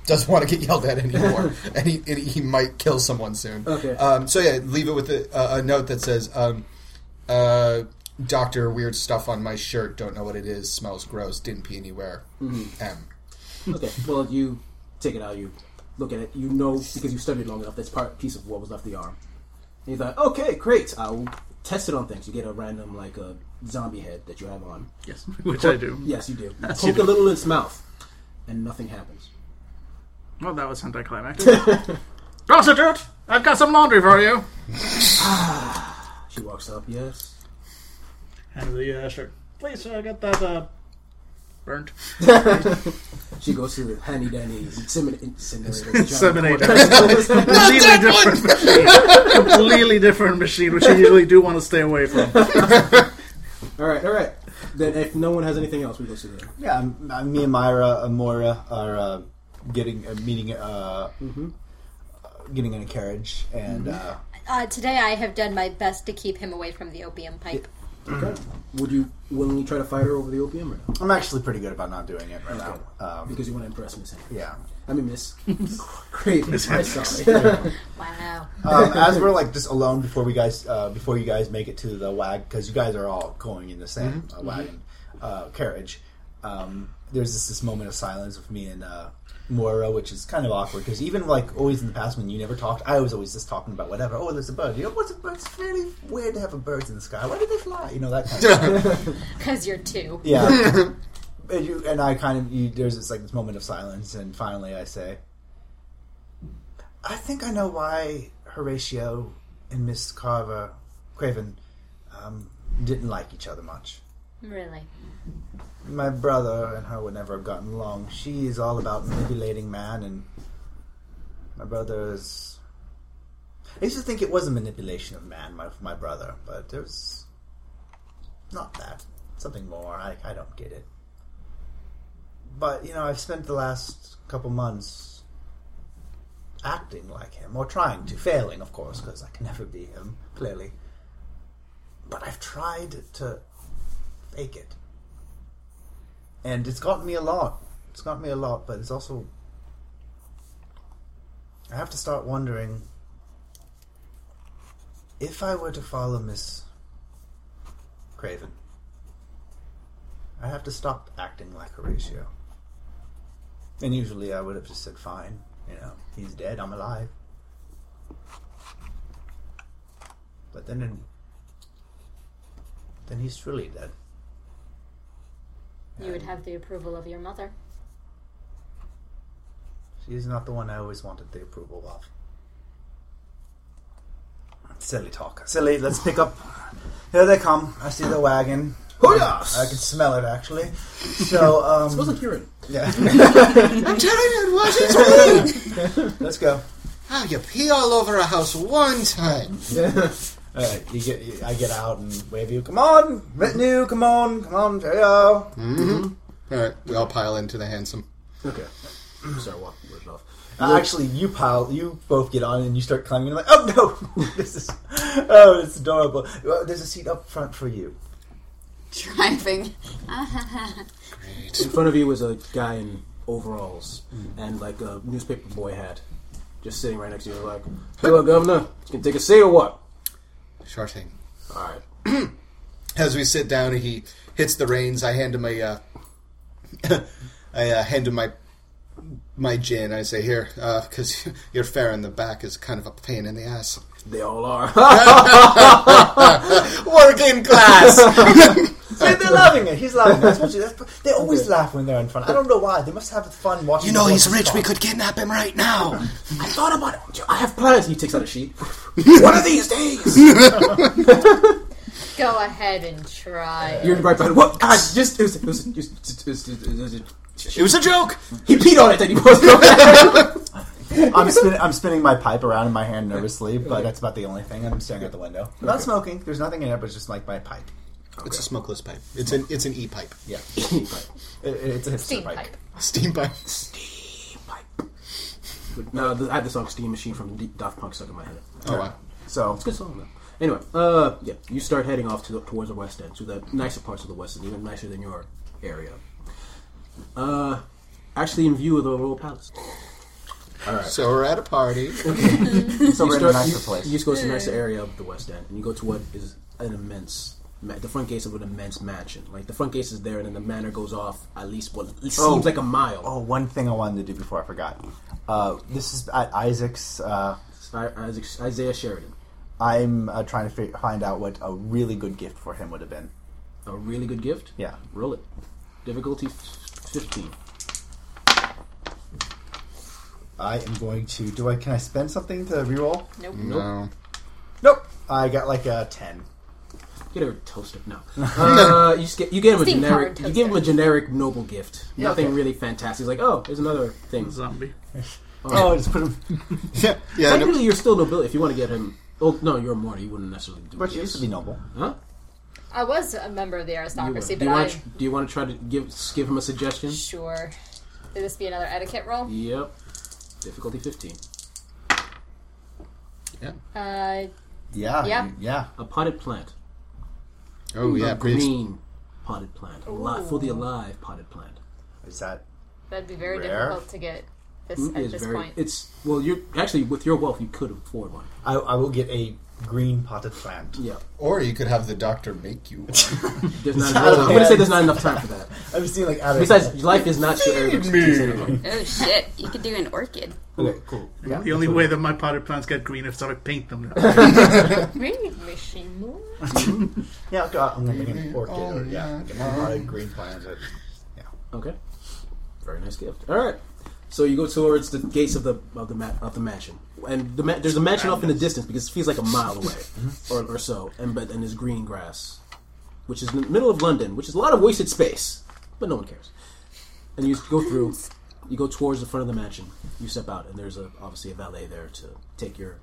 H: doesn't want to get yelled at anymore, and he and he might kill someone soon.
B: Okay.
H: Um, so yeah, leave it with a, a a note that says, um, uh, "Doctor, weird stuff on my shirt. Don't know what it is. Smells gross. Didn't pee anywhere. M."
B: Okay. Well, you take it out. You look at it. You know because you studied long enough. That's part piece of what was left of the arm. And you thought, okay, great. I'll test it on things. You get a random like a zombie head that you have on.
E: Yes, which I do.
B: Yes, you do.
E: Yes, you
B: Poke
E: do.
B: a little in its mouth, and nothing happens.
E: Well, that was anticlimactic. Prostitute, I've got some laundry for you.
B: She walks up. Yes.
E: And the uh, shirt. Please, sir, I got that uh, burnt.
B: She goes to the handy dandy insemin- incinerator.
E: Inseminator. completely different machine. completely different machine, which I usually do want to stay away from.
B: All right, all right. Then if no one has anything else, we go to the
C: Yeah, I'm, i me and Myra, Amora are uh, getting uh, meeting, uh, uh, getting in a carriage, and uh,
L: Uh, today I have done my best to keep him away from the opium pipe.
B: Okay. Would you willingly try to fight her over the opium or no?
C: I'm actually pretty good about not doing it right now. Um,
B: Because you want to impress Miss Henry.
C: yeah.
B: I mean, Miss. Great. Miss I'm sorry.
L: Wow.
C: Um, as we're like just alone before we guys uh, before you guys make it to the wag because you guys are all going in the same uh, wagon uh, carriage. Um, there's just this moment of silence with me and uh, Moira, which is kind of awkward because even like always in the past when you never talked, I was always just talking about whatever. Oh, there's a bird. You know, what's a bird? It's really weird to have a bird in the sky. Why do they fly? You know that kind of stuff.
L: Because you're two.
C: Yeah. and, you, and I kind of you, there's this like this moment of silence, and finally I say, I think I know why Horatio and Miss Carver Craven um, didn't like each other much.
L: Really.
C: My brother and her would never have gotten along. She is all about manipulating man, and my brother is. I used to think it was a manipulation of man, my, my brother, but there's not that. Something more. I, I don't get it. But, you know, I've spent the last couple months acting like him, or trying to, failing, of course, because I can never be him, clearly. But I've tried to fake it and it's gotten me a lot. It's gotten me a lot, but it's also I have to start wondering if I were to follow Miss Craven. I have to stop acting like Horatio. And usually I would have just said, fine, you know, he's dead, I'm alive. But then, then he's truly dead.
L: You would have the approval of your mother.
C: She's not the one I always wanted the approval of. Silly talk. Silly, let's pick up. Here they come. I see the wagon.
B: Hooyah!
C: I can smell it actually. So,
B: Smells
C: um.
B: like urine.
C: yeah.
H: I'm tired. What is me?
C: let's go.
H: Oh, you pee all over a house one time.
C: Alright, you get, you, I get out and wave you. Come on! Retinue, come on! Come on, Trio!
H: All right, we all pile into the handsome.
B: Okay. Sorry, walk the word off.
C: Uh, actually, you pile, you both get on and you start climbing. And I'm like, oh no, this is, oh, it's adorable. Uh, There's a seat up front for you.
G: driving.
B: In front of you was a guy in overalls and like a newspaper boy hat, just sitting right next to you. Like, hello, governor. You can take a seat or what?
H: Sure thing.
B: All right.
H: As we sit down, he hits the reins. I hand him a, uh, I uh, hand him my my gin. I say, "Here, because your fare in the back is kind of a pain in the ass."
B: They all are.
H: Working class.
C: See, they're laughing at. He's laughing. That's what you, that's, they always laugh when they're in front. I don't know why. They must have fun watching.
A: You know
C: the
A: he's
C: horses
A: rich. We
C: talk.
A: could kidnap him right now.
B: I thought about it. I have plans. He takes out a sheet. One of these days.
D: Go ahead and try.
B: You're right behind. What? God, just it was. It was. It was, it was, it was, it was
A: It was a joke.
B: he peed on it. Then he posted it.
C: I'm, spin- I'm spinning my pipe around in my hand nervously, but that's about the only thing. I'm staring out the window. I'm not smoking. There's nothing in it, but it's just like my pipe.
H: It's a smokeless pipe. It's an it's an e pipe,
C: Yeah, It- it's a hipster
D: Steam
C: pipe.
D: pipe.
H: steam pipe.
B: no, th- I had the song "Steam Machine" from Deep Daft Punk stuck in my head.
H: Oh wow.
C: So
B: Good song though. Anyway, uh, yeah, you start heading off to the, towards the West End, to the nicer parts of the West End, even nicer than your area. Uh, actually, in view of the Royal Palace.
H: So we're at a party.
B: So
C: we're in a nicer
B: you,
C: place.
B: You just go to the nicer area of the West End, and you go to what is an immense, ma- the front gates of an immense mansion. Like the front gates is there, and then the manor goes off at least what it seems
C: Oh.
B: like a mile.
C: Oh, one thing I wanted to do before I forgot. Uh, this is at Isaac's. Uh,
B: I- Isaac- Isaiah Sheridan,
C: I'm uh, trying to fi- find out what a really good gift for him would have been.
B: a really good gift.
C: Yeah.
B: roll it. Difficulty f- fifteen.
C: I am going to. Do I? Can I spend something to reroll?
D: Nope.
H: No.
C: Nope. I got like a ten.
B: Get her a toaster. No, uh, you just get you get him a
D: Steam
B: generic.
D: powered
B: You give him a
D: toaster.
B: generic noble gift. Nothing
C: okay.
B: really fantastic. He's like, oh, here's another thing.
E: Zombie.
C: Oh, I just put him.
H: Yeah. Yeah. no-
B: Technically, you're still nobility. If you want to get him, oh no, you're a martyr. You wouldn't necessarily do.
C: But
B: this.
C: she used to be noble.
B: Huh?
D: I was a member of the
B: You
D: aristocracy,
B: would. do
D: but
B: you
D: I
B: want to, do you want to try to give give him a suggestion?
D: sure. Did this be another etiquette roll?
B: Yep. Difficulty fifteen.
D: Uh,
C: Yeah.
D: Yeah.
C: Yeah.
B: A potted plant.
H: Oh yeah. Please.
B: Green potted plant. Alive, fully alive potted plant.
C: Is that?
D: that'd be very
C: Rare.
D: difficult to get this
B: It
D: at
B: is
D: this
B: very.
D: point.
B: It's well. You're actually with your wealth, you could afford one.
C: I, I will get a green potted plant.
B: Yeah.
H: Or you could have the doctor make you.
B: There's not. enough, I'm gonna say there's not enough time for that.
C: I've seen like out of
B: Besides, life is not your area of expertise anyway.
G: Oh shit! You could do an orchid.
C: Okay, cool. Yeah.
E: The only way that my potted plants get green is if I paint them. Now.
D: Read machine more.
C: Yeah. I'll go out. I'm gonna make an orchid.
H: Oh,
C: or, yeah.
H: yeah.
C: Get a potted green plant.
B: Okay. Very nice gift. All right. So you go towards the gates of the of the ma- of the mansion, and the ma- there's a mansion up in the distance because it feels like a mile away, or, or so, and but and there's green grass, which is in the middle of London, which is a lot of wasted space, but no one cares. And you go through, you go towards the front of the mansion. You step out, and there's a obviously a valet there to take your.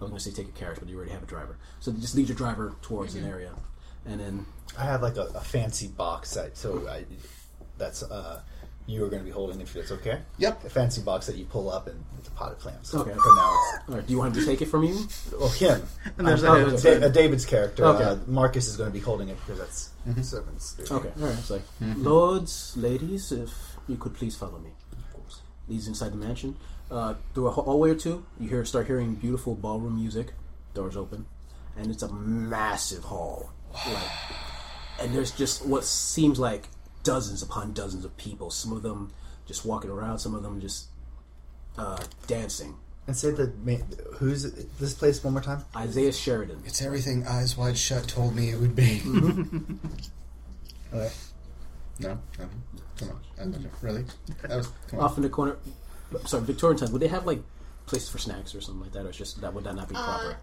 B: I was going to say take your carriage, but you already have a driver, so just lead your driver towards an area, and then
C: I have like a, a fancy box that so I that's uh you are going to be holding if that's okay.
H: Yep.
C: A fancy box that you pull up and it's a pot of plants.
B: Okay.
C: But now it's
B: all right, do you want him to take it from you?
C: well him.
E: And there's
B: Oh,
E: a-
B: okay.
C: Da- uh, David's character.
B: Okay.
C: Uh, Marcus is going to be holding it because that's servants. do.
B: Okay, all right. It's like, lords, ladies, if you could please follow me. Leads inside the mansion. Uh, through a hallway or two, you hear start hearing beautiful ballroom music. Doors open, and it's a massive hall. Like, and there's just what seems like dozens upon dozens of people. Some of them just walking around. Some of them just uh, dancing.
C: And say the ma- who's this place one more time.
B: Isaiah Sheridan.
H: It's everything Eyes Wide Shut told me it would be.
C: Okay.
H: no, no, come on, I don't know. really? That was come on.
B: Off in the corner. Sorry, Victorian times. Would they have like places for snacks or something like that, or it's just that would that not be proper?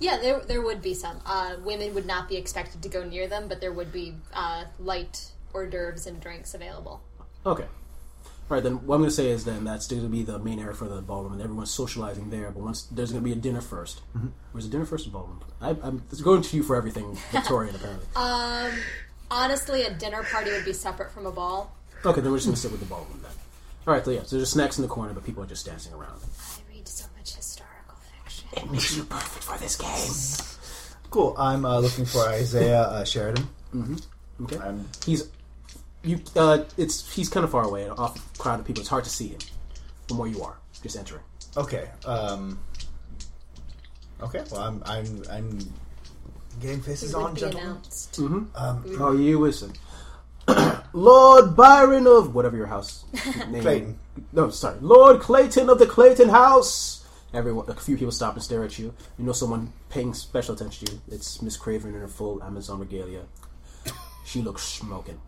D: Yeah, there, there would be some. Uh, women would not be expected to go near them, but there would be uh, light hors d'oeuvres and drinks available.
B: Okay. All right, then what I'm going to say is then that's going to be the main area for the ballroom, and everyone's socializing there. But once there's going to be a dinner 1st Where's the dinner first or ballroom? I, I'm it's going to you for everything, Victorian apparently.
D: Honestly, a dinner party would be separate from a ball.
B: okay, then we're just going to sit with the ballroom then. All right, so yeah, so there's snacks in the corner, but people are just dancing around.
D: I read so much historical fiction.
B: It makes you perfect for this game.
C: Cool. I'm uh, looking for Isaiah uh, Sheridan.
B: Okay,
C: I'm
B: he's you. Uh, it's he's kind of far away, and off a crowd of people. It's hard to see him from where you are. Just entering.
C: Okay. Um, okay. Well, I'm I'm I'm getting faces on, gentlemen.
D: announced.
B: Oh, you listen, Lord Byron of whatever your house name.
C: Clayton.
B: No, sorry, Lord Clayton of the Clayton House. Everyone, a few people stop and stare at you. You know someone paying special attention to you. It's Miss Craven in her full Amazon regalia. She looks smoking.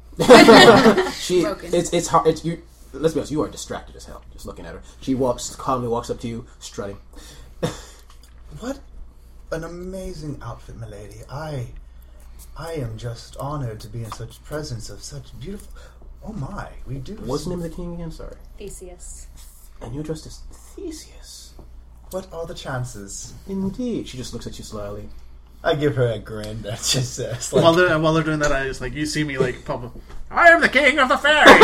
B: she, it's it's hard. It's you. Let's be honest. You are distracted as hell just looking at her. She walks calmly, walks up to you, strutting.
C: What an amazing outfit, milady! I I am just honored to be in such presence of such beautiful. Oh my, we do.
B: What's the name of the king again? Sorry.
D: Theseus.
B: And you're dressed as Theseus.
C: What are the chances?
B: Indeed. She just looks at you slyly.
C: I give her a grin that just says, like,
E: While they're while they're doing that, I just like you see me like pop up. I am the king of the fairies.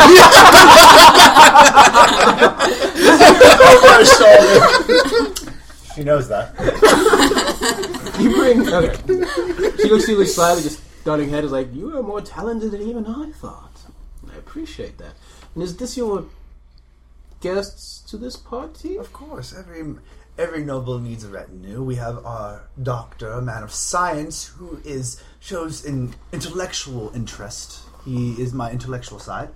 C: over her shoulder. she knows that.
B: You bring. Okay. she looks at you like slyly, just nodding head, is like, You are more talented than even I thought. I appreciate that. And is this your guests to this party?
C: Of course, every every noble needs a retinue. We have our doctor, a man of science, who is shows an intellectual interest. He is my intellectual side.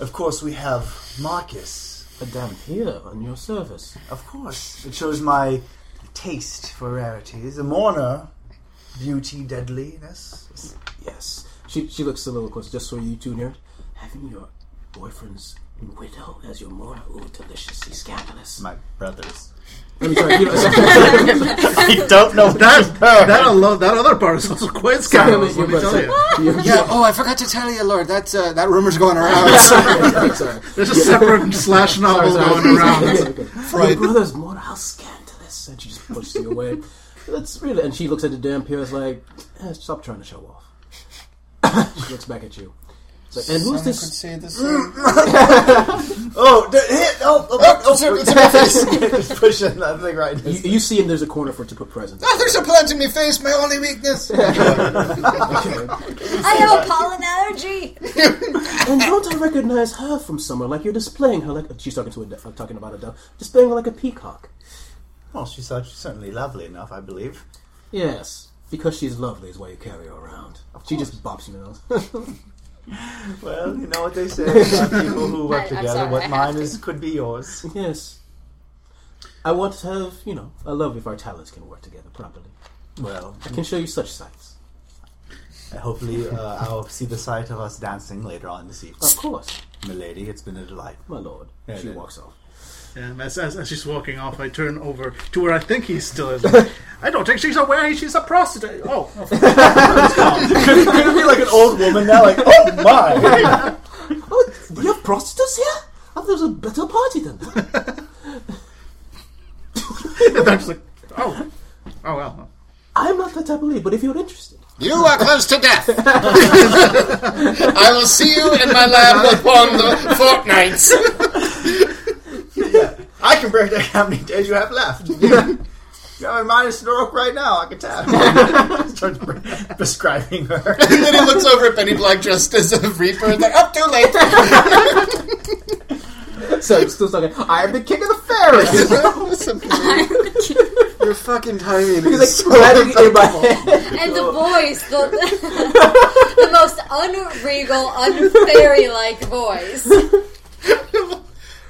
C: Of course, we have Marcus.
B: Madame here on your service.
C: Of course, it shows my taste for rarities. A mourner, beauty, deadliness.
B: Yes. She, she looks soliloquous, just so you two know. Having your boyfriend's widow as your mourner, ooh, deliciously scandalous.
C: My brothers.
B: I'm sorry, you know,
C: I don't know
E: that that alone, that other part is also quite scandalous. Let me tell you.
A: Yeah. Oh, I forgot to tell you, Lord. That's uh, that rumor's going around.
B: sorry. sorry.
E: There's a separate slash novel going around.
B: Your brother's more how scandalous, and she just pushes you away. That's really, and she looks at the damn peers like, eh, stop trying to show off. she looks back at you. It's like, and who's this?
A: say this. uh,
C: Oh, d- hit! Oh, oh, oh,
A: it's in- it's in my face.
C: just pushing that thing right. in
B: You,
C: his-
B: you see him. There's a corner for it to put presents.
A: Ah, There's a plant in my face. My only weakness.
D: I have a pollen allergy.
B: and don't I recognize her from somewhere? Like you're displaying her like she's talking to a dove- talking about a dove, displaying her like a peacock.
C: Well, she's such- certainly lovely enough, I believe.
B: Yes, because she's lovely is why you carry her around. She just bops you in the nose.
C: Well, you know what they say about people who work
D: I- I'm
C: together.
D: sorry, I
C: what
D: have
C: mine
D: to.
C: is could be yours.
B: yes, I want to have you know. I love if our talents can work together properly.
C: Well,
B: I can show you such sights.
C: hopefully uh, I'll see the sight of us dancing later on this evening.
B: Of course,
C: Milady, it's been a delight.
B: my lord.
C: Yeah,
B: she
C: yeah.
B: walks off.
E: And as, as, as she's walking off, I turn over to where I think he still is. Like, I don't think she's aware she's a prostitute. Oh,
C: Could it be like an old woman now? Like, oh my!
B: Oh, do you have prostitutes here? Oh, there's a better party than that.
E: and I'm just like, oh, oh well.
B: I'm not that type of lead, but if you're interested,
A: You are close to death. I will see you in my lab upon the fortnights.
C: I can break down how many days you have left. you have a minor stroke right now, I can tell. Starts pre- prescribing her.
A: And then he looks over at Penny Black dressed as a reaper and like, up too late.
B: so it's still talking. I am the king of the fairies.
A: "Oh, Your fucking timing
B: He's like grabbing it in my hand.
D: And the voice, the, the most unregal, unfairy-like voice.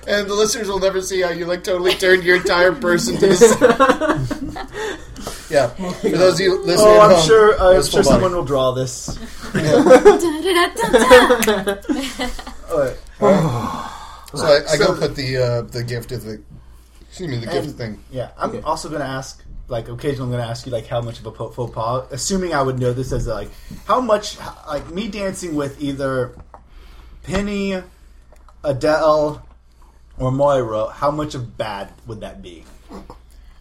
A: And the listeners will never see how you like totally turned your entire person to the side. Yeah. For those of you listening
C: Oh,
A: at
C: I'm
A: home,
C: sure. I'm
A: it's
C: sure
A: full body.
C: someone will draw this. All right.
A: So I, I
C: So-
A: go put the uh, the gift of the excuse me the gift thing.
C: Yeah, I'm
B: Okay.
C: also going to ask, like, occasionally I'm going to ask you, like, how much of a po- faux pas, assuming I would know this as, like, how much, h- like, me dancing with either Penny, Adele, or Moira, how much of bad would that be?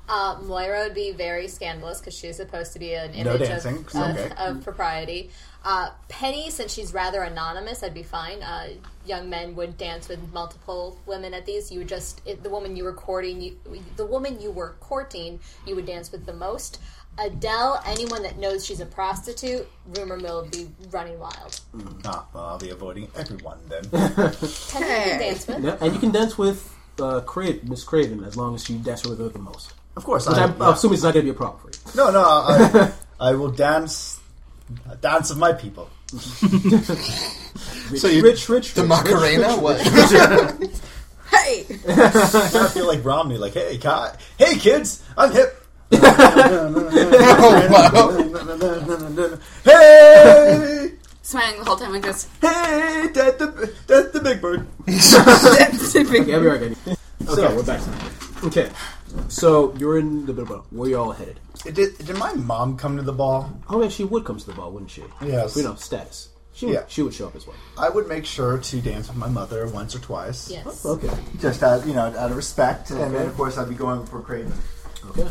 D: Uh, Moira would be very scandalous because she's supposed to be an image
C: No
D: of-
C: dancing,
D: of,
C: okay.
D: of propriety. Uh, Penny, since she's rather anonymous, that'd be fine. Uh, young men would dance with multiple women at these. You would just it, the woman you were courting, you, the woman you were courting, you would dance with the most. Adele, anyone that knows she's a prostitute, rumor mill would be running wild.
C: Ah, well, I'll be avoiding everyone then.
D: Penny you can dance with.
B: Yeah, and you can dance with uh, Cra- Miss Craven as long as you dance with her the most.
C: of course,
B: Which
C: I,
B: I'm
C: yeah.
B: assuming it's not going to be a problem for you.
C: no, no. I, I will dance, a dance of my people.
B: Rich,
H: So you-
B: rich, rich,
H: The
B: rich,
H: Macarena?
B: rich,
H: What?
G: Hey!
C: I feel like Romney, like, hey, ki- hey, kids, I'm hip. hey,
G: Smiling the whole time and goes,
C: hey, that's the, that's the big bird.
B: Okay, I'll be right back. So we're back. Okay, so you're in the bit of a- Where you all headed?
C: Did, did my mom come to the ball?
B: Oh yeah, she would come to the ball, wouldn't she?
C: Yes.
B: You know, status. She would,
C: Yeah.
B: she would show up as well.
C: I would make sure to dance with my mother once or twice.
D: Yes.
B: Okay.
C: Just out, you know, out of respect, and then of course I'd be going for Craven.
B: Okay.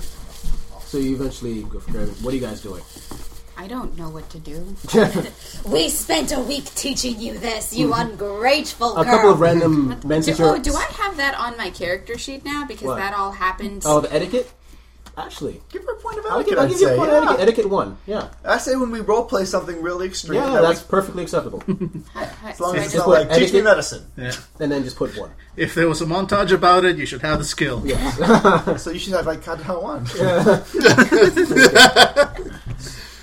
B: So you eventually go for Craven. What are you guys doing?
F: I don't know what to do.
D: We spent a week teaching you this, you ungrateful
B: A
D: girl.
B: couple of random men
G: do,
B: since you're-
G: oh, do I have that on my character sheet now? Because
B: What?
G: that all happened.
B: Oh, the etiquette. Actually,
C: Give her a point of
B: I'll give,
C: etiquette.
B: I'll
C: I'd
B: give you a
C: say.
B: point.
C: Yeah.
B: Etiquette, etiquette one. Yeah.
C: I say when we roleplay something really extreme,
B: Yeah,
C: that we-
B: that's perfectly acceptable.
C: as long
G: so
C: as
G: I
C: it's
G: just-
C: not like teach me
B: etiquette-
C: medicine.
B: and then just put one.
E: If there was a montage about it, you should have the skill.
C: So you should have like cut how one.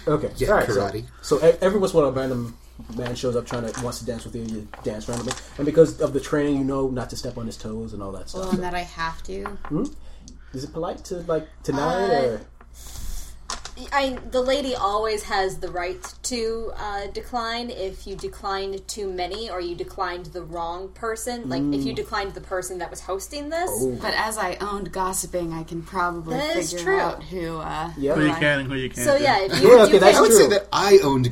B: Okay. All right.
H: karate.
B: So, so e- every once in a while, a random man shows up trying to wants to dance with you. You dance randomly, and because of the training, you know not to step on his toes and all that
F: Well,
B: stuff.
F: and that I have to.
B: Is it polite to like deny
D: Uh,
B: or?
D: I, the lady always has the right to uh, decline if you declined too many or you declined the wrong person. Like if
B: Mm.
D: you declined the person that was hosting this,
B: Oh.
G: But as I owned gossiping, I can probably
D: That is
G: figure
D: true.
G: out who. Uh,
B: Yeah.
E: Who you can and who you can't.
D: so
E: do.
D: yeah, if you
B: Yeah,
D: do
B: okay, that's
H: I would
B: true.
H: say that I owned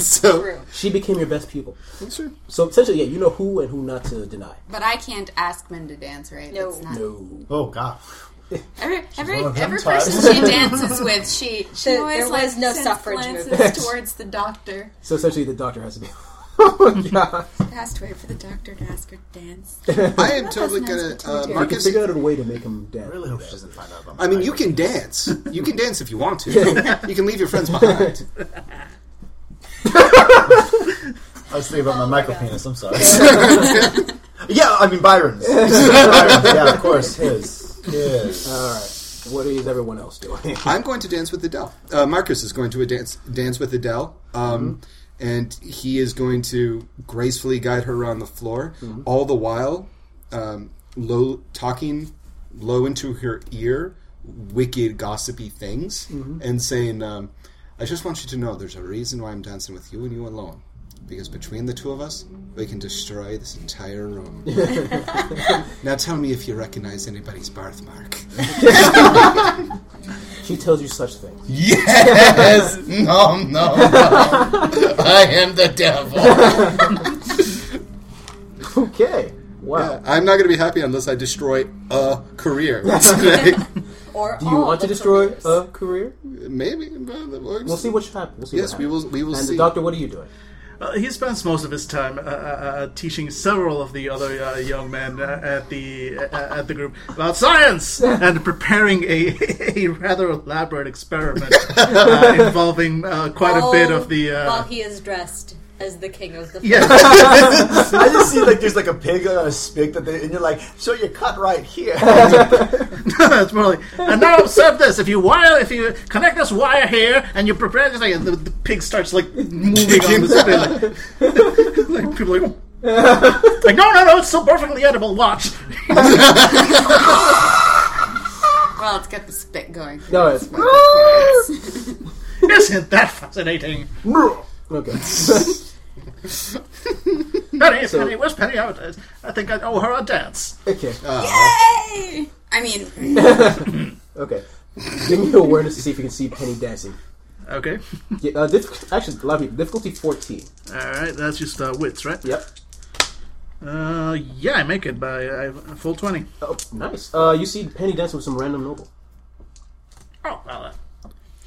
H: so
D: through,
B: She became your best pupil.
H: true.
B: So essentially, yeah, you know who and who not to deny.
G: but I can't ask men to dance, right?
D: No.
G: That's not-
B: No.
C: Oh God!
G: Every every,
C: one of them
G: every
C: types.
G: person she dances with, she she
D: There-
G: always
D: there was
G: like,
D: no
G: sends
D: suffrage
G: glances
D: movement.
G: towards the doctor.
B: So essentially, the doctor has to be. oh god.
G: Has to wait for the doctor to ask her to dance.
H: I am totally gonna.
G: nice
H: Uh,
G: to
B: You can
H: Marcus,
B: figure out a way to make him dance.
C: I really hope she doesn't find out about. My
H: I mean, you can dance. You can dance if you want to. You can leave your friends behind.
C: I was thinking about my micro penis. I'm sorry. yeah, I mean Byron's. Byron's. Yeah, of course his. His.
B: All right. What is everyone else doing?
H: I'm going to dance with Adele. Uh, Marcus is going to a dance dance with Adele, um, and he is going to gracefully guide her around the floor, all the while um, low talking low into her ear, wicked gossipy things, and saying, um, "I just want you to know there's a reason why I'm dancing with you and you alone." Because between the two of us, we can destroy this entire room. now tell me if you recognize anybody's birthmark.
B: she tells you such things.
H: Yes! No, no, no. I am the devil.
B: Okay. Wow.
H: I'm not going to be happy unless I destroy a career today.
D: or
B: Do you
D: all
B: want to
D: the
B: destroy
D: careers.
B: a career?
H: Maybe. We'll
B: We'll see what happens. We'll see
H: Yes,
B: what
H: we
B: happens.
H: will- we will
B: And
H: see.
B: the doctor, what are you doing?
E: Uh, he spends most of his time uh, uh, uh, teaching several of the other uh, young men uh, at the uh, at the group about science and preparing a, a rather elaborate experiment uh, involving uh, quite a bit
D: All
E: of the. Uh,
D: while he is dressed as the king of the.
E: yeah,
C: I just see like there's like a pig on a spig that they and you're like, so you cut right here.
E: it's more like. And now observe this: if you wire, if you connect this wire here, and you prepare this, like, the, the pig starts like moving on the spin. Like, like people are like, "Oh." like, no, no, no, it's still perfectly edible. Watch.
G: Well, it's got the spit going.
B: No, it's
E: Isn't that fascinating?
B: okay.
E: Penny, Penny, where's Penny? I, I think I owe her a dance.
B: Okay.
H: Uh.
G: Yay! I mean,
B: Okay. Give me awareness to see if you can see Penny dancing.
E: Okay.
B: Yeah, uh, dif- actually, a lot of people. Difficulty fourteen.
E: Alright, that's just uh, wits, right?
B: Yep.
E: Uh, yeah, I make it by uh, full 20.
B: Oh, nice. Uh, you see Penny dancing with some random noble.
E: Oh, well. Uh.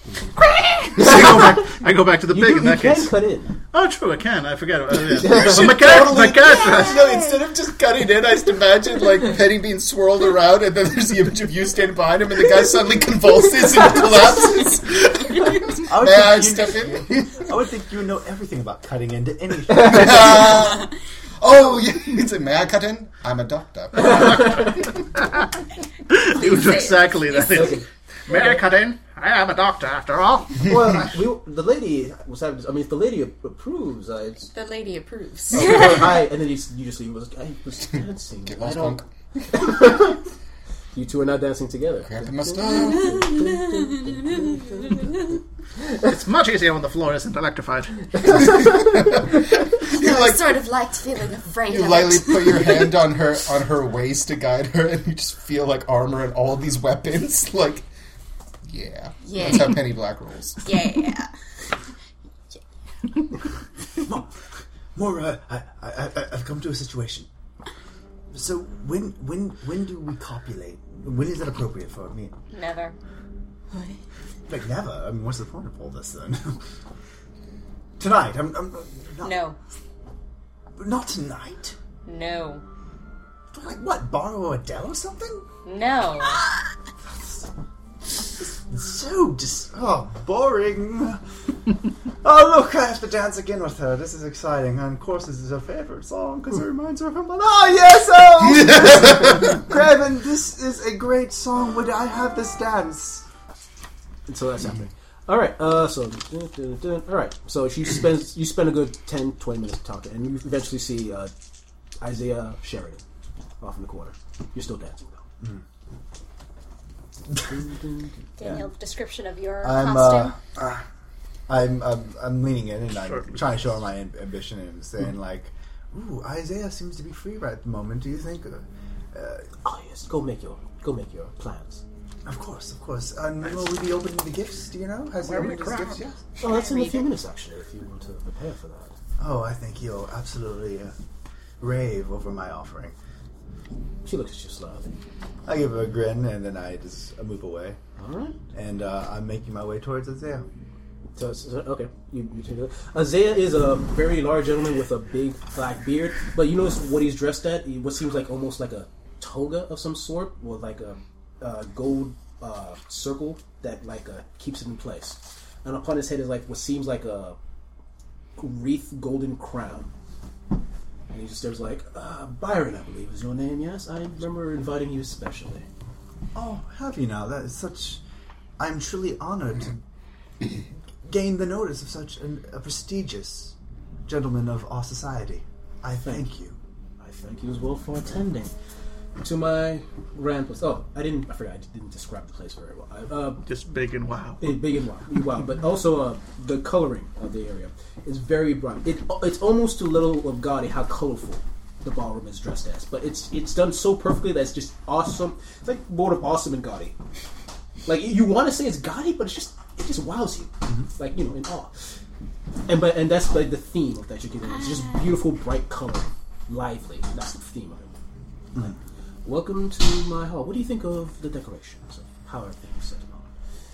E: So I, go back, I go back to the
B: You,
E: pig
B: do-
E: in
B: you
E: that
B: can
E: case.
B: cut in.
E: Oh, true, I can. I forgot. Oh, yeah. so my character, my character has-
H: No, instead of just cutting in, I just imagine like Penny being swirled around, and then there's the image of you standing behind him, and the guy suddenly convulses and collapses.
C: I would
H: May I
C: think
H: step
C: you-
H: in?
C: I would think you know everything about cutting into anything.
H: oh, yeah. It's like, may I cut in? I'm a doctor.
E: it was uh, exactly that.
B: Okay.
E: May I cut in? I am a doctor, after all.
B: Well, I- we, the lady was having. This, I mean, if the lady ap- approves, I. It's,
G: The lady approves.
B: Oh, hi, and then you, s- you just leave. Was I was dancing. I
H: Lost
B: don't.
H: punk.
B: You two are not dancing together.
H: Grab the mustache.
E: It's much easier when the floor isn't electrified.
H: You like
F: sort of liked feeling afraid
H: you
F: of
H: lightly
F: it.
H: put your hand on her on her waist to guide her, and you just feel like armor and all these weapons. Like, yeah,
G: Yeah.
H: that's how Penny Black rolls.
G: Yeah.
C: Mora, uh, I, I, I, I've come to a situation. So when when when do we copulate? When is it appropriate for me?
D: Never.
C: Like never. I mean, what's the point of all this then? tonight. I'm, I'm not,
D: No.
C: Not tonight.
D: No.
C: Like what? Borrow a Dell or something?
D: No.
C: So dis. Oh, boring. oh look, I have to dance again with her. This is exciting. And of course, this is her favorite song because it reminds her of her mother. Oh yes, oh. Graven, this is a great song. Would I have this dance?
B: So that's happening. All right. Uh, so dun, dun, dun. all right. So she spends you spend a good 10, 20 minutes talking, and you eventually see uh, Isaiah Sheridan off in the corner. You're still dancing though.
D: Daniel, description of your
C: I'm uh,
D: costume.
C: uh, I'm, I'm I'm leaning in and I'm trying to show her my am- ambition and saying like, "Ooh, Isaiah seems to be free right at the moment. Do you think?" Uh,
B: Oh yes. Go make your go make your plans.
C: of course, of course. And will we be opening the gifts? Do you know? Has he opened his gifts yet?
B: Oh, that's in a few minutes actually. If you want to prepare for that.
C: Oh, I think he'll absolutely uh, rave over my offering.
B: She looks at you slyly.
C: I give her a grin and then I just I move away
B: All right.
C: and uh, I'm making my way towards Isaiah.
B: So, it's- so- okay, you, you take it. Isaiah is a very large gentleman with a big black beard, but you notice what he's dressed at? He- What seems like almost like a toga of some sort, with like a, uh gold uh, circle that like uh, keeps it in place. And upon his head is like what seems like a wreath golden crown. And he just stares like, uh, Byron, I believe is your name, yes? I remember inviting you especially.
C: Oh, have you now? That is such. I'm truly honored to gain the notice of such an, a prestigious gentleman of our society. I thank you.
B: I thank you as well for attending. To my grand place. Oh, I didn't. I forgot. I didn't describe the place very well. I, uh,
E: Just big and wow.
B: it's big and wild, wild, but also uh, the coloring of the area is very bright. It it's almost too little of gaudy how colorful the ballroom is dressed as, but it's it's done so perfectly that it's just awesome. It's like both of awesome and gaudy. Like you want to say it's gaudy, but it's just it just wows you, like you know, in awe. And but and that's like the theme of that you're getting. It's just beautiful, bright color, lively. That's the theme of it. Like, welcome to my hall. What do you think of the decorations? Of how everything's set up?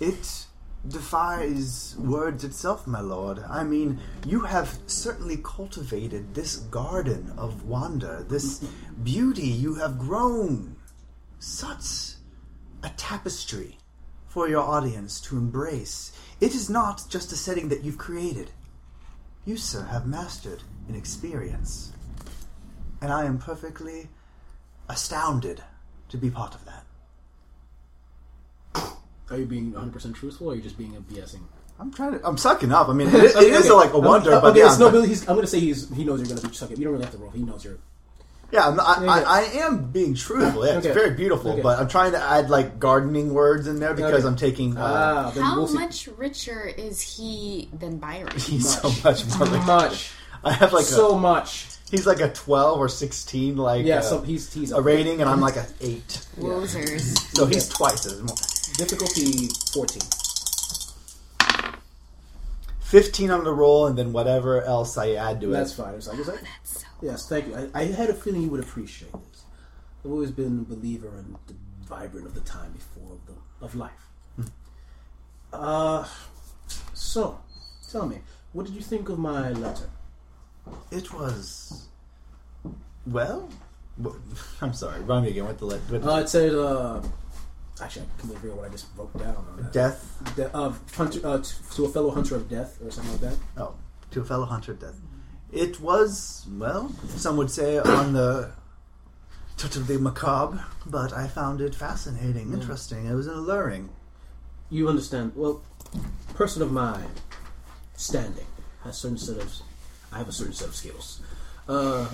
C: It defies words itself, my lord. I mean, you have certainly cultivated this garden of wonder, this beauty you have grown. Such a tapestry for your audience to embrace. It is not just a setting that you've created. You, sir, have mastered an experience. And I am perfectly astounded to be part of that.
B: Are you being 100% truthful or are you just being a BSing?
C: I'm trying to. I'm sucking up. I mean, it, it is a, like a wonder,
B: okay,
C: but yeah,
B: it's no,
C: I'm,
B: Billy, he's, I'm going to say he's, he knows you're going to be sucking. You don't really have to roll. He knows you're.
C: yeah. I'm, I,
B: Yeah,
C: I,
B: yeah.
C: I am being truthful. Yeah,
B: Okay.
C: It's very beautiful,
B: Okay.
C: but I'm trying to add like gardening words in there because
B: Okay.
C: I'm taking. Uh,
B: Ah, then
F: How
B: we'll see.
F: much richer is he than Byron?
C: he's so much more. Like,
B: Much.
C: I have like
B: so
C: a,
B: much.
C: he's like a twelve or sixteen, like
B: Yeah,
C: uh,
B: so he's, he's
C: a rating, and I'm like a eight.
F: Wozers.
C: So he's twice as more.
B: Difficulty 14.
C: Fifteen on the roll, and then whatever else I add to it.
B: That's fine. It's like, it's like, yes, thank you. I, I had a feeling you would appreciate this.
C: Hmm.
B: I've always been a believer in the vibrant of the time before of, the, of life. Uh, so, tell me, what did you think of my letter?
C: It was. Well? w- I'm sorry, run me again with the. Li- with
B: Uh, it said, uh, actually, I completely forgot what I just wrote down on that.
C: death.
B: De- of hunter, uh, t- to a fellow hunter of death, or something like that.
C: Oh, to a fellow hunter, death. It was, well, some would say on the touch of the macabre, but I found it fascinating, interesting. It was alluring.
B: You understand? Well, person of my standing has certain set of, I have a certain set of skills. Uh,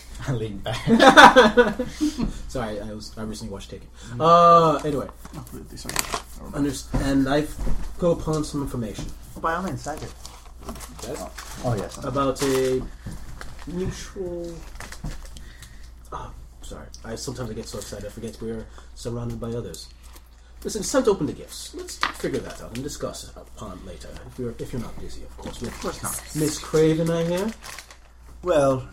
C: I lean back.
B: sorry, I was I recently watched Taken.
C: Mm-hmm.
B: Uh, anyway,
E: Sorry.
B: understand, and I've go upon some information
C: By all means, thank you. Oh, yes.
B: about a neutral. Oh, sorry. I sometimes I get so excited I forget we're surrounded by others. Listen, it's time to open the gifts. Let's figure that out and discuss it upon later. If you're if you're not busy, of course. Of course not. Miss Craven, I hear.
C: Well,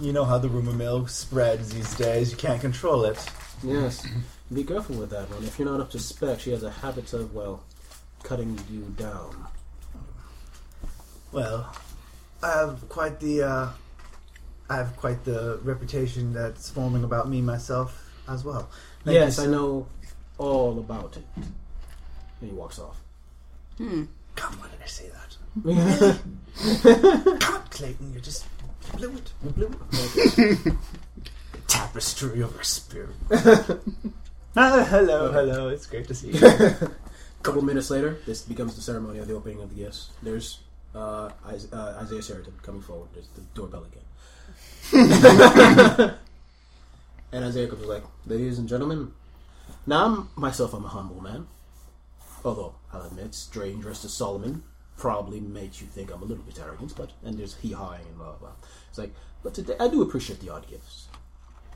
C: you know how the rumor mill spreads these days. You can't control it.
B: Yes. Be careful with that one. If you're not up to spec, she has a habit of well, cutting you down.
C: Well, I have quite the uh, I have quite the reputation that's forming about me myself as well. Thank
B: yes,
C: you,
B: I
C: sir.
B: know all about it. And he walks off.
C: Come on, I say that.
B: Yes,
C: Come on, Clayton, you just you blew it. You blew it. The tapestry of our spirit. Ah, hello, hello. It's great to see you.
B: couple minutes later, this becomes the ceremony of the opening of the gifts. There's uh, Is- uh, Isaiah Sheraton coming forward. There's the doorbell again. and Isaiah comes like, Ladies and gentlemen, now I'm, myself, I'm a humble man. Although, I'll admit, strange dressed as Solomon probably made you think I'm a little bit arrogant, but, and there's hee hawing and blah, blah. It's like, but today, I do appreciate the odd gifts.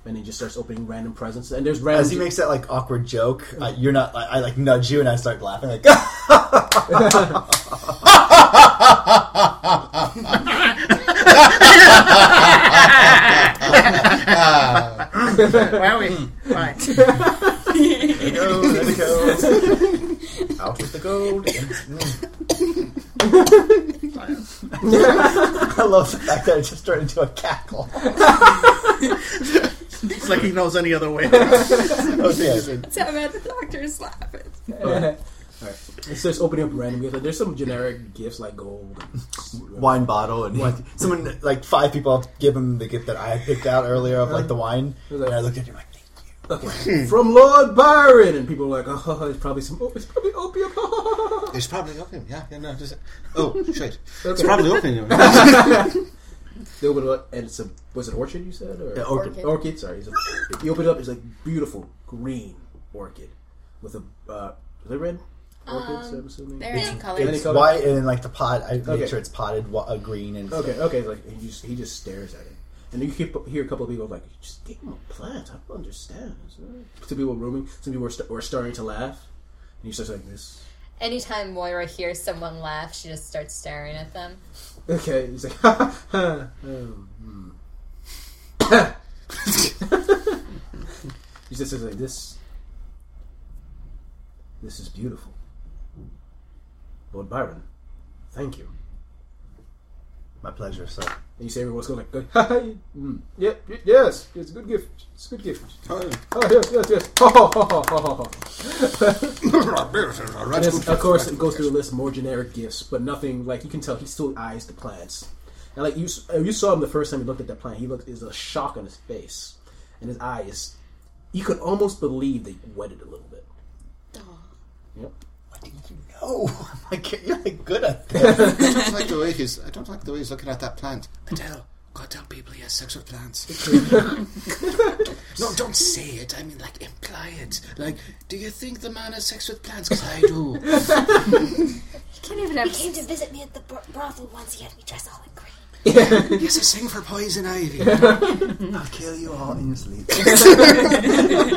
B: And he just starts opening random presents, and there's random.
C: As he makes that like awkward joke, uh, you're not. I, I like nudge you and I start laughing. Like Ah!
E: Wowie. Bye.
C: There it goes, there it goes. Out with the gold. I love the fact that it just turned into a cackle.
E: It's like he knows any other way.
C: Oh, yeah.
G: So I'm at the doctor's lab. It's-
B: It starts opening up random gifts. Like, there's some generic gifts like gold.
C: Wine bottle and someone like five people give him the gift that I had picked out earlier of like the wine. And I look at you like,
B: Okay. From Lord Byron, and people are like, "Oh, it's probably some. Oh, it's probably opium."
A: It's probably open. Yeah, yeah, no. Just, oh, shit. It's
B: Okay.
A: probably open.
B: They open it up, and it's a was it orchard you said or
C: Yeah, orchid.
B: orchid? Sorry, it's a, you open it up. It's like beautiful green orchid with a uh, is it red? Orchids, I'm assuming.
F: There are two colors.
C: it's
B: color?
C: white and like the pot. I make
B: Okay.
C: sure it's potted wa- uh, green and
B: Okay, okay. Like he just he just stares at it, and you keep, hear a couple of people like, "Just give him a plant." I don't understand. It's not-" Some people rooming, some people are, st- are starting to laugh, and he starts like this.
D: Anytime Moira hears someone laugh, she just starts staring at them.
B: Okay, he's like, ha, ha, ha, um, hmm. he just says like this. This is beautiful, Lord Byron. Thank you.
C: My pleasure, sir.
B: And you say everyone's going like, ha, ha, mm, yep, y- yes, it's a good gift. It's a good gift. Oh yes, yes, yes. Ho, ho, ho, ho, ho, ho, ho. And it's- of course, it goes through a list of more generic gifts, but nothing like you can tell he still eyes the plants. And like you, s- uh, you saw him the first time he looked at that plant. He looked is a shock on his face, and his eyes. You could almost believe they wetted a little bit. Yep.
C: Oh, my God, you're like good at this.
A: I don't like the way he's. I don't like the way he's looking at that plant. Adele, go tell people he has sex with plants. no, don't say it. I mean, like imply it. Like, do you think the man has sex with plants? Because I do.
G: Can't even have.
L: Came to visit me at the bro- brothel once. He had me dress all in green.
A: Yes, I sing for poison ivy.
C: I'll kill you all in your sleep.
D: Um,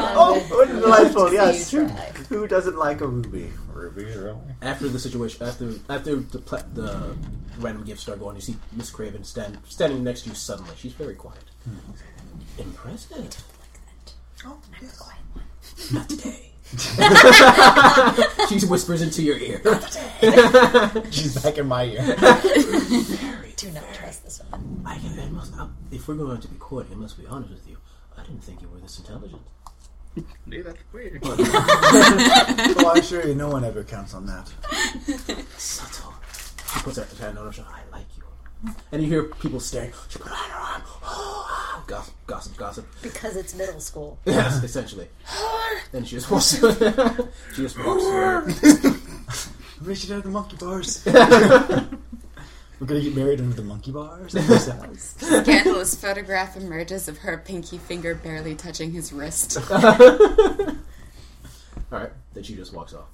C: Oh, what a delightful, yes. Who, who doesn't like a ruby? Ruby, really?
B: After the situation, after after the pla- the random gifts start going, you see Miss Craven stand standing next to you suddenly. She's very quiet. Impressive.
C: Oh, yes.
B: Not today. She whispers into your ear.
C: She's back in my ear.
D: Do not trust this woman.
B: I, I must, I, uh, if we're going to be court, I must be honest with you. I didn't think you were this intelligent.
E: Neither do we.
C: well, I assure you, no one ever counts on that.
B: Subtle. She puts her hand on her shoulder. I like you. And you hear people staring. She put her hand on her arm. Oh, ah. gossip, gossip, gossip.
D: Because it's middle school.
B: Yes, essentially. Then she just walks. she just walks through.
C: Reach it out of the monkey bars. We're gonna get married under the monkey bars.
G: Scandalous photograph emerges of her pinky finger barely touching his wrist.
B: All right. Then she just walks off.